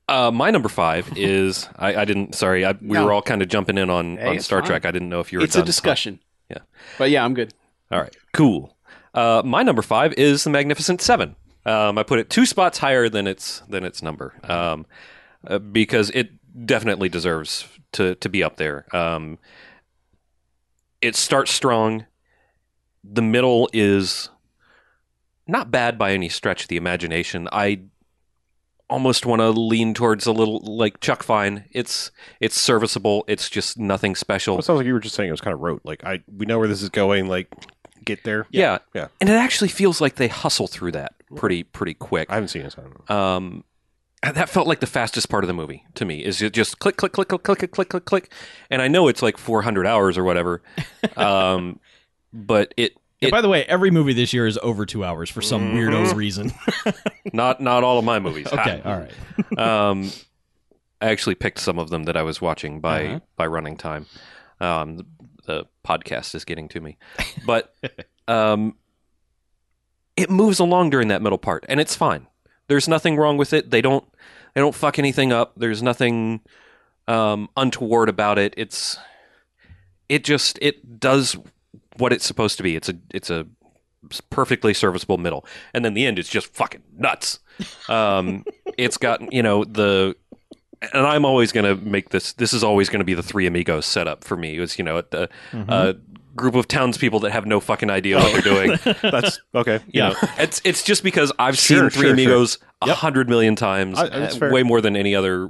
S5: Uh, my number five is I, I didn't. Sorry, I, we
S4: No.
S5: were all kind of jumping in on,
S4: Hey,
S5: on
S4: it's
S5: Star
S4: fine.
S5: Trek. I didn't know if you were.
S4: it's a
S5: done.
S4: discussion.
S5: Yeah.
S4: but yeah, I'm good.
S5: All right, cool. Uh, my number five is the Magnificent Seven. Um, I put it two spots higher than its than its number um, uh, because it definitely deserves to to be up there. Um, it starts strong. The middle is not bad by any stretch of the imagination. I almost want to lean towards a little like Chuck Fine. It's it's serviceable. It's just nothing special.
S2: Well, it sounds like you were just saying it was kind of rote. Like I, we know where this is going. Like, get there.
S5: Yeah.
S2: Yeah.
S5: And it actually feels like they hustle through that pretty pretty quick.
S2: I haven't seen it. So I don't know.
S5: Um that felt like the fastest part of the movie to me is it just click click click click click click, click click click and I know it's like 400 hours or whatever. Um but it
S3: Yeah,
S5: It-
S3: by the way, every movie this year is over two hours for some weirdo reason.
S5: not not all of my movies. Ha.
S3: okay, all right.
S5: um, I actually picked some of them that I was watching by
S3: Uh-huh.
S5: by running time. Um, the, the podcast is getting to me, but um, it moves along during that middle part, and it's fine. There's nothing wrong with it. They don't they don't fuck anything up. There's nothing um, untoward about it. It's it just it does what it's supposed to be. It's a it's a perfectly serviceable middle, and then the end is just fucking nuts. Um, it's got you know the and
S2: Mm-hmm.
S5: I'm always gonna make this. This is always gonna be the three amigos setup for me. It was you know at the uh, group of townspeople that have no fucking idea what they're doing.
S2: That's okay. you
S3: Yeah.
S2: know.
S5: It's it's just because I've seen
S2: Sure,
S5: Three
S2: sure,
S5: Amigos a hundred million times,
S2: I- that's
S5: uh,
S2: fair.
S5: way more than any other.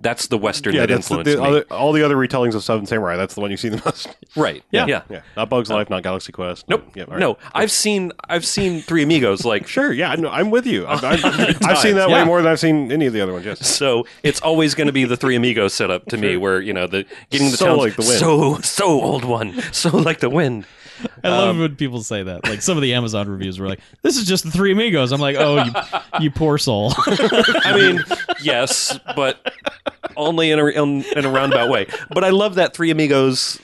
S5: That's the Western
S2: yeah.
S5: that
S2: That's the,
S5: influenced
S2: the
S5: me.
S2: other, all the other retellings of Seven Samurai. That's the one you see the most.
S5: right?
S3: Yeah.
S5: yeah.
S2: Yeah, Uh, not Bugs Life, not Galaxy Quest.
S5: Nope.
S2: Yeah, all right.
S5: No, I've seen I've seen Three Amigos like
S2: Sure. Yeah. No, I'm with you. I've, I've, I've seen that
S3: Yeah.
S2: way more than I've seen any of the other ones. Yes.
S5: So it's always going to be the Three Amigos setup to me, where you know the getting the
S2: So
S5: towns-
S2: like the wind.
S5: so so old one, so like the wind.
S3: I love when people say that. Like some of the Amazon reviews were like, "This is just the Three Amigos." I'm like, "Oh, you, you poor soul."
S5: I mean, yes, but only in a in, in a roundabout way. But I love that Three Amigos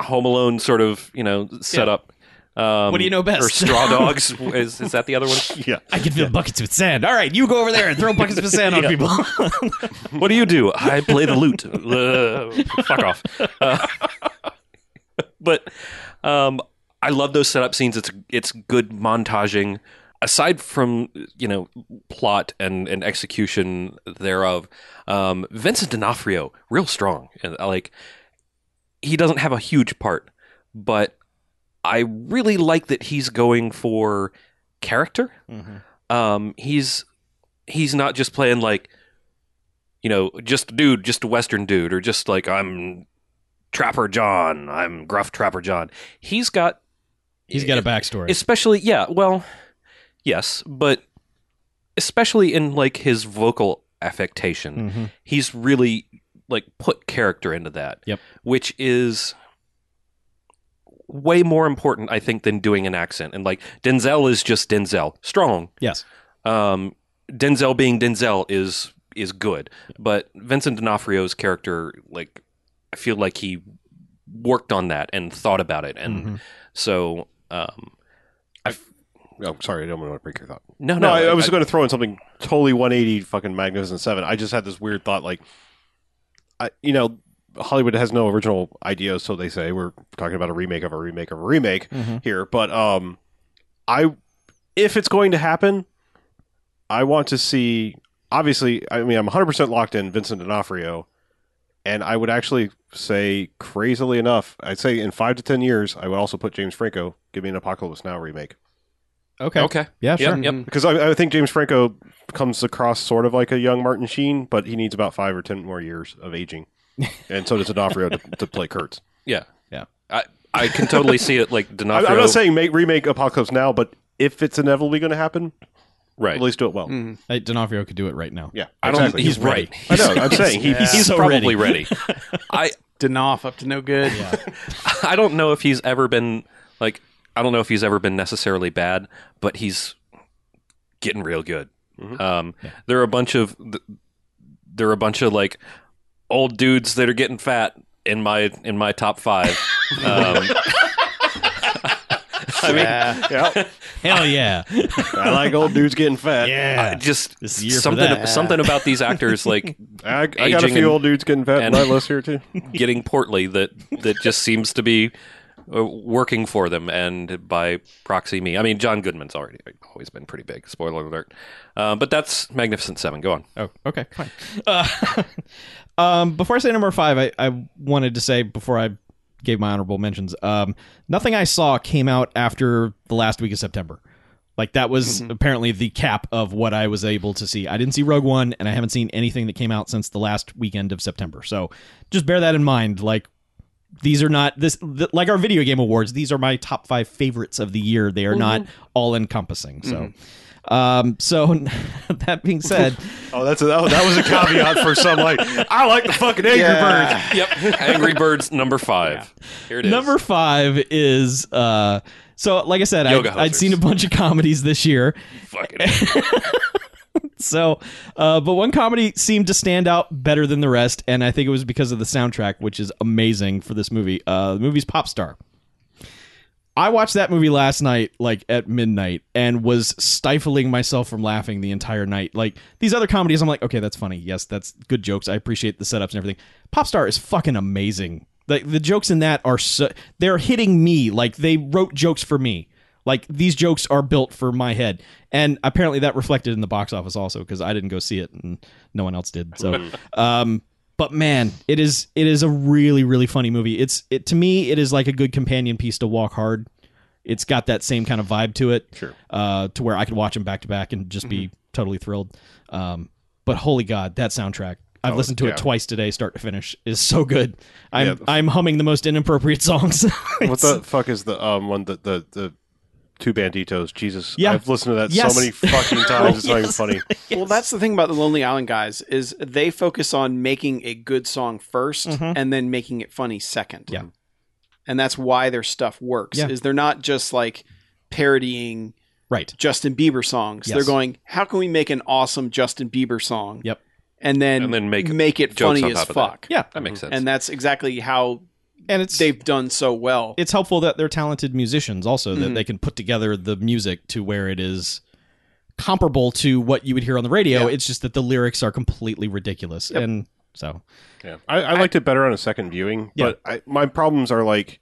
S5: Home Alone sort of you know setup. Um,
S3: What do you know best?
S5: Or Straw Dogs is, is that the other one?
S2: Yeah.
S3: I can fill buckets with sand. All right, you go over there and throw buckets with sand on people.
S5: What do you do? I play the lute. Ugh, fuck off. Uh, but um, I love those setup scenes. It's it's good montaging. Aside from you know plot and, and execution thereof, um, Vincent D'Onofrio real strong. And I like he doesn't have a huge part, but I really like that he's going for character
S3: Mm-hmm.
S5: um, he's he's not just playing like you know just a dude just a western dude or just like i'm trapper john i'm gruff trapper john he's got e-,
S3: He's got a backstory.
S5: especially yeah well yes but especially in like his vocal affectation
S3: Mhm.
S5: he's really like put character into that
S3: Yep.
S5: which is way more important i think than doing an accent and like denzel is just denzel strong
S3: Yes.
S5: um, Denzel being Denzel is is good, but Vincent D'Onofrio's character, like, I feel like he worked on that and thought about it, and
S2: Mm-hmm.
S3: Mm-hmm.
S5: so um,
S2: Oh, sorry. I don't want to break your thought.
S5: no,
S2: No,
S5: no,
S2: I, I was going to throw in something totally 180 fucking Magnificent Seven. I just had this weird thought, like, I, you know, Hollywood has no original ideas, so they say. We're talking about a remake of a remake of a remake here, but um, I, if it's going to happen, I want to see. Obviously, I mean, I'm 100 percent locked in Vincent D'Onofrio, and I would actually say, crazily enough, I'd say in five to ten years, I would also put James Franco. Give me an Apocalypse Now remake
S3: Okay.
S5: okay,
S3: Yeah. Sure.
S5: yep, yep.
S2: because I, I think James Franco comes across sort of like a young Martin Sheen, but he needs about five or ten more years of aging, and so does D'Onofrio to, to play Kurtz.
S5: yeah,
S3: Yeah.
S5: I, I can totally see it, like
S2: I,
S5: D'Onofrio.
S2: I'm not saying make remake Apocalypse Now, but if it's inevitably going to happen,
S5: right.
S2: at least do it well.
S3: Hey, D'Onofrio could do it right now.
S2: Yeah,
S5: I don't.
S2: exactly.
S5: He's ready.
S2: I know. I'm saying he,
S5: He's,
S3: so
S5: probably ready. I
S4: Danoff up to no good.
S5: I don't know if he's ever been like I don't know if he's ever been necessarily bad, but he's getting real good.
S3: Mm-hmm.
S5: Um, There are a bunch of th- there are a bunch of like old dudes that are getting fat in my in my top five. um, I mean,
S4: Yeah.
S2: yeah,
S3: Hell yeah.
S2: I like old dudes getting fat.
S3: yeah.
S5: just
S3: This is the year for
S5: something
S3: that.
S5: something about these actors like
S2: I, I got a
S5: Aging
S2: few
S5: and-
S2: old dudes getting fat on
S5: and-
S2: my list here too.
S5: getting portly that that just seems to be uh, working for them and by proxy me i mean john goodman's already always been pretty big spoiler alert uh, but that's magnificent seven go on
S3: Oh, okay, fine. Uh, um, before I say number five, I, I wanted to say before I gave my honorable mentions, um, nothing I saw came out after the last week of September. Like that was apparently the cap of what I was able to see. I didn't see Rogue One, and I haven't seen anything that came out since the last weekend of September. So just bear that in mind. Like these are not this th- like our video game awards. These are my top five favorites of the year. They are not all encompassing. So, um, so that being said.
S2: Oh, that's a, oh, that was a caveat for some like I like the fucking Angry Birds.
S5: yep angry birds number five here it is
S3: Number five is uh so like I said,
S5: Yoga
S3: I, I'd
S5: hosers.
S3: seen a bunch of comedies this year.
S5: Fuck it.
S3: So uh but one comedy seemed to stand out better than the rest, and I think it was because of the soundtrack, which is amazing for this movie. Uh the movie's Pop Star. I watched that movie last night, like at midnight, and was stifling myself from laughing the entire night. Like these other comedies, I'm like, okay, that's funny. Yes, that's good jokes. I appreciate the setups and everything. Popstar is fucking amazing. Like the jokes in that are so they're hitting me. Like they wrote jokes for me. Like these jokes are built for my head, and
S2: Mm-hmm.
S3: apparently that reflected in the box office also because I didn't go see it and no one else did. So, um, But man, it is it is a really really funny movie. It's it to me it is like a good companion piece to Walk Hard. It's got that same kind of vibe to it,
S2: Sure. Mm-hmm.
S3: uh, to where I could watch them back to back and just be totally thrilled. Um, but holy god, that soundtrack! I've
S2: Oh,
S3: listened to
S2: yeah.
S3: it twice today, start to finish, is so good. I'm
S2: Yeah.
S3: I'm humming the most inappropriate songs.
S2: What the fuck is the um one that the the two banditos? Jesus,
S3: Yeah.
S2: I've listened to that
S3: Yes.
S2: so many fucking times. It's not even
S3: Yes.
S2: funny.
S4: Well, that's the thing about the Lonely Island guys is they focus on making a good song 1st and then making it funny second.
S3: Mm-hmm. Yeah.
S4: And that's why their stuff works.
S3: Yeah.
S4: Is they're not just like parodying
S3: right?
S4: Justin Bieber songs.
S3: Yes.
S4: They're going, how can we make an awesome Justin Bieber song?
S3: Yep.
S4: And then,
S5: And then make
S4: it
S5: jokes
S4: funny
S5: on
S4: as
S5: top of that.
S4: fuck.
S3: Yeah,
S5: That makes sense.
S4: And that's exactly how
S3: and it's
S4: they've done so well.
S3: it's helpful that they're talented musicians also
S2: Mm-hmm.
S3: that they can put together the music to where it is comparable to what you would hear on the radio
S4: Yeah.
S3: it's just that the lyrics are completely ridiculous and so
S2: Yeah, I, I liked it better on a second viewing, but I, my problems are like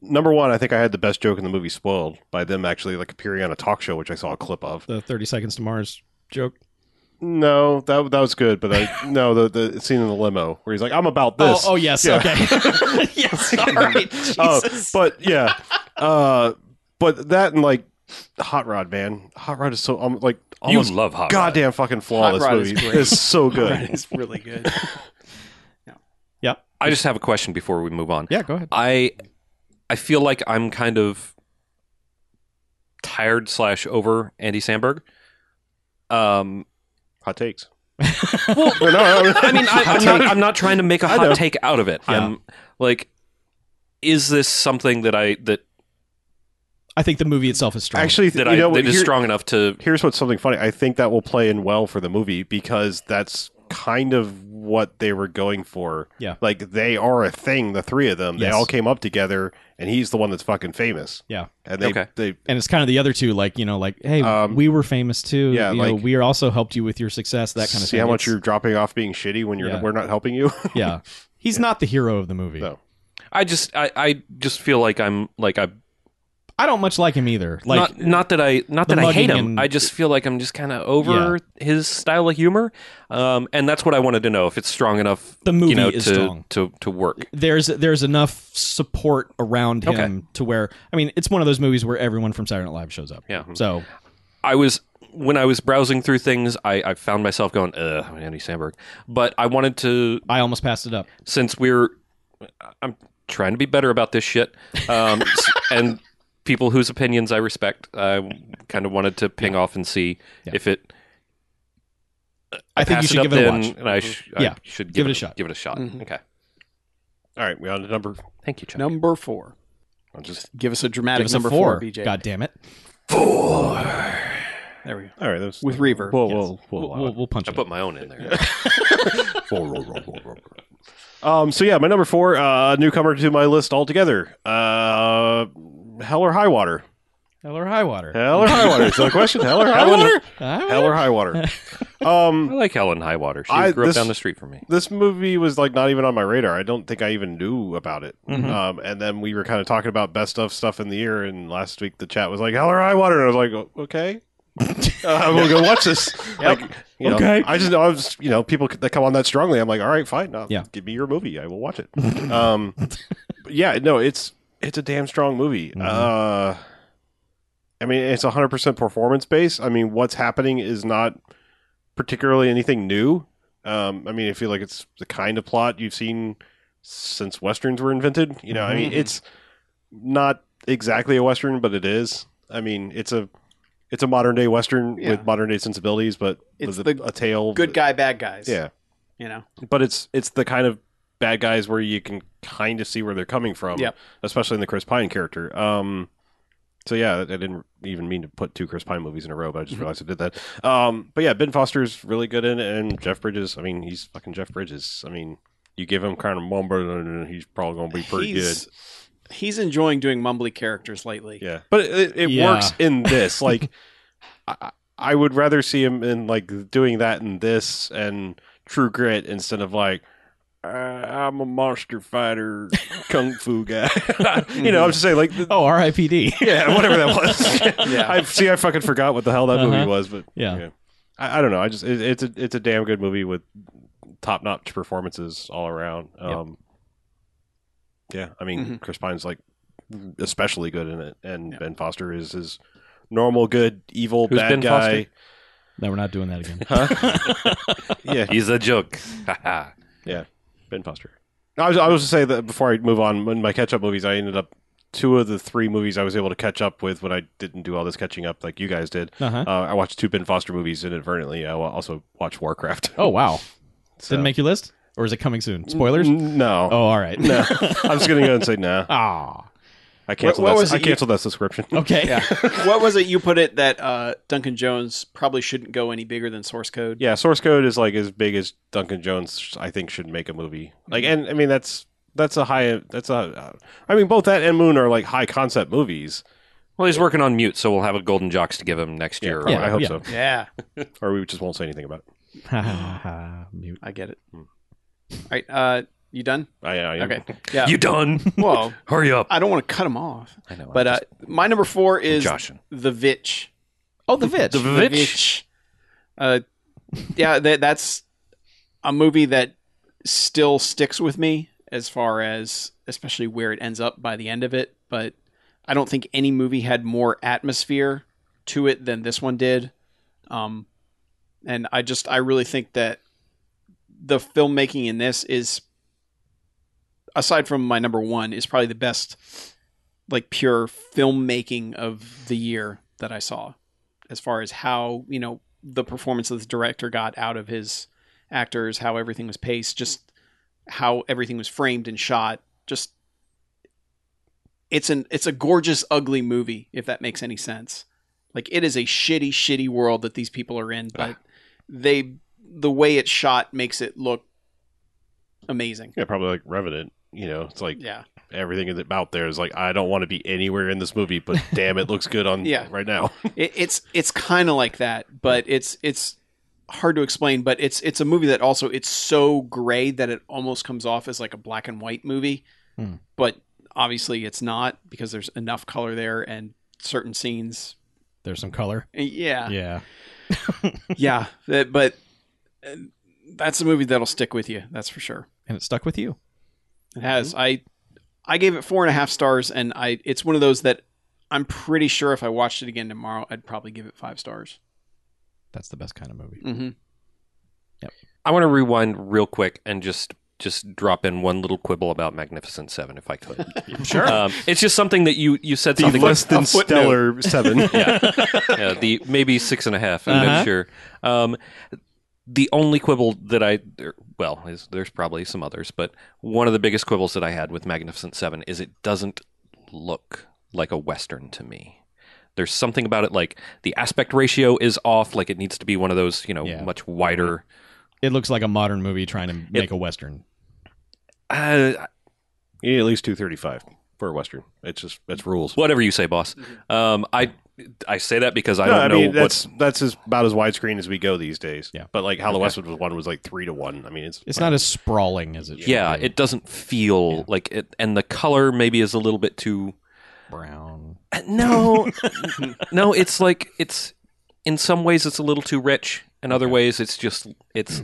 S2: number one, I think I had the best joke in the movie spoiled by them actually like appearing on a talk show, which I saw a clip of.
S3: the 30 seconds to mars joke
S2: No, that that was good, but I no the the scene in the limo where he's like, "I'm about this."
S3: oh, oh yes
S2: Yeah.
S3: okay yes all right
S2: Oh,
S3: Jesus.
S2: but yeah, uh, but that and like Hot Rod, man, Hot Rod is so um, like
S5: you
S2: almost
S5: love Hot Rod.
S2: goddamn fucking flawless
S4: Rod is
S2: movie.
S4: great.
S2: It's so good.
S4: it's really good.
S5: I just have a question before we move on.
S3: yeah go ahead
S5: I I feel like I'm kind of tired slash over Andy Sandberg. Um,
S2: Hot takes.
S5: well,
S2: No, no, no.
S5: I mean, I,
S2: Hot
S5: I'm, not,
S2: take.
S5: I'm not trying to make a
S2: I know.
S5: hot take out of it. I'm like, is this something that I that
S3: i think the movie itself is strong
S2: actually
S5: that
S2: you
S5: I
S2: know
S5: that
S2: what,
S5: is
S2: here-
S5: strong enough to?
S2: here's what's something funny. I think that will play in well for the movie because that's kind of what they were going for.
S3: Yeah.
S2: Like they are a thing, the three of them. They
S3: Yes.
S2: all came up together and he's the one that's fucking famous.
S3: yeah
S2: And they
S5: Okay.
S2: they
S3: and it's kind of the other two like you know like hey
S2: Um,
S3: we were famous too
S2: yeah,
S3: you know,
S2: like-
S3: we are also helped you with your success that kind of
S2: see
S3: thing
S2: how much
S3: It's-
S2: you're dropping off being shitty when you're
S3: Yeah.
S2: we're not helping you.
S3: yeah he's not the hero of the movie
S2: No.
S5: I just I, I just feel like I'm like I
S3: i don't much like him either like
S5: not not that I not
S3: the
S5: that I hate
S3: mugging
S5: him.
S3: and-
S5: I just feel like I'm just kind of over his style of humor, um, and that's what I wanted to know if it's strong enough.
S3: The movie
S5: you know,
S3: is
S5: to,
S3: strong.
S5: to to work.
S3: there's there's enough support around him
S5: Okay.
S3: to where I mean it's one of those movies where everyone from Saturday Night Live shows up.
S5: Yeah.
S3: So
S5: I was when I was browsing through things, I, I found myself going, "Ugh, Andy Sandberg." But I wanted to
S3: I almost passed it up.
S5: since we're I'm trying to be better about this shit, um, s- and people whose opinions I respect, I kind of wanted to ping off and see
S3: Yeah.
S5: if it.
S3: I, think
S5: passed
S3: you should
S5: up
S3: give it a
S5: then,
S3: watch.
S5: and I, sh- I
S3: Yeah.
S5: should give,
S3: Give it a shot. Mm-hmm.
S5: Give it a shot.
S4: Mhm.
S5: Okay,
S2: all right, we on to number
S5: thank you, Chuck.
S4: Number four.
S2: I'll just
S4: Give us a
S3: Give
S4: dramatic
S3: us a
S4: number
S3: four.
S4: BJ.
S3: God damn it.
S4: There we go.
S2: all right, that was,
S4: With reverb.
S2: Whoa,
S3: Yes.
S2: whoa, whoa,
S3: We'll,
S2: whoa.
S3: we'll, we'll punch
S5: I
S3: it.
S5: put my own in there.
S2: Um, so yeah, my number four, uh, newcomer to my list altogether, uh, Hell or High Water.
S3: Hell or high water.
S2: Hell or High Water. It's not a question. Hell or High
S5: Helen-
S2: Water.
S3: High
S2: Hell
S3: water?
S2: or High Water.
S5: I
S2: Um,
S5: like Helen Highwater. She
S2: I-
S5: grew up
S2: this-
S5: down the street from me.
S2: this movie was like not even on my radar. I don't think I even knew about it.
S3: Mm-hmm.
S2: Um, and then we were kind of talking about best of stuff in the year, and last week the chat was like Hell or High Water, and I was like, "O- okay. uh, I'm gonna go watch this. Like, you know,
S3: Okay.
S2: I just, I was, you know, people that come on that strongly. I'm like, all right, fine. I'll-
S3: Yeah.
S2: Give me your movie. I will watch it. um, but yeah, no, it's it's a damn strong movie.
S3: Mm-hmm.
S2: Uh, I mean, it's 100% performance based. I mean, what's happening is not particularly anything new. Um, I mean, I feel like it's the kind of plot you've seen since westerns were invented. You know, I mean,
S4: Mhm.
S2: it's not exactly a western, but it is. I mean, it's a it's a modern day western
S4: Yeah.
S2: with modern day sensibilities, but
S4: It's
S2: with a,
S4: the
S2: a tale.
S4: Good guy, bad guys.
S2: yeah
S4: You know?
S2: but it's it's the kind of bad guys where you can kind of see where they're coming from,
S4: Yep.
S2: especially in the Chris Pine character. Um, so yeah, I didn't even mean to put two Chris Pine movies in a row, but I just realized I did that. Um, but yeah, Ben Foster's really good in it, and Jeff Bridges. I mean, he's fucking Jeff Bridges. I mean, you give him kind of mumble, and he's probably gonna be pretty
S4: he's,
S2: good.
S4: He's enjoying doing mumbly characters lately.
S2: Yeah, but it, it
S3: Yeah.
S2: works in this. Like, I, I would rather see him in like doing that in this and True Grit instead of like uh, I'm a monster fighter kung fu guy. you know, I'm just saying like th-
S3: Oh, R.I.P.D.
S2: yeah, whatever that was.
S4: Yeah.
S2: I see. I fucking forgot what the hell that
S3: Uh-huh.
S2: movie was, but
S3: Yeah.
S2: I, I don't know. I just it, it's a it's a damn good movie with top notch performances all around. Um, Yeah, I mean
S4: Mhm.
S2: Chris Pine's like especially good in it, and Ben Foster is his normal good evil
S5: Who's
S2: bad
S5: Ben
S2: guy.
S3: No, we're not doing that again.
S2: Yeah,
S5: He's a joke.
S2: Ben Foster. I was I was to say that before I move on, in my catch up movies, I ended up two of the three movies I was able to catch up with when I didn't do all this catching up like you guys did.
S3: Uh-huh.
S2: Uh, I watched two Ben Foster movies inadvertently. I wa- also watched Warcraft.
S3: Oh wow!
S2: So-
S3: Didn't make your list, or is it coming soon? Spoilers?
S2: No,
S3: Oh, all right.
S2: no. I'm just gonna go and say nah.
S3: Ah,
S2: I canceled.
S4: what
S2: that,
S4: was
S2: I
S4: it you- Oh.
S2: canceled that subscription.
S3: okay.
S4: what was it you put it that uh, Duncan Jones probably shouldn't go any bigger than source code?
S2: Yeah, source code is like as big as Duncan Jones. I think should make a movie. Like,
S4: Mm-hmm.
S2: and I mean that's that's a high. That's a. uh, I mean both that and Moon are like high concept movies.
S5: Well, he's working on mute, so we'll have a golden jocks to give him next year.
S2: probably.
S3: Yeah.
S2: I hope so.
S4: Yeah,
S2: Or we just won't say anything about it.
S3: Mute.
S4: I get it. All right, uh, you done?
S2: I, I
S4: Okay. Hmm. Yeah.
S5: You done?
S4: well,
S5: Hurry up!
S4: I don't want to cut him off.
S5: I know.
S4: But uh, my number four is
S5: Joshin.
S4: the Vitch.
S3: Oh, the Vitch.
S5: The
S4: The
S5: Vitch?
S4: Vitch. Uh, yeah, that, that's a movie that still sticks with me as far as especially where it ends up by the end of it. But I don't think any movie had more atmosphere to it than this one did. Um, and I just I really think that the filmmaking in this is aside from my number one is probably the best like pure filmmaking of the year that I saw as far as how you know the performance that the director got out of his actors, how everything was paced, just how everything was framed and shot. Just it's an it's a gorgeous, ugly movie, if that makes any sense. Like it is a shitty, shitty world that these people are in, but they the way it's shot makes it look amazing.
S2: Yeah, probably like Revenant. You know, it's like
S4: Yeah.
S2: everything is about there is like I don't want to be anywhere in this movie, but damn, it looks good on
S4: Yeah.
S2: right now.
S4: it, it's it's kind of like that, but it's it's hard to explain. But it's it's a movie that also it's so gray that it almost comes off as like a black and white movie,
S3: Hmm.
S4: but obviously it's not because there's enough color there and certain scenes. Eh,
S3: There's some color.
S4: Yeah,
S3: Yeah.
S4: yeah. that- but uh, that's a movie that'll stick with you. That's for sure.
S3: And it stuck with you.
S4: It has. I I gave it four and a half stars, and I it's one of those that I'm pretty sure if I watched it again tomorrow, I'd probably give it five stars.
S3: That's the best kind of movie.
S4: Mm-hmm.
S5: I want to rewind real quick and just just drop in one little quibble about Magnificent Seven, if I could.
S4: Sure.
S5: um, it's just something that you you said something
S2: less than
S4: a
S2: stellar
S4: footnote.
S2: seven.
S5: yeah, the maybe six and a half. I'm
S3: Uh-huh.
S5: not sure. Um, the only quibble that I er, well, is there's probably some others, but one of the biggest quibbles that I had with Magnificent Seven is it doesn't look like a western to me. There's something about it, like the aspect ratio is off. Like it needs to be one of those, you know,
S3: Yeah.
S5: much wider.
S3: It looks like a modern movie trying to make a western.
S5: Uh,
S2: You need at least two thirty five for a western. It's just that's rules.
S5: whatever you say, boss. Um, I I say that because I
S2: no,
S5: don't
S2: I
S5: know
S2: mean
S5: what's
S2: that's that's as, about as widescreen as we go these days.
S3: Yeah.
S2: but like How the West was one was like three to one. I mean, it's
S3: It's not as sprawling as it should
S5: yeah.
S3: be.
S5: It doesn't feel like it, and the color maybe is a little bit too.
S3: brown.
S5: Uh, No, no, it's like it's in some ways it's a little too rich, in other ways it's just
S3: Hmm.
S5: it's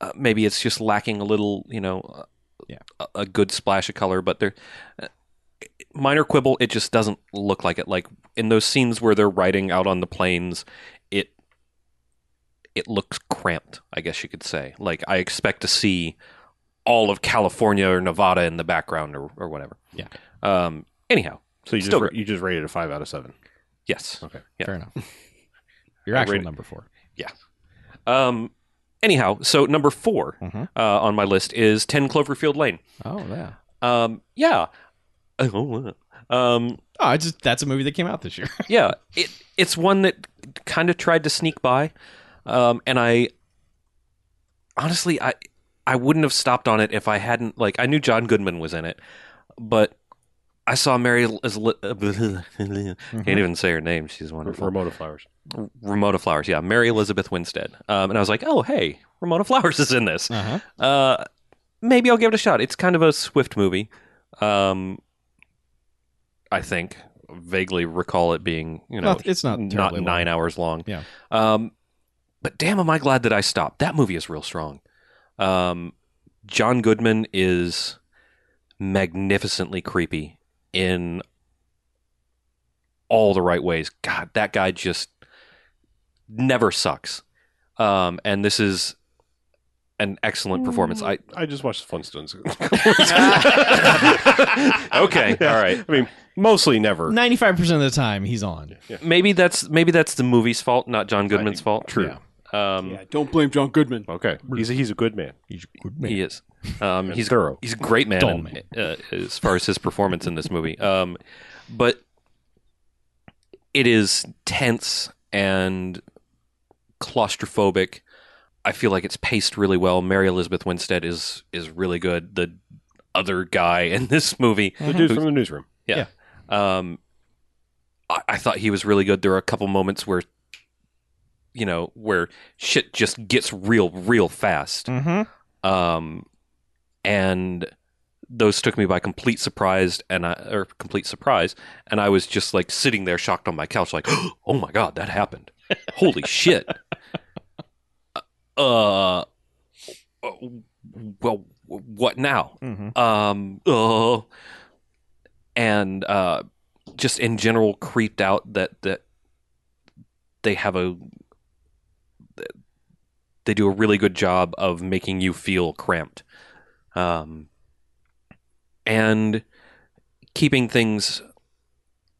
S5: uh, maybe it's just lacking a little, you know, uh,
S3: Yeah.
S5: a, a good splash of color. But there, uh, minor quibble, it just doesn't look like it. Like in those scenes where they're riding out on the plains, it it looks cramped. I guess you could say. Like I expect to see all of California or Nevada in the background or or whatever.
S3: Yeah.
S5: Um. Anyhow.
S2: so you
S5: still
S2: just ra-
S5: great.
S2: you just rated a five out of seven.
S5: Yes. Yeah.
S3: Fair enough. Your actual
S5: rated-
S3: number four.
S5: Um, anyhow, so number 4
S3: Mhm.
S5: uh, on my list is 10 Cloverfield Lane.
S3: Oh yeah.
S5: Um, yeah. Oh, uh, Um,
S3: Oh, I just that's a movie that came out this year.
S5: yeah. It, it's one that kind of tried to sneak by. Um, and I honestly, I, I wouldn't have stopped on it if I hadn't, like, I knew John Goodman was in it, but I saw Mary as li- can't even say her name. She's wonderful.
S2: Ramona Flowers.
S5: Ramona Flowers, yeah, Mary Elizabeth Winstead. Um, and I was like, oh, hey, Ramona Flowers is in this.
S3: Uh-huh.
S5: Uh, maybe I'll give it a shot. It's kind of a swift movie. Um, I think vaguely recall it being, you know,
S3: Not- it's not
S5: not
S3: terribly
S5: nine
S3: long.
S5: hours long.
S3: Yeah.
S5: Um, but damn, am I glad that I stopped. That movie is real strong. Um, John Goodman is magnificently creepy in all the right ways. God, that guy just never sucks. Um, and this is an excellent performance.
S3: Mm.
S5: I
S2: I just watched the Flintstones.
S5: okay, all right.
S2: I mean, mostly never.
S3: Ninety-five percent of the time, he's on.
S5: Maybe that's maybe that's the movie's fault, not John Goodman's fault.
S2: True.
S5: Um,
S4: Yeah, don't blame John Goodman.
S2: Okay. He's a, he's a good man.
S3: He's a good
S5: He is. Um, he's
S2: thorough.
S5: He's a great man,
S3: Dull
S5: in-
S3: man.
S5: Uh, as far as his performance in this movie. Um, but it is tense and claustrophobic. I feel like it's paced really well. Mary Elizabeth Winstead is is really good. The other guy in this movie,
S2: The dude from the newsroom.
S5: yeah. Um, I, I thought he was really good. There were a couple moments where, you know, where shit just gets real, real fast.
S3: Mm-hmm.
S5: Um, and those took me by complete surprise, and I or complete surprise, and I was just like sitting there shocked on my couch, like, oh my god, that happened! Holy shit! Uh, well, what now? Um, uh, and uh, just in general creeped out that that they have a they do a really good job of making you feel cramped um, and keeping things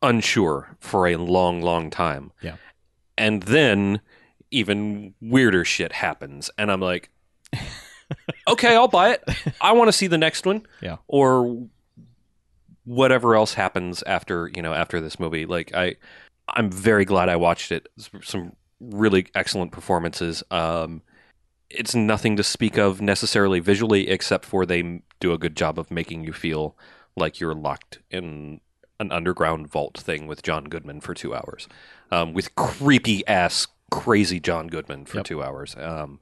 S5: unsure for a long long time
S3: Yeah.
S5: and then even weirder shit happens and i'm like okay i'll buy it i want to see the next one
S3: Yeah.
S5: or whatever else happens after you know after this movie like i i'm very glad i watched it S- some really excellent performances um it's nothing to speak of necessarily visually except for they m- do a good job of making you feel like you're locked in an underground vault thing with john goodman for two hours um, with creepy ass crazy john goodman for two hours um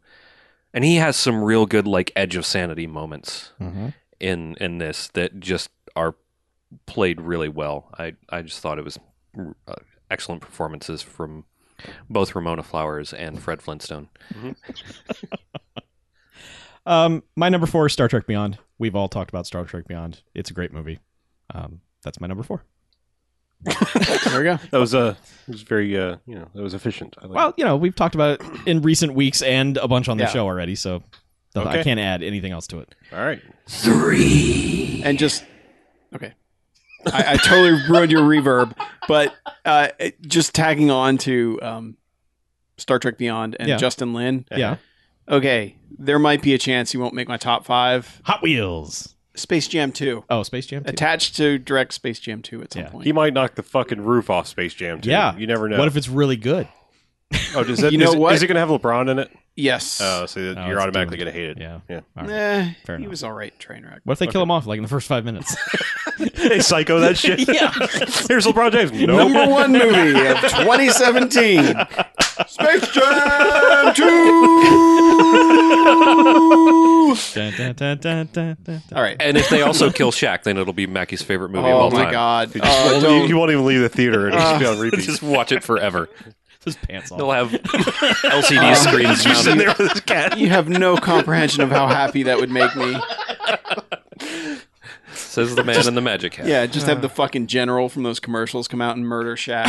S5: and he has some real good like edge of sanity moments
S3: Mm-hmm.
S5: in in this that just are played really well. I I just thought it was uh, excellent performances from both Ramona Flowers and Fred Flintstone.
S3: Um, my number four is Star Trek Beyond. We've all talked about Star Trek Beyond. It's a great movie. Um, that's my number four.
S4: There we go.
S2: That was uh, it was very uh, you know, that was efficient. I like
S3: Well, you know, we've talked about it in recent weeks and a bunch on the
S4: Yeah.
S3: show already, so th- I
S2: Okay.
S3: can't add anything else to it.
S2: it. all right.
S4: and just okay. I, I totally ruined your reverb, but uh, it- just tagging on to um, Star Trek Beyond and
S3: Yeah.
S4: Justin Lin.
S3: Yeah.
S4: Okay, there might be a chance he won't make my top five.
S3: Hot Wheels.
S4: Space Jam Two,
S3: Oh, Space Jam. 2.
S4: attached to direct Space Jam Two at some
S3: Yeah.
S4: point.
S2: He might knock the fucking roof off Space Jam. Too.
S3: Yeah.
S2: you never know.
S3: What if it's really good?
S2: oh, does that,
S4: You know
S2: is, it-
S4: what?
S2: is it going to have LeBron in it?
S4: yes.
S2: Oh, so that
S3: No,
S2: you're
S3: it's
S2: automatically going
S3: doing-
S2: to hate it.
S3: Yeah.
S2: yeah.
S3: All right.
S4: Eh,
S3: Fair
S4: he
S3: enough.
S4: was all right. in Train wreck.
S3: What if they kill him off like in the first five minutes?
S2: they psycho that shit. yeah. Here's LeBron James. Nope.
S4: Number one movie of 2017. Space Jam 2!
S3: Dun, dun, dun, dun, dun, dun, dun.
S4: All right.
S5: And if they also kill Shaq, then it'll be Mackie's favorite movie of
S4: Oh
S5: all
S4: my
S5: time.
S4: god.
S2: Well,
S4: Oh,
S2: you-
S4: don't.
S2: you won't even leave the theater. It'll just be on repeat.
S5: Just watch it forever.
S3: His pants off.
S5: They'll have
S4: Um,
S5: LCD screens
S2: You're sitting
S5: mounted.
S2: there with this cat.
S4: You have no comprehension of how happy that would make me.
S5: Says the man in the magic hat.
S4: Yeah, just have the fucking general from those commercials come out and murder Shaq.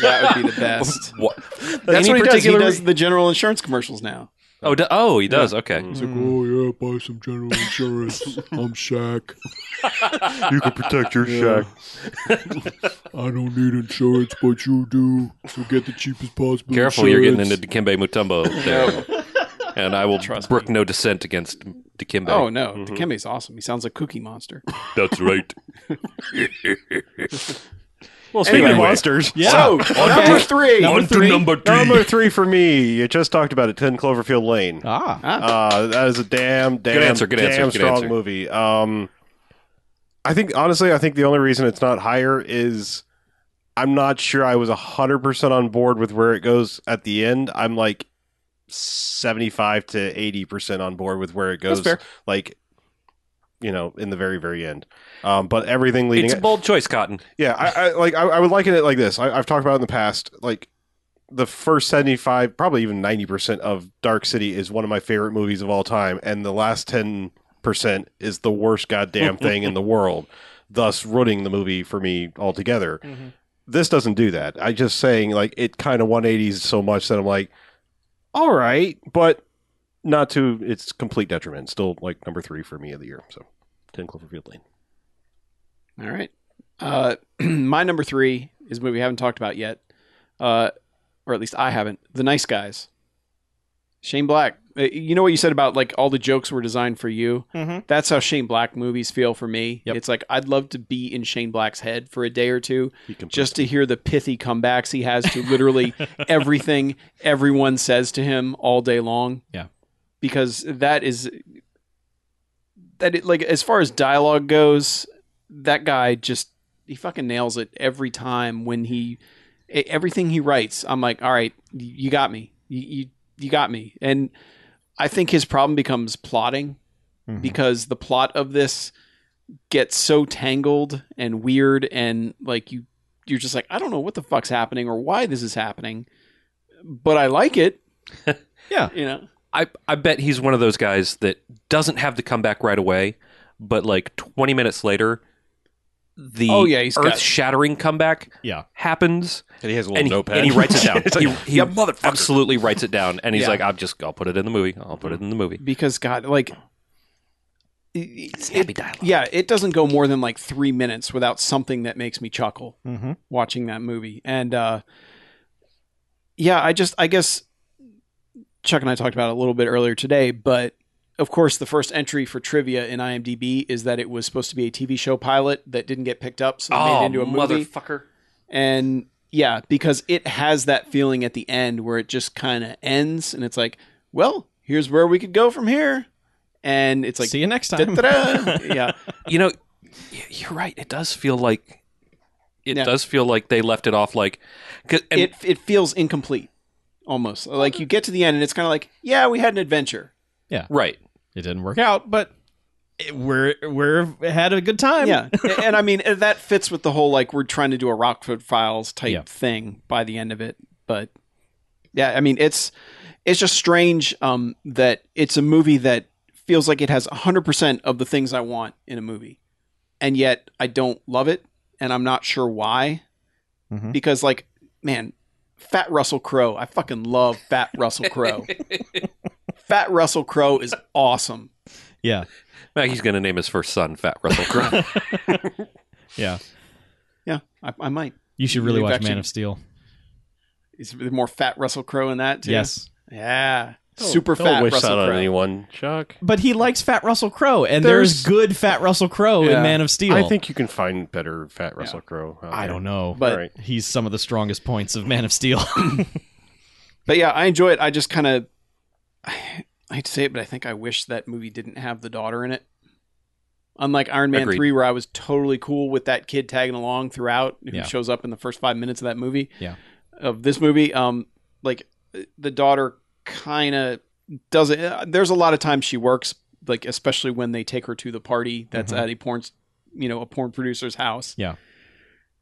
S4: That would be the best.
S5: What?
S4: That's
S5: Any
S4: what he does. He
S5: particular-
S4: does the general insurance commercials now.
S5: Oh, do- oh, he does. Okay.
S4: Mm-hmm.
S6: Oh yeah, buy some general insurance. I'm Shaq.
S2: You can protect your shack.
S6: I don't need insurance, but you do. So get the cheapest possible.
S5: Careful, you're getting into Dikembe Mutombo there. And I will brook no dissent against Dikembe.
S4: Oh no, Dikembe's awesome. He sounds like Cookie Monster.
S5: that's right.
S2: Well, speaking
S4: Anyway.
S2: of monsters,
S3: Yeah.
S4: So number three.
S5: On to number three.
S2: number three for me. You just talked about it. Ten Cloverfield Lane.
S3: ah.
S2: Uh, that is a damn, damn,
S5: answer, good
S2: damn
S5: answer, good
S2: strong
S5: answer.
S2: movie. Um, I think honestly, I think the only reason it's not higher is I'm not sure I was hundred percent on board with where it goes at the end. I'm like seventy-five to eighty percent on board with where it goes.
S4: fair.
S2: Like, you know, in the very, very end. Um, but everything leading
S5: It's a bold choice, Cotton.
S2: yeah, I, I like I, I would liken it like this. I, I've talked about it in the past. Like the first 75, probably even 90% of Dark City is one of my favorite movies of all time. And the last 10% is the worst goddamn thing in the world, thus ruining the movie for me altogether. This doesn't do that. I just saying, like, it kind of 180s so much that I'm like, all right, but not to its complete detriment. Still, like, number three for me of the year. So, 10 Cloverfield Lane.
S4: All right. Uh, my number three is a movie we haven't talked about yet, uh, or at least I haven't. The Nice Guys. Shane Black. Uh, You know what you said about like all the jokes were designed for you.
S3: Mhm.
S4: That's how Shane Black movies feel for me.
S3: Yep.
S4: It's like I'd love to be in Shane Black's head for a day or two,
S2: He completes
S4: just to hear the pithy comebacks he has to literally everything everyone says to him all day long.
S3: Yeah.
S4: Because that is that it, like as far as dialogue goes, that guy just he fucking nails it every time when he e- everything he writes. I'm like, all right, y- you got me. You you, you got me. And I think his problem becomes plotting
S3: Mhm.
S4: because the plot of this gets so tangled and weird and like you you're just like I don't know what the fuck's happening or why this is happening, but I like it.
S3: Yeah.
S4: you know.
S5: I I bet he's one of those guys that doesn't have to come back right away, but like 20 minutes later, the
S4: Oh, yeah, he's got-
S5: earth-shattering comeback
S3: Yeah.
S5: happens,
S2: And he has a little
S5: and he,
S2: notepad.
S5: and he writes it down.
S2: It's like,
S5: he he absolutely writes it down, and he's
S4: Yeah.
S5: like, "I'll just I'll put it in the movie. I'll put it in the movie."
S4: because God, like, it's it, Yeah, it doesn't go more than like three minutes without something that makes me chuckle
S3: Mhm.
S4: watching that movie. And uh, yeah, I just, I guess Chuck and I talked about it a little bit earlier today, but of course, the first entry for trivia in IMDb is that it was supposed to be a TV show pilot that didn't get picked up, so they made
S5: oh,
S4: it into a movie.
S5: motherfucker!
S4: And yeah, because it has that feeling at the end where it just kind of ends and it's like, well, here's where we could go from here. And it's like,
S3: See you next time.
S4: da-da-da. yeah.
S5: You know, y- you're right. It does feel like it
S4: Yeah.
S5: does feel like they left it off like 'cause- and
S4: it, it feels incomplete almost. Like you get to the end and it's kind of like, yeah, we had an adventure.
S5: right.
S3: It didn't work out, but it, we're we're had a good time.
S4: Yeah. A- and I mean, and that fits with the whole like we're trying to do a Rockford Files type
S3: Yeah.
S4: thing by the end of it. But yeah, I mean, it's it's just strange um, that it's a movie that feels like it has 100% of the things I want in a movie. And yet I don't love it and I'm not sure why.
S3: Mhm.
S4: Because like, man, Fat Russell Crowe, I fucking love Fat Russell Crowe. Fat Russell Crowe is awesome.
S3: yeah,
S5: Maggie's gonna name his first son Fat Russell Crowe.
S3: yeah.
S4: Yeah, I, I might.
S3: You should really
S4: You've
S3: watch
S4: actually-
S3: Man of Steel.
S4: Is there more Fat Russell Crowe in that too?
S3: Yes,
S4: Yeah.
S2: don't-
S4: Super
S2: don't
S4: fat
S2: wish
S4: Russell
S2: that on
S4: Crowe.
S2: anyone, Chuck.
S3: but he likes Fat Russell Crowe, and there's,
S4: There's-
S3: good Fat Russell Crowe
S4: Yeah.
S3: in Man of Steel.
S2: I think you can find better fat Russell Crowe. out
S3: I
S2: there.
S3: don't know,
S4: But
S2: Right.
S3: he's some of the strongest points of Man of Steel.
S4: but yeah, I enjoy it. I just kind of I hate to say it, but I think I wish that movie didn't have the daughter in it. Unlike Iron Man
S5: Agreed.
S4: 3 where I was totally cool with that kid tagging along throughout who
S3: Yeah.
S4: shows up in the first 5 minutes of that movie.
S3: Yeah.
S4: Of this movie um like the daughter kind of doesn't uh, there's a lot of times she works like especially when they take her to the party that's
S3: Mhm.
S4: at a porn s- you know a porn producer's house
S3: Yeah.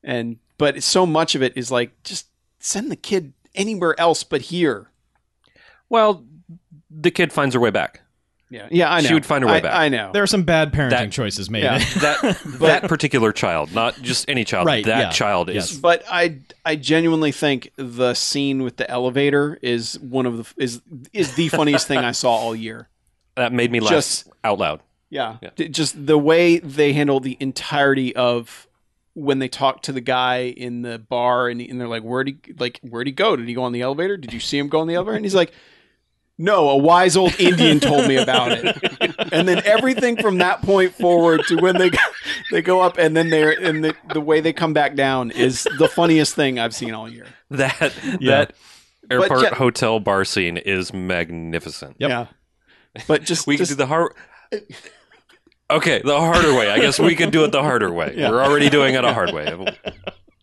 S4: and but so much of it is like just send the kid anywhere else but here
S5: well, the kid finds her way back.
S4: yeah yeah i know
S5: She would find her way
S4: I-
S5: back.
S4: i know
S3: there are some bad parenting
S5: That-
S3: choices made.
S4: Yeah.
S5: that that particular child, not just any child.
S3: Right,
S5: that
S3: yeah.
S5: child is
S3: Yes.
S4: but i i genuinely think the scene with the elevator is one of the is is the funniest thing i saw all year
S5: that made me laugh
S4: Just-
S5: out loud.
S4: Yeah.
S5: Yeah.
S4: D- Just the way they handle the entirety of when they talk to the guy in the bar and, and they're like, where'd he, like, where'd he go? Did he go on the elevator? Did you see him go on the elevator? And he's like, no, a wise old Indian told me about it. And then everything from that point forward to when they go, they go up and then they're, and the, the way they come back down is the funniest thing I've seen all year.
S5: That
S3: Yeah.
S5: that airport
S4: yeah-
S5: hotel bar scene is magnificent.
S3: Yep.
S4: Yeah. But just,
S5: We
S4: just
S5: could do the hard. Okay, the harder way. I guess we could do it the harder way. We're already doing it a hard way.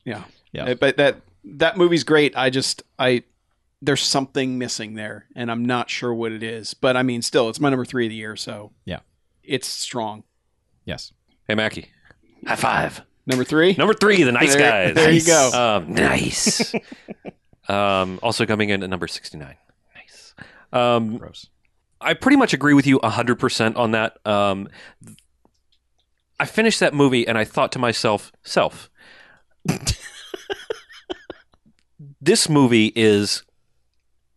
S4: Yeah.
S3: Yeah.
S4: Uh, But that that movie's great. I just I there's something missing there and I'm not sure what it is. But I mean still it's my number 3 of the year, so.
S3: Yeah.
S4: It's strong.
S3: Yes.
S5: Hey, Mackie.
S1: High five.
S4: Number 3?
S5: Number three, the nice guys.
S4: There- there you go.
S5: Um, nice. Um, also coming in at number 69. Nice. Um,
S3: Gross.
S5: I pretty much agree with you 100% on that. Um, th- I finished that movie and I thought to myself, self, this movie is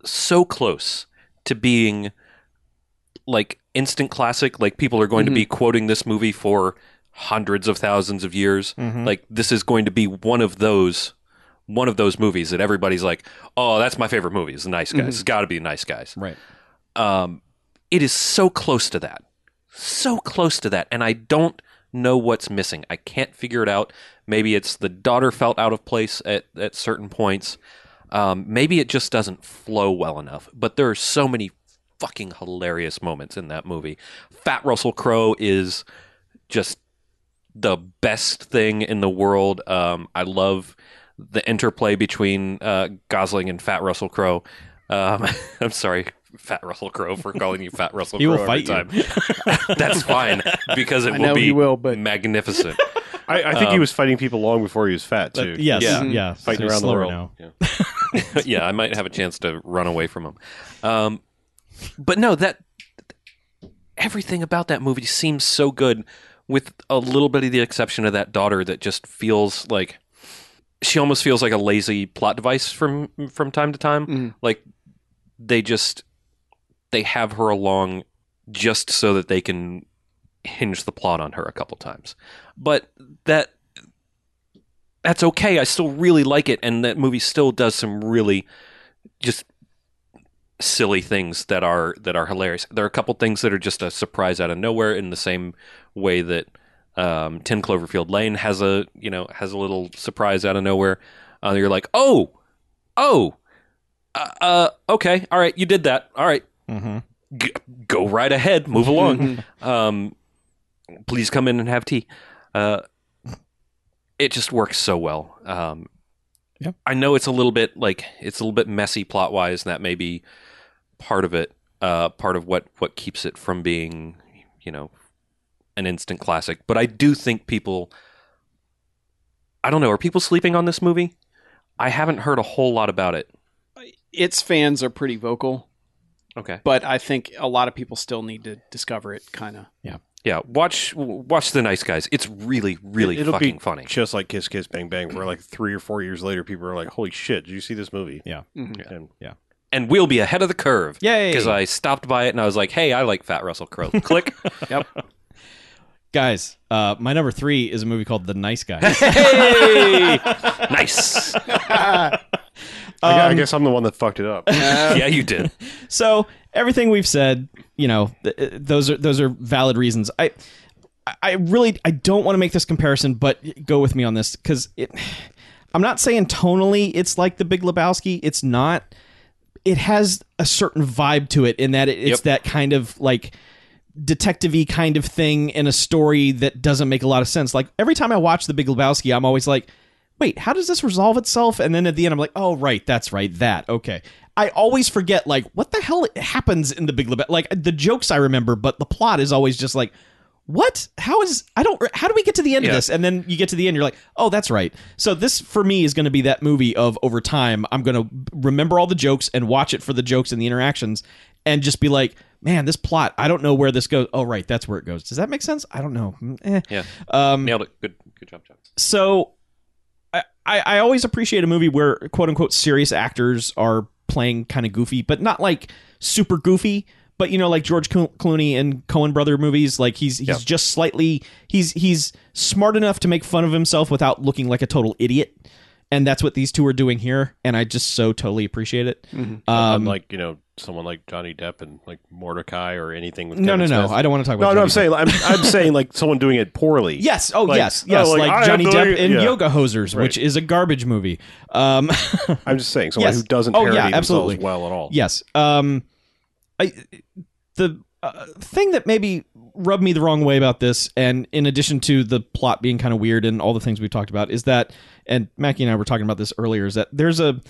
S5: so close to being like instant classic. Like people are going to be quoting this movie for hundreds of thousands of years.
S3: Mm-hmm.
S5: Like this is going to be one of those one of those movies that everybody's like, "Oh, that's my favorite movie. It's The Nice Guys. It's got to be The Nice Guys."
S3: Right.
S5: um, it is so close to that so close to that and i don't know what's missing i can't figure it out maybe it's the daughter felt out of place at, at certain points um, maybe it just doesn't flow well enough but there are so many fucking hilarious moments in that movie fat russell crowe is just the best thing in the world um, i love the interplay between uh, gosling and fat russell crowe um, i'm sorry fat russell crowe for calling you fat russell
S3: He
S5: crowe
S3: will
S5: every time
S3: fight
S5: that's fine because it
S4: I
S5: will
S4: know
S5: be
S4: he will, but-
S5: magnificent.
S2: I, I think he was fighting people long before he was fat too.
S3: But yes.
S5: Yeah.
S3: Yeah. yeah.
S2: Fighting
S3: so
S2: around the
S3: slower
S2: world.
S3: now.
S5: yeah, I might have a chance to run away from him. Um, but no, that everything about that movie seems so good, with a little bit of the exception of that daughter that just feels like she almost feels like a lazy plot device from from time to time.
S4: Mhm.
S5: Like they just they have her along just so that they can hinge the plot on her a couple times. But that that's okay. I still really like it, and that movie still does some really just silly things that are that are hilarious. There are a couple things that are just a surprise out of nowhere, in the same way that um, Ten Cloverfield Lane has a you know has a little surprise out of nowhere. Uh, you're like, oh, oh, uh, uh, okay, all right, you did that, all right,
S3: Mhm.
S5: G- go right ahead, move along. um, please come in and have tea. Uh, it just works so well. Um,
S3: Yeah.
S5: I know it's a little bit like it's a little bit messy plot wise, and that may be part of it. Uh, part of what what keeps it from being, you know, an instant classic. But I do think people, I don't know, are people sleeping on this movie? I haven't heard a whole lot about it.
S4: Its fans are pretty vocal,
S5: Okay.
S4: but I think a lot of people still need to discover it. Kind of.
S5: Yeah, watch watch the Nice Guys. It's really really
S2: It'll
S5: fucking
S2: be
S5: funny.
S2: Just like Kiss Kiss Bang Bang, where like three or four years later, people are like, "Holy shit! Did you see this movie?"
S3: Yeah.
S4: Mhm.
S2: And
S5: and we'll be ahead of the curve.
S3: Yay.
S5: Because I stopped by it and I was like, hey, I like Fat Russell Crowe. Click.
S3: Guys, uh, my number three is a movie called The Nice Guys.
S5: hey! nice.
S2: I gu- I
S3: Um,
S2: guess I'm the one that fucked it up.
S5: yeah, you did.
S3: so everything we've said, you know, th- th- those are those are valid reasons. I I really I don't want to make this comparison, but go with me on this because it. I'm not saying tonally it's like the Big Lebowski. It's not. It has a certain vibe to it in that it, it's
S5: Yep.
S3: that kind of like detective-y kind of thing in a story that doesn't make a lot of sense. Like every time I watch The Big Lebowski, I'm always like, wait, how does this resolve itself? And then at the end, I'm like, oh right, that's right, that okay. I always forget like what the hell happens in The Big Lebowski. Like the jokes I remember, but the plot is always just like. What? How is I don't how do we get to the end
S5: Yeah.
S3: of this? And then you get to the end you're like, "Oh, that's right." So this for me is going to be that movie of over time I'm going to remember all the jokes and watch it for the jokes and the interactions and just be like, man, this plot, I don't know where this goes. Oh, right, that's where it goes. Does that make sense? I don't know. Mm, eh.
S5: Yeah.
S3: Um,
S5: Nailed it. Good good job, John.
S3: so I, I I always appreciate a movie where quote unquote serious actors are playing kind of goofy, but not like super goofy. But you know, like George Clo- Clooney and Cohen brother movies, like he's he's just slightly he's he's smart enough to make fun of himself without looking like a total idiot. And that's what these two are doing here, and I just so totally appreciate it.
S2: Mm-hmm.
S3: Um,
S2: Unlike you know someone like Johnny Depp and like Mordecai or anything with
S3: no, no,
S2: Kevin
S3: no,
S2: Smith.
S3: I don't want to talk about.
S2: no, no.
S3: Johnny
S2: I'm
S3: Depp.
S2: saying I'm, I'm saying like someone doing it poorly.
S3: Yes. Oh,
S2: Like,
S3: yes.
S2: no,
S3: Yes.
S2: like,
S3: like,
S2: I am
S3: Johnny
S2: doing-
S3: Depp in
S2: yeah.
S3: Yoga Hosers,
S2: Right.
S3: which is a garbage movie. Um,
S2: I'm just saying someone
S3: Yes.
S2: who doesn't
S3: Oh, yeah,
S2: parody themselves
S3: absolutely.
S2: well at all.
S3: Yes. Um, I the uh, thing that maybe rubbed me the wrong way about this, and in addition to the plot being kind of weird and all the things we've talked about, is that, and Mackie and I were talking about this earlier, is that there's a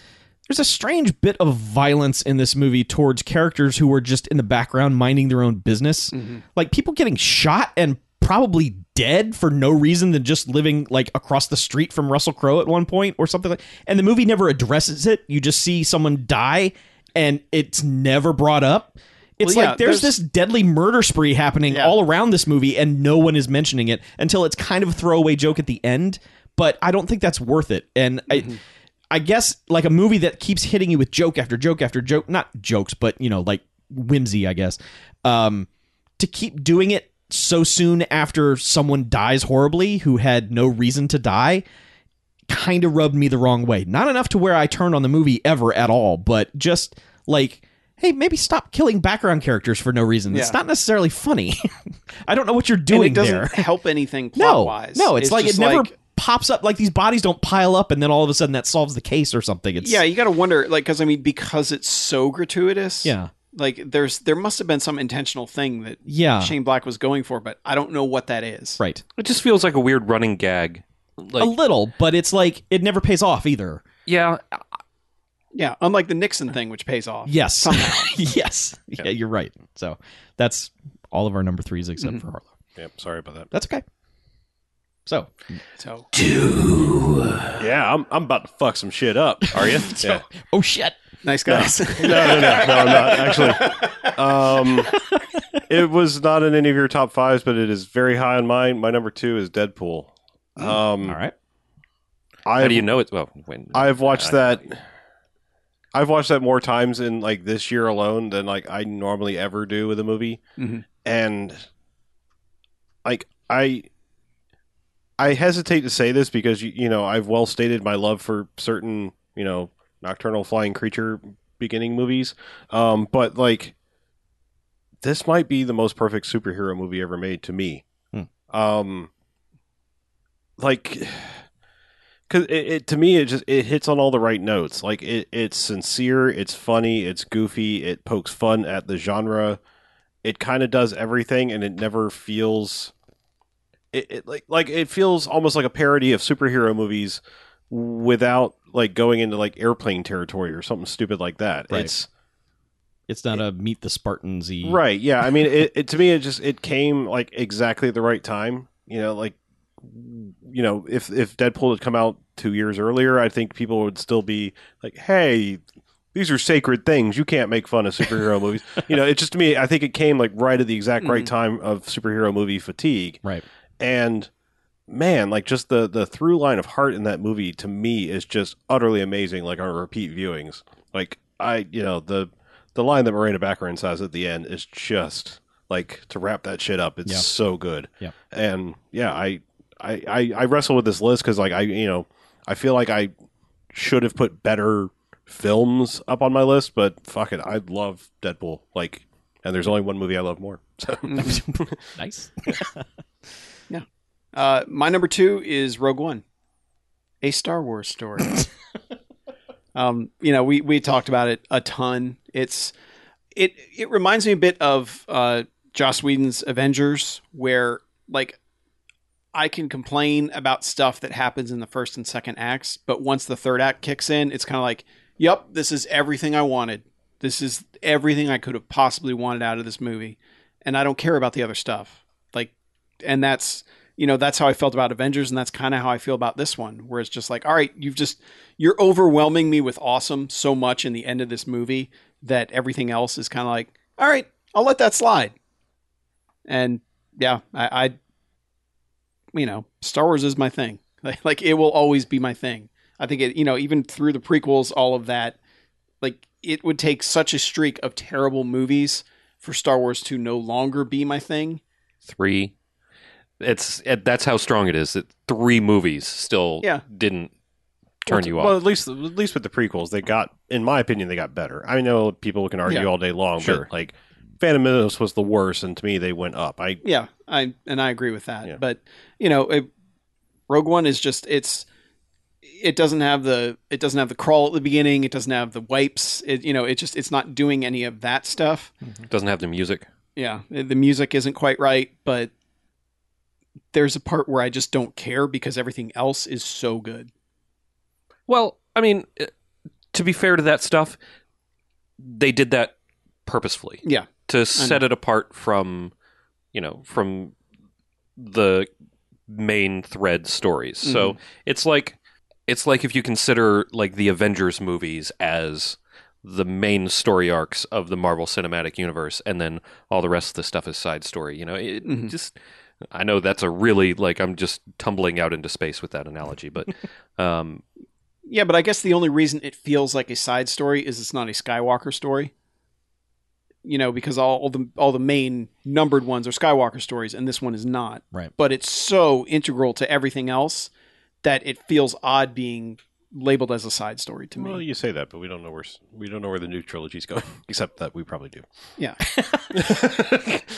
S3: there's a strange bit of violence in this movie towards characters
S4: Mm-hmm.
S3: who were just in the background minding their own business, like people getting shot and probably dead for no reason than just living like across the street from Russell Crowe at one point or something like and the movie never addresses it. You just see someone die and it's never brought up. It's
S4: Well, yeah,
S3: like there's,
S4: there's-
S3: this deadly murder spree happening
S4: Yeah.
S3: all around this movie and no one is mentioning it until it's kind of a throwaway joke at the end, but I don't think that's worth it. And
S4: Mm-hmm.
S3: I I guess like a movie that keeps hitting you with joke after joke after joke, not jokes, but you know, like whimsy, I guess. Um, to keep doing it so soon after someone dies horribly who had no reason to die kind of rubbed me the wrong way. Not enough to where I turned on the movie ever at all, but just like hey, maybe stop killing background characters for no reason. It's
S4: Yeah.
S3: not necessarily funny. I don't know what you're
S4: and
S3: doing
S4: it doesn't
S3: there.
S4: help anything plot
S3: No,
S4: wise.
S3: no, it's, like it never pops up. Like these bodies don't pile up, and then all of a sudden that solves the case or something. It's,
S4: yeah, you got to wonder, like, because I mean, because it's so gratuitous.
S3: yeah,
S4: like there's there must have been some intentional thing that
S3: yeah.
S4: Shane Black was going for, but I don't know what that is.
S3: Right,
S5: It just feels like a weird running gag. Like,
S3: a little, but it's like it never pays off either.
S5: yeah,
S4: Yeah, unlike the Nixon thing, which pays off.
S3: Yes, yes, yeah. you're right. So that's all of our number threes except for Harlow.
S2: Yep, sorry about that.
S3: That's okay. So
S4: So
S2: Yeah, I'm, I'm about to fuck some shit up. Are you? yeah.
S3: oh shit,
S4: nice guys.
S2: No, no, no, no, I'm not actually. Um, it was not in any of your top fives, but it is very high on mine. My number two is Deadpool. Um,
S3: all right.
S2: I
S5: Mm, how do you know it? Well, when
S2: I've watched
S5: I-
S2: that. I've watched that more times in like this year alone than like I normally ever do with a movie,
S4: Mhm.
S2: and like I, I hesitate to say this because you you know I've well stated my love for certain you know nocturnal flying creature beginning movies, um, but like this might be the most perfect superhero movie ever made to me.
S3: Hmm.
S2: Um, like because it, it to me it just it hits on all the right notes like it, it's sincere it's funny it's goofy it pokes fun at the genre it kind of does everything and it never feels it, it like like it feels almost like a parody of superhero movies without like going into like airplane territory or something stupid like that
S3: Right.
S2: it's
S3: It's not a meet the Spartans.
S2: right yeah i mean it, it to me it just it came like exactly at the right time you know like you know if if deadpool had come out two years earlier i think people would still be like hey these are sacred things you can't make fun of superhero movies you know it's just to me i think it came like right at the exact right time of superhero movie fatigue
S3: right.
S2: and man like just the the through line of heart in that movie to me is just utterly amazing like on repeat viewings like i you know the the line that Miranda Baccarin says at the end is just like to wrap that shit up it's
S3: Yeah.
S2: so good
S3: Yeah.
S2: and yeah i i i, I wrestle with this list because like i you know i feel like i should have put better films up on my list but fuck it i love deadpool like and there's only one movie i love more so
S3: Nice.
S4: uh, my number two is Rogue One, a Star Wars story. um, you know, we we talked about it a ton. It's it it reminds me a bit of uh, Joss Whedon's Avengers, where like I can complain about stuff that happens in the first and second acts, but once the third act kicks in, it's kind of like, yep, this is everything I wanted. This is everything I could have possibly wanted out of this movie, and I don't care about the other stuff. Like, and that's you know that's how I felt about Avengers, and that's kind of how I feel about this one, where it's just like, all right, you've just you're overwhelming me with awesome so much in the end of this movie that everything else is kind of like, all right, I'll let that slide. And yeah, I, I, you know, Star Wars is my thing. Like, like it will always be my thing. I think it, you know, even through the prequels, all of that, like it would take such a streak of terrible movies for Star Wars to no longer be my thing.
S5: three. It's it, that's how strong it is. That three movies still
S4: Yeah.
S5: didn't turn you off.
S2: Well, at least at least with the prequels, they got, in my opinion, they got better. I know people can argue
S4: Yeah.
S2: all day long,
S5: Sure.
S2: but like Phantom Menace was the worst, and to me, they went up. I
S4: Yeah, I and I agree with that.
S2: Yeah.
S4: But you know, it, Rogue One is just it's it doesn't have the it doesn't have the crawl at the beginning. It doesn't have the wipes. It you know it just it's not doing any of that stuff.
S5: Doesn't have the music.
S4: Yeah, the music isn't quite right, but there's a part where I just don't care because everything else is so good.
S5: Well, I mean, uh, to be fair to that stuff, they did that purposefully
S4: Yeah,
S5: to set it apart from, you know, from the main thread stories. So it's like it's like if you consider like the Avengers movies as the main story arcs of the Marvel Cinematic Universe, and then all the rest of the stuff is side story. You know, it
S4: Mhm.
S5: just I know that's a really like I'm just tumbling out into space with that analogy, but um,
S4: Yeah, but I guess the only reason it feels like a side story is it's not a Skywalker story. You know, because all, all the all the main numbered ones are Skywalker stories, and this one is not.
S3: Right.
S4: But it's so integral to everything else that it feels odd being labeled as a side story to me.
S5: Mm-hmm.
S2: Well, you say that, but we don't know where s- we don't know where the new trilogy's going, except that we probably do.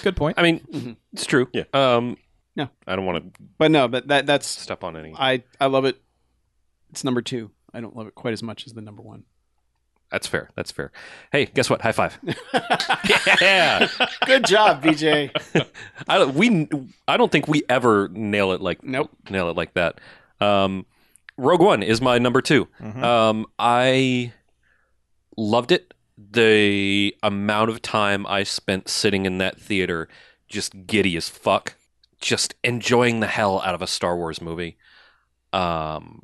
S3: Good point.
S5: I mean
S4: Mhm.
S5: it's true.
S2: Yeah.
S5: Um,
S4: No.
S5: I don't want to
S4: but no, but that that's
S5: step on any.
S4: I I love it. It's number two. I don't love it quite as much as the number one.
S5: That's fair. That's fair. Hey, guess what? High five. yeah.
S4: Good job, BJ.
S5: I don't, we I don't think we ever nail it like
S4: Nope.
S5: nail it like that. Um, Rogue One is my number 2 Um, I loved it. The amount of time I spent sitting in that theater, just giddy as fuck, just enjoying the hell out of a Star Wars movie. Um,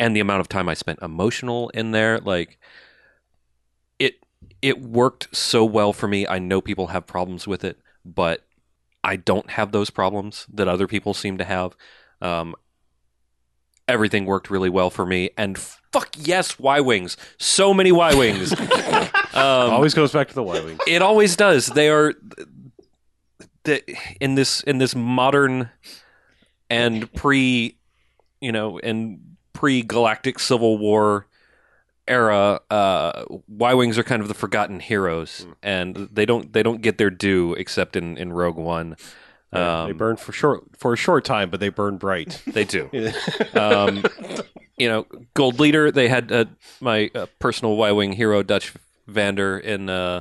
S5: and the amount of time I spent emotional in there, like it, it worked so well for me. I know people have problems with it, but I don't have those problems that other people seem to have. Um, everything worked really well for me, and fuck yes, Y wings, so many Y wings. um,
S2: Always goes back to the Y wing.
S5: it always does. They are the, in this in this modern and pre, you know, and pre galactic civil war era. Uh, y wings are kind of the forgotten heroes, and they don't they don't get their due except in in Rogue One. Um,
S2: they burn for short for a short time, but they burn bright.
S5: They do. um, you know, Gold Leader. They had uh, my uh, personal Y wing hero Dutch Vander in uh,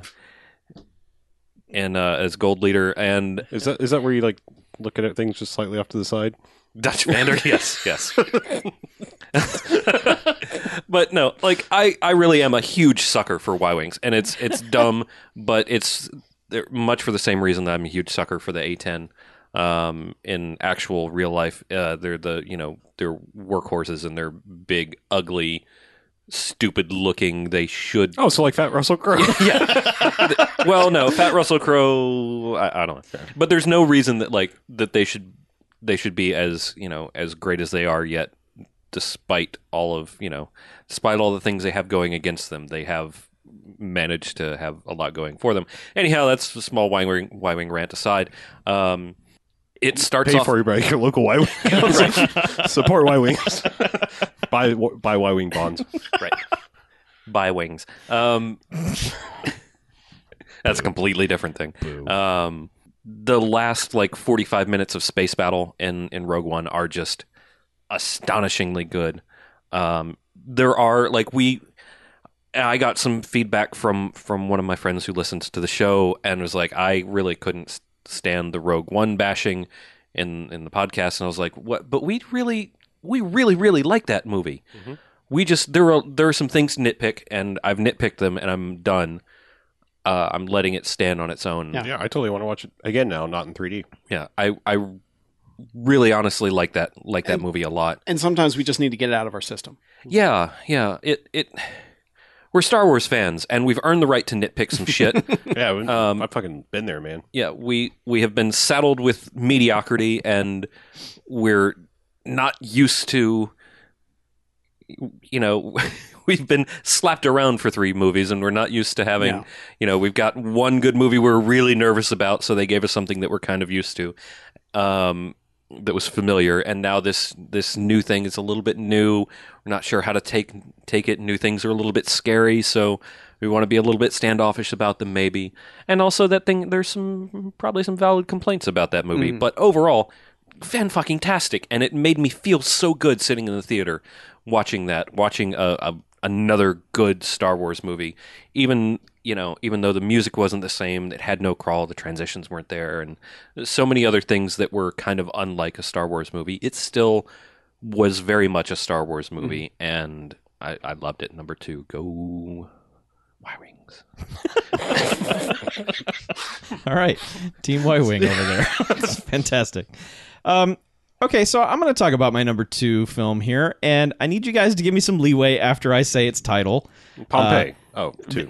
S5: in uh, as Gold Leader and
S2: Is that is that where you like looking at things just slightly off to the side?
S5: Dutch Vander. yes, yes. but no, like I, I really am a huge sucker for Y wings, and it's it's dumb, but it's they're much for the same reason that I'm a huge sucker for the A10. Um, in actual real life, uh, they're the you know they're workhorses and they're big, ugly, stupid looking. They should
S2: Oh, so like Fat Russell Crowe.
S5: yeah. well, no, Fat Russell Crowe. I, I don't know, but there's no reason that like that they should they should be as you know as great as they are yet, despite all of you know, despite all the things they have going against them, they have managed to have a lot going for them. Anyhow, that's a small Y wing Y wing rant aside. Um, it starts
S2: Pay
S5: off.
S2: for you by your local Y wing. Support Y wings. buy buy Y wing bonds.
S5: right. Buy wings. Um, that's a completely different thing. Um, the last like 45 minutes of space battle in, in Rogue One are just astonishingly good. Um, there are like we, I got some feedback from from one of my friends who listens to the show and was like, I really couldn't s- stand the Rogue One bashing in in the podcast, and I was like, what? But we really, we really, really like that movie we just there are there are some things to nitpick and I've nitpicked them and I'm done. Uh, I'm letting it stand on its own.
S4: Yeah.
S2: Yeah, I totally want to watch it again now, not in 3D.
S5: Yeah, I I really honestly like that like that
S4: And-
S5: movie a lot.
S4: And sometimes we just need to get it out of our system.
S5: Yeah, yeah. It it we're Star Wars fans and we've earned the right to nitpick some shit.
S2: Yeah, I've,
S5: Um,
S2: I've fucking been there, man.
S5: yeah, we we have been saddled with mediocrity and we're not used to you know we've been slapped around for three movies and we're not used to having
S4: Yeah.
S5: you know we've got one good movie we're really nervous about so they gave us something that we're kind of used to um that was familiar and now this this new thing is a little bit new we're not sure how to take take it new things are a little bit scary so we want to be a little bit standoffish about them maybe and also that thing there's some probably some valid complaints about that movie but overall fan fucking tastic and it made me feel so good sitting in the theater watching that watching a, a another good Star Wars movie even you know even though the music wasn't the same it had no crawl the transitions weren't there and so many other things that were kind of unlike a Star Wars movie it still was Mm-hmm. very much a Star Wars movie and I, I loved it number 2 go Y wings.
S3: All right, Team Y Wing over there. That's fantastic. Um, okay, so I'm going to talk about my number two film here, and I need you guys to give me some leeway after I say its title.
S2: Pompeii.
S3: uh,
S2: oh, two.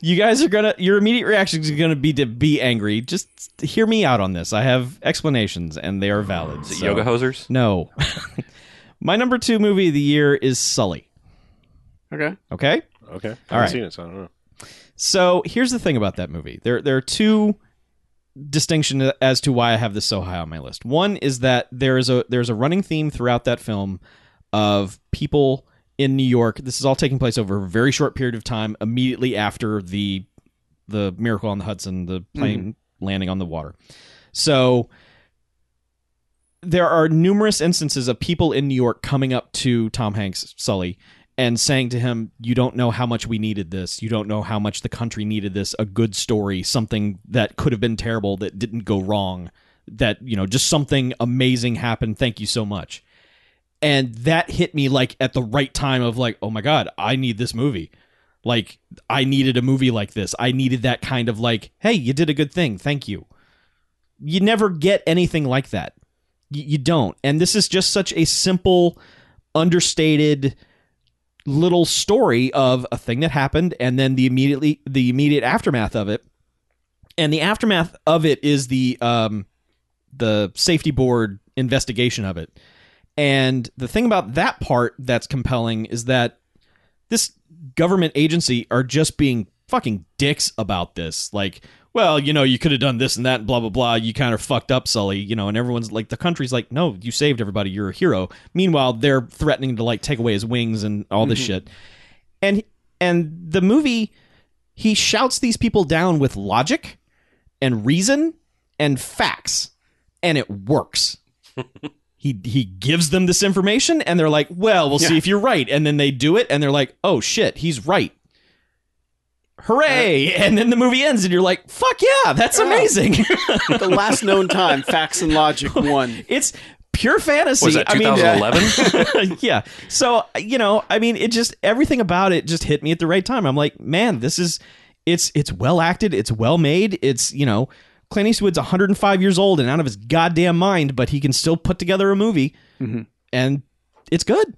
S3: You guys are gonna. Your immediate reaction is gonna be to be angry. Just hear me out on this. I have explanations, and they are valid. so-
S5: Yoga hosers.
S3: No. my number two movie of the year is Sully.
S4: Okay.
S3: Okay.
S2: Okay. I
S3: All
S2: haven't
S3: right.
S2: seen it, so I don't know.
S3: So here's the thing about that movie. There there are two distinction as to why I have this so high on my list. One is that there is a there's a running theme throughout that film of people in New York. This is all taking place over a very short period of time immediately after the the miracle on the Hudson, the plane landing on the water. So there are numerous instances of people in New York coming up to Tom Hanks, Sully, and saying to him, You don't know how much we needed this. You don't know how much the country needed this. A good story, something that could have been terrible that didn't go wrong, that, you know, just something amazing happened. Thank you so much. And that hit me like at the right time of like, Oh my God, I need this movie. Like, I needed a movie like this. I needed that kind of like, Hey, you did a good thing. Thank you. You never get anything like that. Y- you don't. And this is just such a simple, understated, little story of a thing that happened and then the immediately the immediate aftermath of it and the aftermath of it is the um the safety board investigation of it and the thing about that part that's compelling is that this government agency are just being fucking dicks about this like well you know you could have done this and that and blah blah blah you kind of fucked up sully you know and everyone's like the country's like no you saved everybody you're a hero meanwhile they're threatening to like take away his wings and all this shit and and the movie he shouts these people down with logic and reason and facts and it works he he gives them this information and they're like well we'll see if you're right and then they do it and they're like oh shit he's right hooray
S5: Uh,
S3: and then the movie ends and you're like fuck yeah that's amazing
S4: the last known time, facts and logic won.
S3: it's pure fantasy
S5: Was that
S3: i mean
S5: 2011?
S3: yeah. So, you know, I mean, it just everything about it just hit me at the right time. I'm like, man, this is it's it's well acted, it's well made, it's, you know, Clint Eastwood's 105 years old and out of his goddamn mind, but he can still put together a movie and it's good.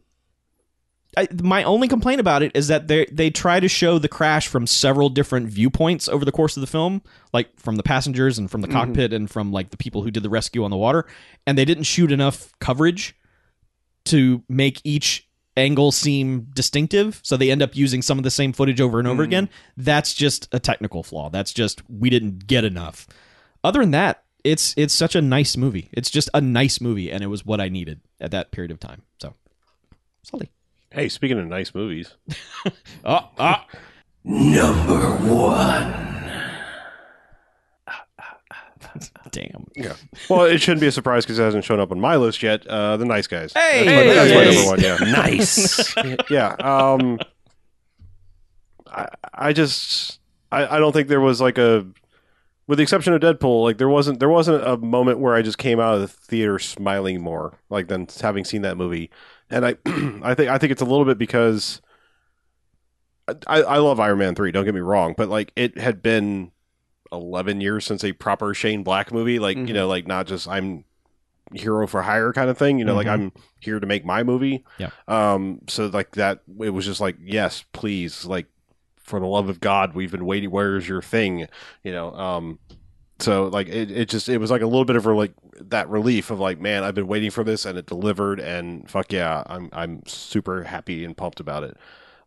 S3: I, my only complaint about it is that they they try to show the crash from several different viewpoints over the course of the film, like from the passengers and from the cockpit and from like the people who did the rescue on the water, and they didn't shoot enough coverage to make each angle seem distinctive so they end up using some of the same footage over and over again that's just a technical flaw that's just we didn't get enough other than that it's it's such a nice movie it's just a nice movie and it was what i needed at that period of time so sully
S2: Hey, speaking of nice movies,
S3: oh, oh.
S1: Number one.
S3: damn
S2: well, it shouldn't be a surprise because it hasn't shown up on my list yet. Uh, the Nice Guys.
S3: Hey!
S2: that's my, that's my
S3: Hey!
S2: number one. Yeah.
S1: Nice.
S2: yeah. Um, I, I just I, I don't think there was like a with the exception of Deadpool, like there wasn't there wasn't a moment where I just came out of the theater smiling more like than having seen that movie, and I I think I think it's a little bit because I I love Iron Man three. Don't get me wrong, but like it had been eleven years since a proper Shane Black movie, like you know, like not just I'm hero for hire kind of thing. You know, like
S3: Mhm.
S2: I'm here to make my movie.
S3: Yeah.
S2: Um. So like that, it was just like yes, please, like for the love of God, we've been waiting. Where's your thing? You know. Um. So like it, it just it was like a little bit of like that relief of like man I've been waiting for this and it delivered and fuck yeah I'm I'm super happy and pumped about it.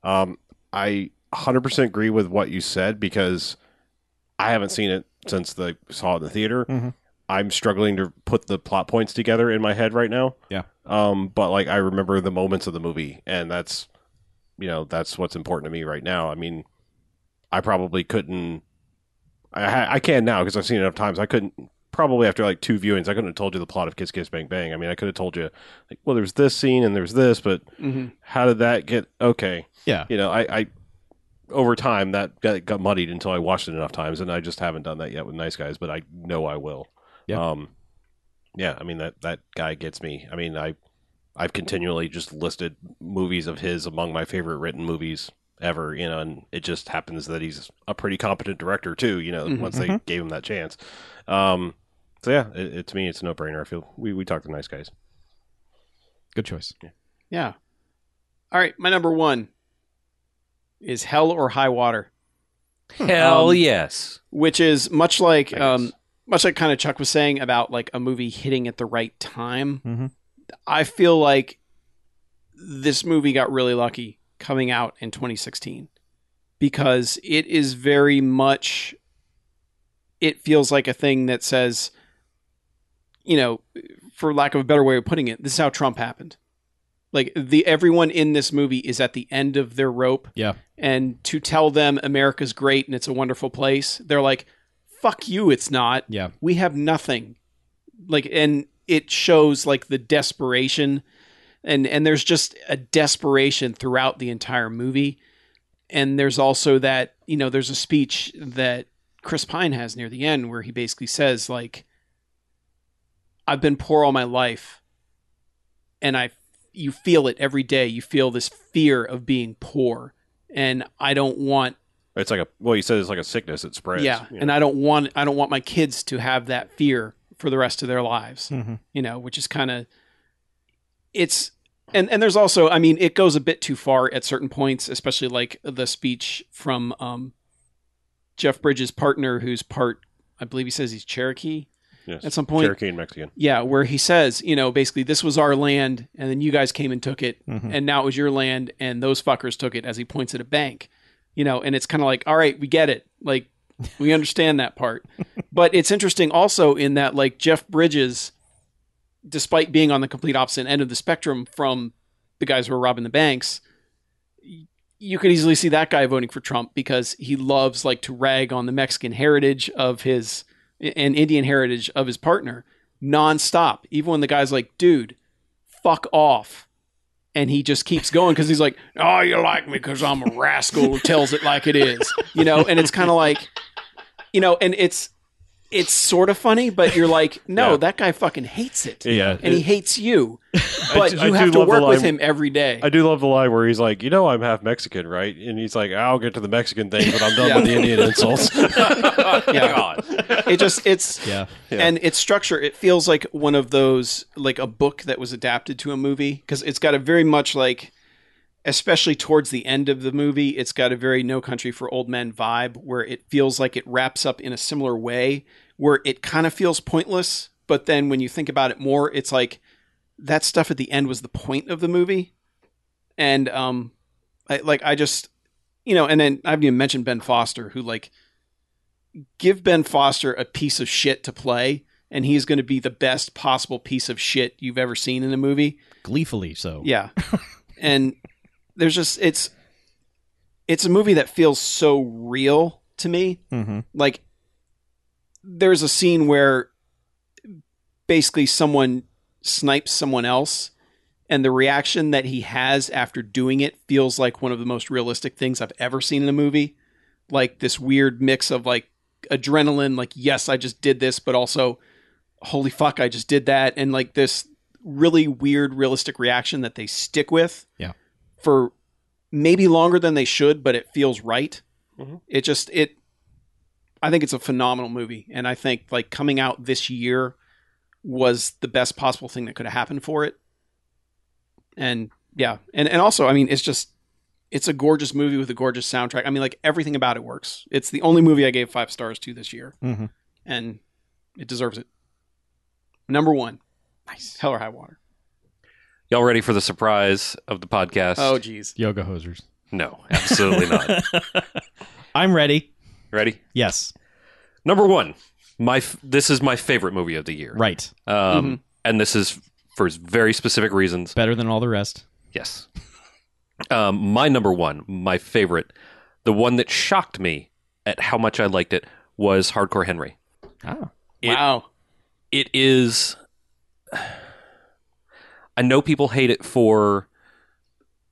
S2: Um, I 100% agree with what you said because I haven't seen it since the saw it in the theater.
S3: Mhm.
S2: I'm struggling to put the plot points together in my head right now.
S3: Yeah.
S2: Um, but like I remember the moments of the movie, and that's you know that's what's important to me right now. I mean, I probably couldn't. I ha- I can now because I've seen it enough times. I couldn't probably after like two viewings. I couldn't have told you the plot of Kiss Kiss Bang Bang. I mean, I could have told you like, well, there's this scene and there's this, but
S4: Mm-hmm.
S2: how did that get okay?
S3: yeah
S2: you know, I, I over time that got, got muddied until I watched it enough times, and I just haven't done that yet with Nice Guys, but I know I will.
S3: Yeah.
S2: Um, yeah. I mean that that guy gets me. I mean, I I've continually just listed movies of his among my favorite written movies, ever, you know, and it just happens that he's a pretty competent director too, you
S4: Mm-hmm,
S2: know, once they gave him that chance. Um, so yeah, it, it, to me, it's a no brainer. I feel we, we talk to nice guys.
S3: Good choice.
S4: Yeah. All right, my number one is Hell or High Water,
S5: Hell
S4: Um,
S5: yes.
S4: which is much like
S2: I
S4: um,
S2: guess.
S4: much like kind of Chuck was saying about like a movie hitting at the right time.
S2: Mm-hmm.
S3: Mhm.
S4: I feel like this movie got really lucky coming out in 2016 because it is very much it feels like a thing that says you know for lack of a better way of putting it this is how Trump happened like the everyone in this movie is at the end of their rope
S3: Yeah.
S4: and to tell them America's great and it's a wonderful place they're like fuck you it's not
S3: Yeah.
S4: we have nothing like and it shows like the desperation and and there's just a desperation throughout the entire movie and there's also that you know there's a speech that chris pine has near the end where he basically says like i've been poor all my life and i you feel it every day you feel this fear of being poor and i don't want
S2: It's like a well, you said it's like a sickness that spreads.
S4: yeah,
S2: you know.
S4: and I don't want I don't want my kids to have that fear for the rest of their lives.
S3: Mhm.
S4: You know, which is kind of it's and and there's also I mean it goes a bit too far at certain points, especially like the speech from um, Jeff Bridges' partner, who's part I believe he says he's Cherokee
S2: yes.
S4: at some point.
S2: Cherokee and Mexican.
S4: Yeah, where he says, you know, basically this was our land, and then you guys came and took it,
S3: Mhm.
S4: and now it was your land, and those fuckers took it. As he points at a bank, you know, and it's kind of like, all right, we get it, like we understand that part. But it's interesting also in that like Jeff Bridges, despite being on the complete opposite end of the spectrum from the guys who are robbing the banks, y- you could easily see that guy voting for Trump because he loves like to rag on the Mexican heritage of his and Indian heritage of his partner nonstop. Even when the guy's like, dude, fuck off. And he just keeps going because he's like, oh, you like me because I'm a rascal who tells it like it is, you know? And it's kind of like, you know, and it's, it's sort of funny, but you're like, no,
S2: Yeah.
S4: that guy fucking hates it.
S2: Yeah,
S4: And he hates you, but
S2: do- I
S4: you
S2: do
S4: have to
S2: love the
S4: work with
S2: line-
S4: him every day.
S2: I do love the line where he's like, you know, I'm half Mexican, right? And he's like, I'll get to the Mexican thing, but I'm done
S4: Yeah.
S2: with the Indian insults.
S4: yeah. It just it's
S3: Yeah.
S4: and its structure it feels like one of those like a book that was adapted to a movie because it's got a very much like especially towards the end of the movie it's got a very no country for old men vibe where it feels like it wraps up in a similar way where it kind of feels pointless but then when you think about it more it's like that stuff at the end was the point of the movie and um I, like i just you know and then i haven't even mentioned ben foster who like give Ben Foster a piece of shit to play, and he's going to be the best possible piece of shit you've ever seen in a movie.
S3: Gleefully so.
S4: Yeah, and there's just it's it's a movie that feels so real to me.
S3: Mm-hmm.
S4: Like there's a scene where basically someone snipes someone else. And the reaction that he has after doing it feels like one of the most realistic things I've ever seen in a movie. Like this weird mix of like adrenaline, like, yes, I just did this, but also, holy fuck, I just did that. And like this really weird, realistic reaction that they stick with.
S3: Yeah.
S4: For maybe longer than they should, but it feels right.
S2: Mhm.
S4: It just, it, I think it's a phenomenal movie. And I think like coming out this year was the best possible thing that could have happened for it. And yeah. And, and also, I mean, it's just, it's a gorgeous movie with a gorgeous soundtrack. I mean, like everything about it works. It's the only movie I gave five stars to this year,
S3: Mhm.
S4: and it deserves it. Number one, nice. Hell or High Water.
S5: Y'all ready for the surprise of the podcast?
S4: Oh, geez.
S3: Yoga hosers.
S5: no, absolutely not.
S3: I'm ready.
S5: Ready?
S3: Yes.
S5: Number one, my f- this is my favorite movie of the year.
S3: Right.
S5: Um, and this is for very specific reasons.
S3: Better than all the rest.
S5: Yes. Um, my number one, my favorite, the one that shocked me at how much I liked it was Hardcore Henry.
S3: Ah.
S5: It-
S4: wow.
S5: It is. I know people hate it for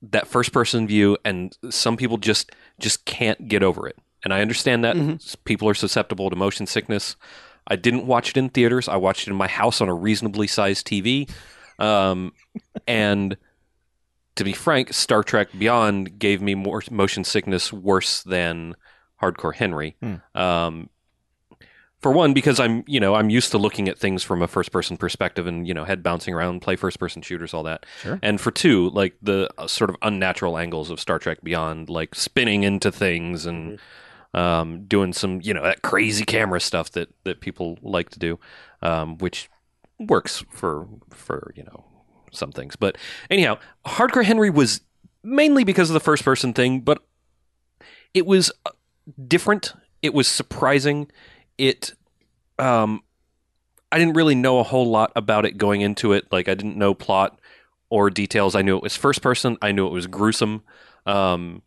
S5: that first person view, and some people just just can't get over it. And I understand that people are susceptible to motion sickness. I didn't watch it in theaters. I watched it in my house on a reasonably sized TV, um, and to be frank, Star Trek Beyond gave me more motion sickness worse than Hardcore Henry. Um, for one, because I'm you know I'm used to looking at things from a first person perspective and you know head bouncing around, play first person shooters, all that.
S3: Sure.
S5: And for two, like the uh, sort of unnatural angles of Star Trek Beyond, like spinning into things and um, doing some you know that crazy camera stuff that that people like to do, um, which works for for you know some things. But anyhow, Hardcore Henry was mainly because of the first person thing, but it was uh, different. It was surprising. It, um, I didn't really know a whole lot about it going into it. Like I didn't know plot or details. I knew it was first person. I knew it was gruesome, um,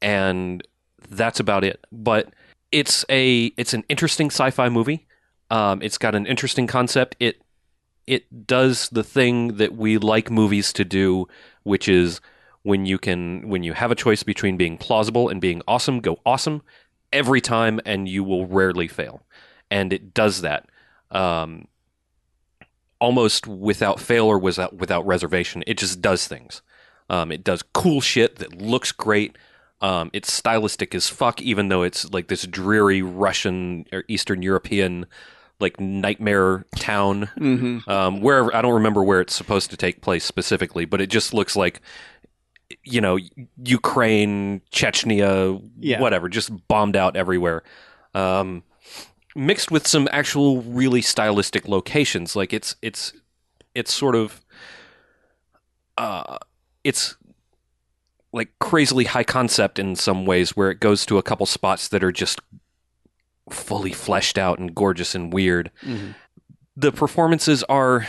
S5: and that's about it. But it's a it's an interesting sci-fi movie. Um, it's got an interesting concept. It it does the thing that we like movies to do, which is when you can when you have a choice between being plausible and being awesome, go awesome every time, and you will rarely fail. And it does that um, almost without fail or without without reservation. It just does things. Um, it does cool shit that looks great. Um, it's stylistic as fuck, even though it's like this dreary Russian or Eastern European like nightmare town
S4: Mm-hmm.
S5: um, wherever I don't remember where it's supposed to take place specifically, but it just looks like you know Ukraine, Chechnya,
S4: Yeah.
S5: whatever, just bombed out everywhere. Um, mixed with some actual really stylistic locations, like it's it's it's sort of uh, it's like crazily high concept in some ways, where it goes to a couple spots that are just fully fleshed out and gorgeous and weird
S4: Mm-hmm.
S5: the performances are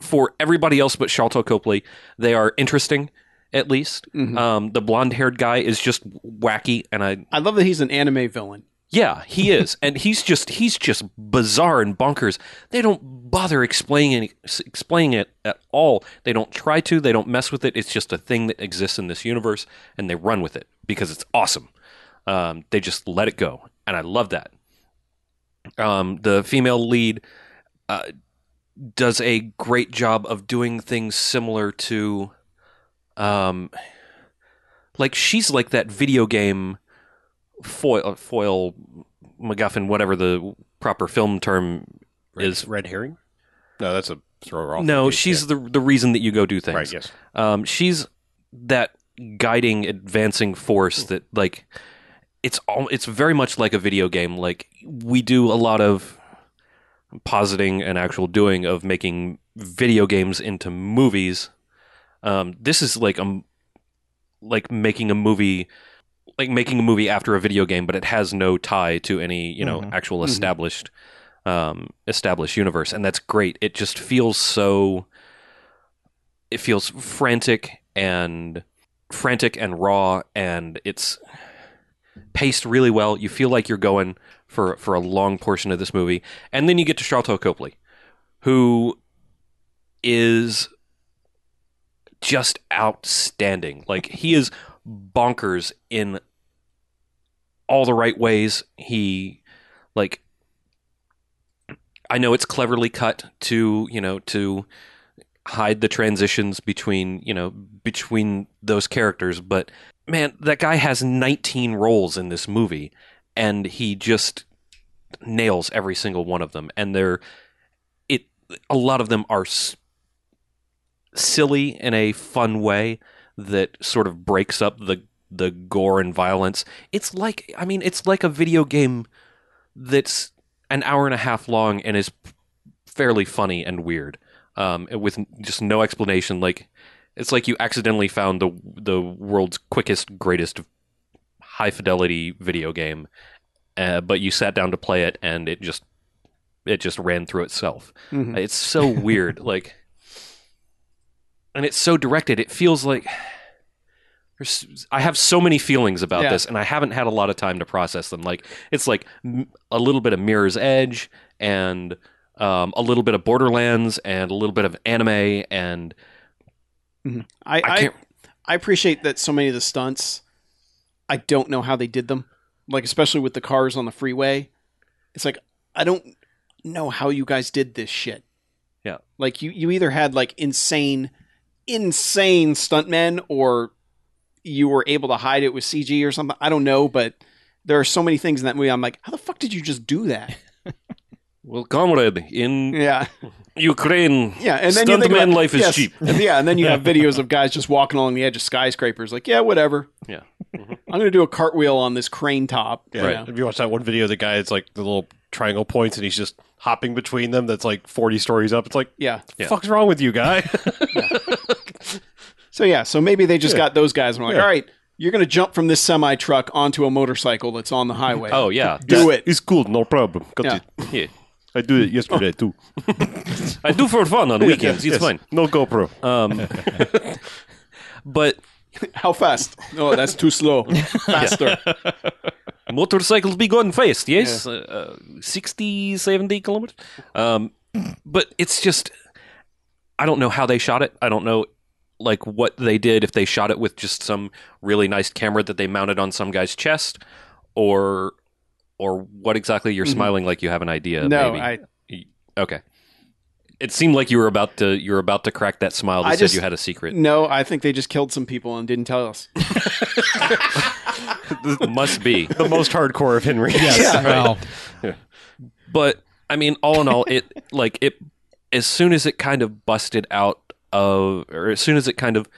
S5: for everybody else but Shalto Copley. They are interesting, at least.
S4: Mhm.
S5: Um, the blonde-haired guy is just wacky, and I
S4: I love that he's an anime villain.
S5: yeah, he is, and he's just he's just bizarre and bonkers. They don't bother explaining explaining it at all. They don't try to. They don't mess with it. It's just a thing that exists in this universe, and they run with it because it's awesome. Um, they just let it go, and I love that. Um, the female lead uh, does a great job of doing things similar to, um, like she's like that video game foil foil MacGuffin, whatever the proper film term is.
S2: red herring? No, that's a thrower off.
S5: No,
S2: Yeah.
S5: she's the the reason that you go do things.
S2: right. Yes,
S5: Um, she's that guiding, advancing force
S2: Hmm.
S5: that like it's all. It's very much like a video game. Like we do a lot of positing and actual doing of making video games into movies. Um, this is like um like making a movie like making a movie after a video game, but it has no tie to any you know actual established um, established universe, and that's great. It just feels so it feels frantic and frantic and raw and it's paced really well you feel like you're going for for a long portion of this movie and then you get to Charlton Copley who is just outstanding like he is bonkers in all the right ways he like I know it's cleverly cut to you know to hide the transitions between you know between those characters but man that guy has 19 roles in this movie and he just nails every single one of them and they're it a lot of them are s- silly in a fun way that sort of breaks up the the gore and violence it's like i mean it's like a video game that's an hour and a half long and is fairly funny and weird um, with just no explanation. Like it's like you accidentally found the the world's quickest, greatest, high fidelity video game, uh, but you sat down to play it and it just it just ran through itself.
S4: Mhm.
S5: It's so weird, like, and it's so directed. It feels like. there's- I have so many feelings about
S4: Yeah.
S5: this, and I haven't had a lot of time to process them. Like it's like m- a little bit of Mirror's Edge, and um, a little bit of Borderlands and a little bit of anime and
S4: I
S5: I
S4: I,
S5: can't-
S4: I appreciate that so many of the stunts. I don't know how they did them, like especially with the cars on the freeway. It's like I don't know how you guys did this shit.
S5: Yeah.
S4: like you you either had like insane insane stuntmen or you were able to hide it with CG or something. I don't know, but there are so many things in that movie. I'm like, how the fuck did you just do that?
S5: Well, comrade, in
S4: Yeah.
S5: Ukraine,
S4: Yeah. And then you think
S5: stuntman
S4: about-
S5: life is
S4: yes.
S5: cheap.
S4: And yeah. And then you have videos of guys just walking along the edge of skyscrapers, like, yeah, whatever.
S5: Yeah.
S4: I'm going to do a cartwheel on this crane top. you
S2: Yeah.
S4: know.
S2: If you watch that one video, of the guy it's like the little triangle points, and he's just hopping between them. That's like forty stories up. It's like,
S4: Yeah.
S5: Yeah.
S2: fuck's wrong with you, guy?
S4: So yeah, so maybe they just
S2: Yeah.
S4: got those guys and were like,
S2: Yeah.
S4: all right, you're going to jump from this semi truck onto a motorcycle that's on the highway.
S5: Oh yeah,
S4: do it.
S2: It's cool, no problem. Got
S4: Yeah.
S2: it.
S5: yeah.
S2: I do it yesterday too.
S5: I do for fun on weekends. It's
S2: Yes.
S5: fine.
S2: No GoPro.
S5: Um, but
S4: How fast? No, that's too slow. Faster.
S5: motorcycles be going fast yes uh, uh, 60 70 kilometers um, but it's just i don't know how they shot it i don't know like what they did if they shot it with just some really nice camera that they mounted on some guy's chest or or what exactly you're smiling like you have an idea
S4: Mm-hmm. no,
S5: maybe.
S4: I
S5: okay it seemed like you were about to you were about to crack that smile that
S4: I
S5: said
S4: just-
S5: you had a secret
S4: no, I think they just killed some people and didn't tell us.
S5: must be
S2: the most hardcore of Henry.
S3: Yes. Well,
S5: but I mean, all in all, it like it as soon as it kind of busted out of, or as soon as it kind of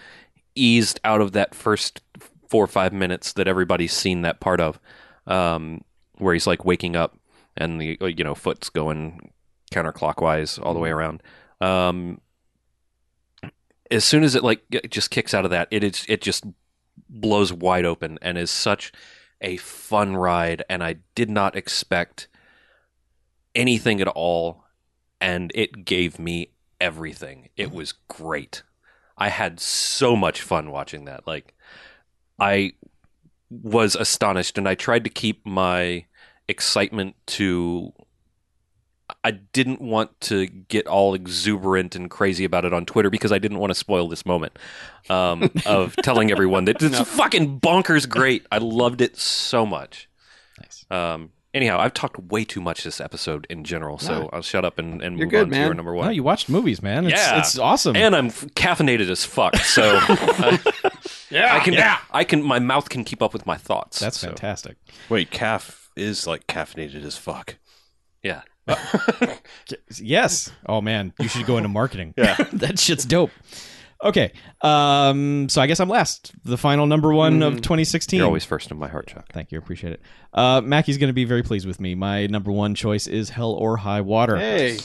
S5: eased out of that first four or five minutes that everybody's seen that part of, um, where he's like waking up and the uh, you know foot's going counterclockwise all the way around. Um, as soon as it like it just kicks out of that, it is it just blows wide open and is such a fun ride, and I did not expect anything at all and it gave me everything
S4: Mm-hmm.
S5: it was great i had so much fun watching that like i was astonished and i tried to keep my excitement to i didn't want to get all exuberant and crazy about it on twitter because i didn't want to spoil this moment um, of telling everyone that it's fucking bonkers great i loved it so much um, anyhow, I've talked way too much this episode in general, so I'll shut up and, and
S4: You're
S5: move
S4: good,
S5: on
S4: man.
S5: to your number one.
S3: no, you watched movies, man. It's,
S5: Yeah.
S3: it's awesome.
S5: and I'm f- caffeinated as fuck, so I, yeah, I can, I can, my mouth can keep up with my thoughts.
S3: That's
S5: so,
S3: fantastic.
S2: Wait, calf is like caffeinated as fuck.
S5: yeah.
S3: Yes. Oh man, you should go into marketing.
S2: Yeah.
S3: that shit's dope. Okay. Um. So I guess I'm last. The final number one of 2016.
S5: Mm. You're always first in my heart, Chuck.
S3: Thank you. Appreciate it. Uh, Mackie's going to be very pleased with me. My number one choice is Hell or High Water.
S4: Hey.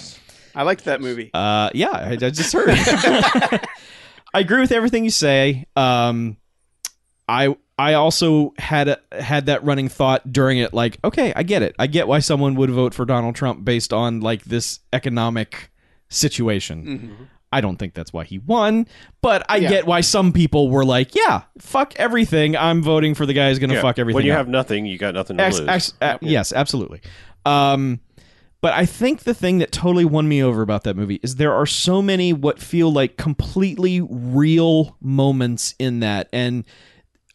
S4: I liked that movie.
S3: Uh, yeah, I, I just heard. I agree with everything you say. Um, I I also had a, had that running thought during it, like, okay, I get it. I get why someone would vote for Donald Trump based on like this economic situation. I don't think that's why he won, but I
S4: Mm-hmm. Yeah.
S3: get why some people were like, yeah, fuck everything. I'm voting for the guy who's gonna
S2: Yeah.
S3: fuck everything.
S2: When you
S3: up.
S2: have nothing, you got nothing to
S3: Ex-
S2: lose.
S3: ex- uh, Yes, absolutely. Um, but I think the thing that totally won me over about that movie is there are so many what feel like completely real moments in that, and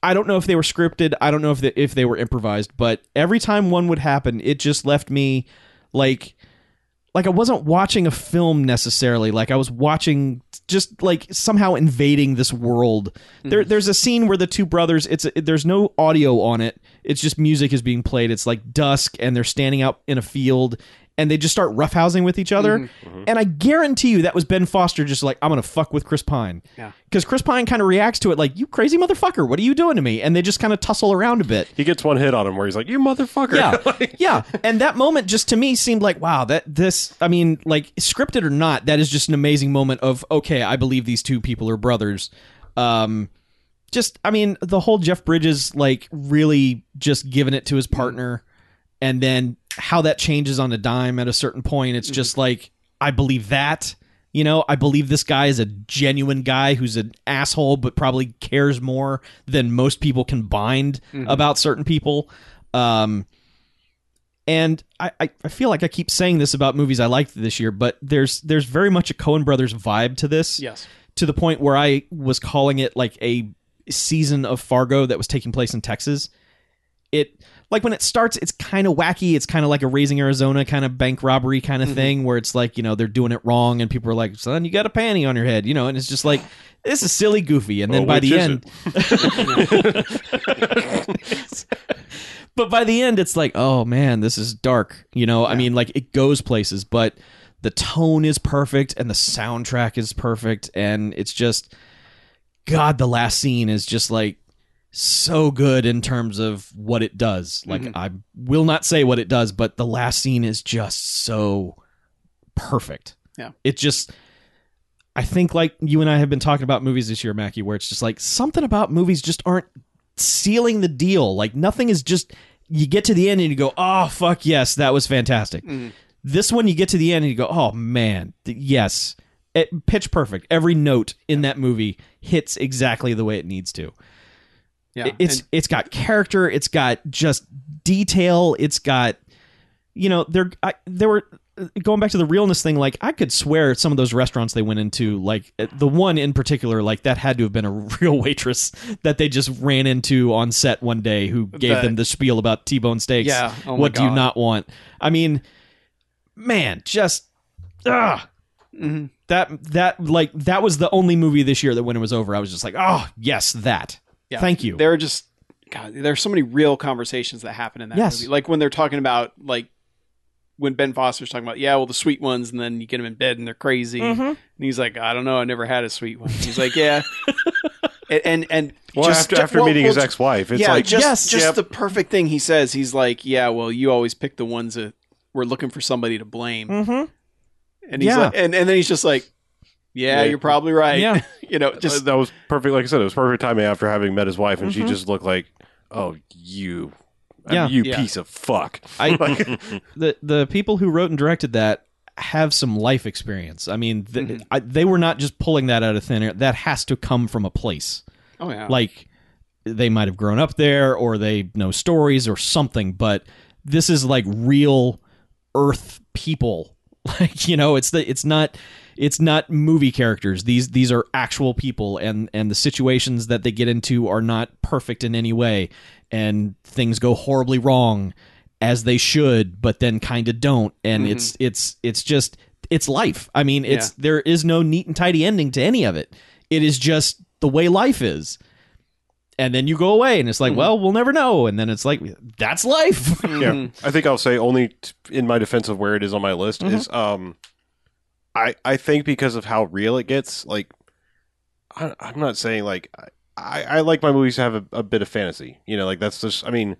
S3: I don't know if they were scripted. I don't know if they, if they were improvised, but every time one would happen, it just left me like like I wasn't watching a film necessarily. Like I was watching just like somehow invading this world. There, there's a scene where the two brothers. It's a, there's no audio on it. It's just music is being played. It's like dusk, and they're standing out in a field, and they just start roughhousing with each other. And I guarantee you that was Ben Foster just like I'm gonna fuck with Chris Pine.
S4: Yeah.
S3: Because Chris Pine kind of reacts to it like you crazy motherfucker. What are you doing to me? And they just kind of tussle around a bit.
S2: he gets one hit on him where he's like, "You motherfucker!"
S3: Yeah, yeah. And that moment just to me seemed like, wow, that this. I mean, like scripted or not, that is just an amazing moment of okay, I believe these two people are brothers. Um, just, I mean, the whole Jeff Bridges like really just giving it to his partner, and then how that changes on a dime at a certain point. It's just like I believe that. You know, I believe this guy is a genuine guy who's an asshole, but probably cares more than most people combined about certain people. Um, and I, I, I feel like I keep saying this about movies I liked this year, but there's there's very much a Coen Brothers vibe to this.
S4: yes.
S3: To the point where I was calling it like a season of Fargo that was taking place in Texas. It like when it starts, it's kind of wacky. It's kind of like a Raising Arizona kind of bank robbery kind
S2: Mm-hmm.
S3: of thing where it's like, you know, they're doing it wrong and people are like, son, you got a panty on your head, you know, and it's just like, this is silly, goofy. And then
S2: Oh,
S3: by
S2: which
S3: the
S2: is
S3: end, but by the end it's like oh man this is dark you know i mean like it goes places but the tone is perfect and the soundtrack is perfect and it's just god the last scene is just like so good in terms of what it does like i will not say what it does but the last scene is just so perfect
S4: Yeah.
S3: it just i think like you and i have been talking about movies this year mackie where it's just like something about movies just aren't sealing the deal. Like nothing is just you get to the end and you go, "Oh fuck yes, that was fantastic." This one you get to the end and you go, "Oh man, th- yes." It, pitch perfect. Every note in that movie hits exactly the way it needs to.
S4: Yeah,
S3: It- it's it's got character, it's got just detail, it's got you know, there I, there were uh, going back to the realness thing like I could swear some of those restaurants they went into like uh, the one in particular like that had to have been a real waitress that they just ran into on set one day who gave
S4: The-
S3: them the spiel about T-bone steaks.
S4: Yeah, oh my
S3: what do you
S4: God.
S3: not want? I mean, man, just ah
S4: Mhm.
S3: that that like that was the only movie this year that when it was over I was just like, "Oh, yes, that."
S4: Yeah.
S3: Thank you.
S4: There are just God. There are so many real conversations that happen in that
S3: Yes.
S4: movie. Like when they're talking about like when Ben Foster's talking about yeah, well the sweet ones, and then you get them in bed and they're crazy,
S3: Mm-hmm.
S4: and he's like, I don't know, I never had a sweet one. He's like, yeah, and and, and
S2: Well,
S4: just-
S2: after, after
S4: well,
S2: meeting
S4: well,
S2: his ex-wife, it's
S4: yeah,
S2: like
S4: just
S3: yes,
S4: just
S2: yep.
S4: the perfect thing he says. He's like, yeah, well, you always pick the ones that we're looking for somebody to blame,
S3: Mhm.
S4: and he's
S3: Yeah.
S4: like, and and then he's just like, yeah,
S2: Yeah. Uh,
S4: you're probably right.
S3: Yeah.
S4: you know,
S2: just,
S4: just
S2: that was perfect. Like I said, it was perfect timing after having met his wife, and she just looked like, "Oh, you, I mean,
S3: Yeah.
S2: you
S4: Yeah.
S2: piece of fuck."
S3: I-
S2: Like,
S3: the the people who wrote and directed that have some life experience. I mean, th I, they were not just pulling that out of thin air. That has to come from a place
S4: oh yeah,
S3: like they might have grown up there or they know stories or something. But this is like real Earth people. Like you know, it's the it's not it's not movie characters. These these are actual people, and and the situations that they get into are not perfect in any way, and things go horribly wrong as they should, but then kind of don't. And it's it's it's just it's life. I mean, it's there is no neat and tidy ending to any of it. It is just the way life is. And then you go away, and it's like, well, we'll never know. And then it's like, that's life.
S4: Mm-hmm.
S2: yeah, I think I'll say only t- in my defense of where it is on my list is um, I I think because of how real it gets. Like, I, I'm not saying like I- I, I like my movies to have a, a bit of fantasy. You know, like that's just I mean,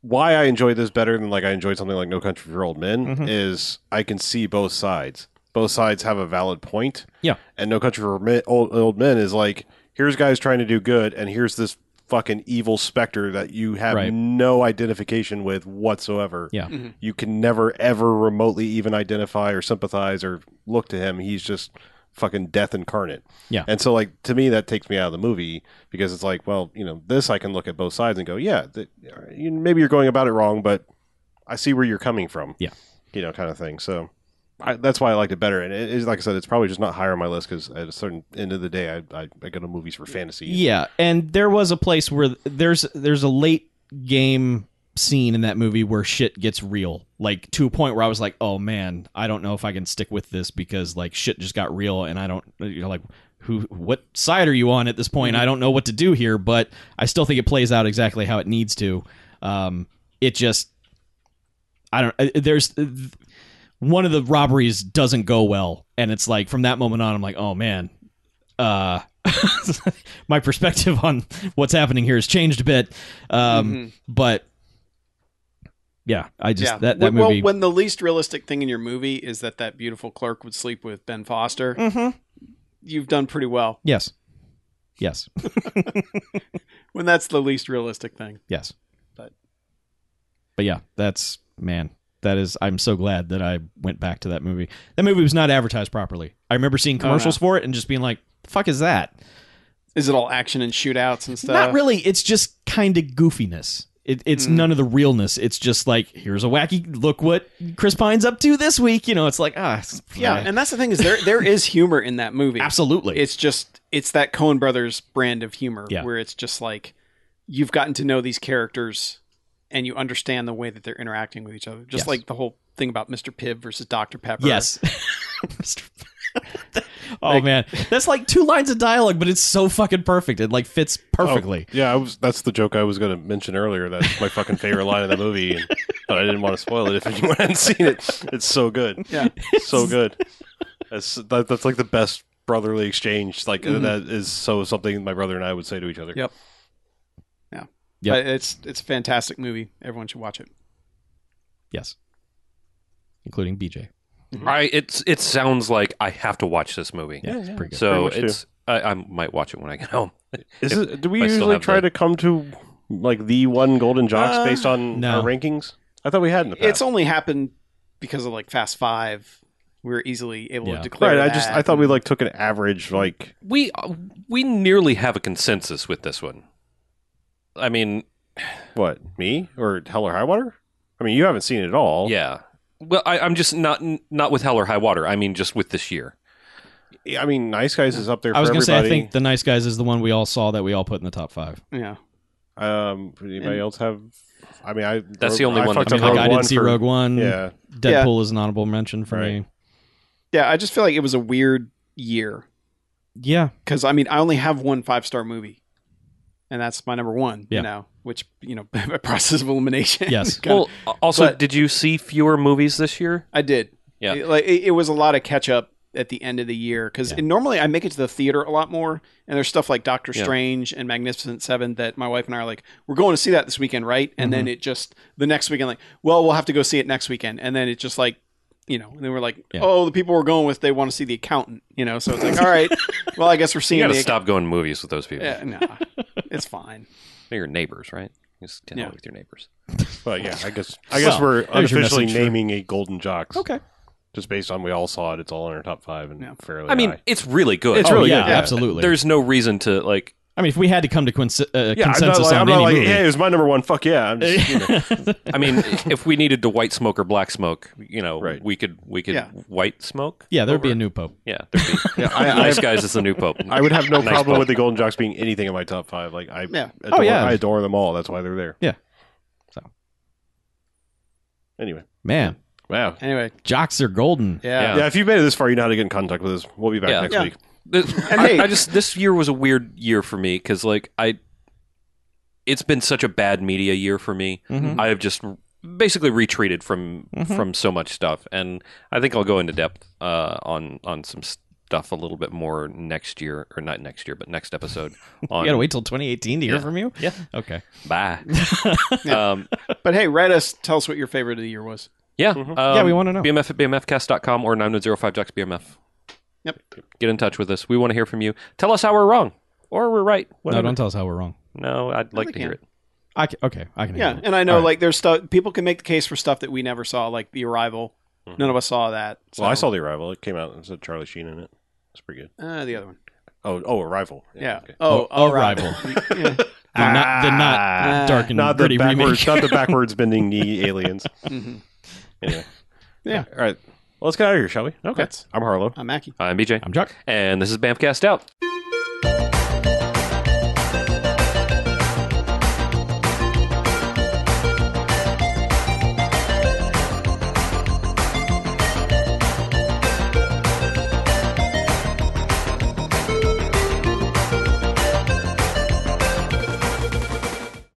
S2: why I enjoy this better than like I enjoyed something like No Country for Old Men
S3: Mhm.
S2: is I can see both sides. Both sides have a valid point.
S3: Yeah.
S2: and No Country for Men, old, old Men is like here's guys trying to do good, and here's this fucking evil specter that you have
S3: Right.
S2: no identification with whatsoever.
S3: Yeah.
S4: Mhm.
S2: You can never ever remotely even identify or sympathize or look to him. He's just fucking death incarnate.
S3: Yeah.
S2: And so like to me that takes me out of the movie because it's like, well, you know, this I can look at both sides and go, yeah, th- you, maybe you're going about it wrong, but I see where you're coming from.
S3: Yeah.
S2: You know, kind of thing. So I, that's why I liked it better, and it is like I said, it's probably just not higher on my list because at a certain end of the day, I, I, I go to movies for fantasy.
S3: Yeah, and there was a place where th- there's there's a late game scene in that movie where shit gets real, like to a point where I was like, oh man, I don't know if I can stick with this because like shit just got real, and I don't you know like who what side are you on at this point? I don't know what to do here, but I still think it plays out exactly how it needs to. Um, it just I don't uh, there's uh, th- one of the robberies doesn't go well and it's like from that moment on I'm like oh man uh my perspective on what's happening here has changed a bit um
S4: Mhm.
S3: but yeah I just
S4: yeah.
S3: that that
S4: well,
S3: movie
S4: when the least realistic thing in your movie is that that beautiful clerk would sleep with Ben Foster,
S3: Mhm.
S4: you've done pretty well.
S3: yes yes
S4: When that's the least realistic thing.
S3: yes
S4: But-
S3: but yeah that's man that is I'm so glad that I went back to that movie that movie was not advertised properly I remember seeing
S4: Oh, no.
S3: commercials for it and just being like the fuck is that
S4: Is it all action and shootouts and stuff?
S3: Not really. It's just kind of goofiness. It, it's none of the realness. It's just like here's a wacky look what Chris Pine's up to this week. You know, it's like ah, it's-
S4: Yeah,
S3: eh.
S4: and that's the thing is there there is humor in that movie.
S3: absolutely.
S4: It's just it's that Coen Brothers brand of humor
S3: Yeah.
S4: where it's just like you've gotten to know these characters and you understand the way that they're interacting with each other. Just
S3: Yes.
S4: like the whole thing about Mr. Pibb versus Dr. Pepper.
S3: Yes. Mr. oh man, that's like two lines of dialogue, but it's so fucking perfect. It like fits perfectly.
S2: Oh, yeah, I was. That's the joke I was going to mention earlier. That's my fucking favorite line of the movie, and, but I didn't want to spoil it if anyone hadn't seen it. It's so good.
S4: Yeah.
S2: so good. That's that, that's like the best brotherly exchange. Like
S3: Mm-hmm.
S2: uh, that is so something my brother and I would say to each other.
S4: Yep.
S3: Yep.
S4: But it's it's a fantastic movie. Everyone should watch it.
S3: Yes, including BJ.
S5: I it's it sounds like I have to watch this movie.
S3: Yeah, it's pretty good.
S5: So
S2: Pretty much
S5: it's I, I might watch it when I get home.
S2: Is
S5: If-
S2: it, do we
S5: if I still
S2: usually
S5: have
S2: try
S5: the-
S2: to come to like the one golden jocks
S4: Uh,
S2: based on
S3: no.
S2: our rankings? I thought we had in
S3: Uh,
S2: the past.
S4: It's only happened because of like Fast Five. We were easily able
S3: Yeah.
S4: to declare.
S2: right. I just
S4: that.
S2: I thought we like took an average like
S5: We we nearly have a consensus with this one. I mean,
S2: what me or Hell or High Water. I mean, you haven't seen it at all.
S5: yeah. Well, I, I'm just not not with Hell or High Water. I mean, just with this year.
S2: I mean, Nice Guys is up there.
S3: I was
S2: for
S3: gonna say I
S2: everybody.
S3: think the Nice Guys is the one we all saw that we all put in the top five.
S4: yeah.
S2: Um, anybody
S4: And-
S2: else have? I mean, I
S5: That's the only
S2: I
S5: one
S2: fucked
S3: I
S5: that-
S2: up
S3: mean, like
S2: Rogue
S3: I didn't
S2: One
S3: see
S2: for-
S3: Rogue One.
S2: Yeah,
S3: Deadpool is an honorable mention for
S2: Right.
S3: me.
S4: Yeah, I just feel like it was a weird year
S3: Yeah,
S4: because I mean I only have one five star movie, and that's my number one.
S3: Yeah.
S4: You know, which you know, by process of elimination.
S3: Yes.
S4: kinda-
S5: well, also,
S4: but-
S5: did you see fewer movies this year?
S4: I did.
S5: Yeah.
S4: It- like it, it was a lot of catch up at the end of the year because
S3: Yeah.
S4: normally I make it to the theater a lot more, and there's stuff like Doctor
S5: Yeah.
S4: Strange and Magnificent Seven that my wife and I are like, we're going to see that this weekend, right? And
S5: Mm-hmm.
S4: then it just the next weekend, like, well, we'll have to go see it next weekend, and then it just like. You know, and then we're like,
S3: Yeah.
S4: oh, the people we're going with, they want to see the accountant. You know, so it's like, all right, well, I guess we're
S5: You
S4: seeing
S5: got
S4: the
S5: to stop going to movies with those people.
S4: Yeah, no, it's fine.
S5: They're your neighbors, right? You just hang out
S4: Yeah.
S5: with your neighbors.
S2: but yeah, I guess I guess
S3: Well,
S2: we're
S3: there's your
S2: unofficially
S3: message for-
S2: naming a Golden Jocks.
S3: Okay.
S2: just based on we all saw it, it's all in our top five and
S4: Yeah.
S2: fairly.
S5: I mean,
S2: high.
S5: it's really good.
S4: It's
S3: oh,
S4: really
S3: yeah,
S4: good, yeah.
S3: absolutely.
S5: There's no reason to like.
S3: I mean, if we had to come to quince- uh,
S2: yeah, I'm not
S3: consensus
S2: like, I'm
S3: on
S2: not
S3: any
S2: like
S3: movie,
S2: hey, it was my number one. Fuck yeah, I'm just, you know,
S5: I mean, if we needed to white smoke or black smoke, you know,
S2: Right.
S5: we could we could
S4: Yeah.
S5: white smoke.
S3: yeah, there'd be
S5: over-
S3: a new pope.
S5: Yeah, there'd be.
S2: I, I,
S5: nice guys is the new pope.
S2: I would have no
S5: Nice
S2: problem
S5: poke.
S2: with the Golden Jocks being anything in my top five. Like I,
S4: Yeah.
S2: adore,
S3: Oh, yeah.
S2: I adore them all. That's why they're there.
S3: Yeah. So.
S2: anyway,
S3: Man,
S2: wow.
S4: Anyway,
S3: jocks are golden.
S4: yeah.
S5: Yeah.
S2: Yeah, if you've made it this far, you know how to get in contact with us. We'll be back
S5: Yeah.
S2: next
S4: Yeah.
S2: week.
S5: This-
S4: And
S5: I,
S4: hey-
S5: I just this year was a weird year for me because like I, it's been such a bad media year for me.
S3: Mhm.
S5: I have just basically retreated from
S3: Mhm.
S5: from so much stuff, and I think I'll go into depth uh, on on some stuff a little bit more next year, or not next year, but next episode. On
S3: You gotta wait till 2018 to hear
S5: Yeah.
S3: from you.
S5: Yeah.
S3: Okay.
S5: Bye. um,
S4: But hey, write us. Tell us what your favorite of the year was.
S5: yeah.
S3: Mm-hmm. yeah,
S5: um,
S3: we want to know.
S5: BMF at BMFcast.com or 9005JocksBMF.
S4: Yep.
S5: Get in touch with us. We want to hear from you. Tell us how we're wrong or we're right.
S3: No,
S5: Whatever.
S3: don't tell us how we're wrong.
S5: No, I'd like
S4: they
S5: to hear
S4: can.
S5: it.
S3: I can, okay, I can.
S4: Yeah,
S3: handle it.
S4: and I know
S3: All right.
S4: like there's stuff people can make the case for stuff that we never saw, like The Arrival. None of us saw that.
S2: Well, I
S4: so-
S2: saw the Arrival. It came out. It said Charlie Sheen in it. It's pretty good.
S4: uh, the other one.
S2: Oh, oh, Arrival.
S4: Yeah.
S2: okay.
S4: Oh,
S3: Oh,
S4: Arrival. yeah.
S3: the not the not dark and
S2: Ah, Not the
S3: gritty
S2: backwards,
S3: remake.
S2: not the backwards bending knee aliens.
S4: Mhm.
S2: Anyway.
S4: Yeah.
S2: All right. Well, let's get out of here, shall we?
S4: Okay.
S2: I'm Harlow.
S4: I'm Mackie.
S5: I'm BJ.
S3: I'm Jock.
S5: And this is Bamcast Out.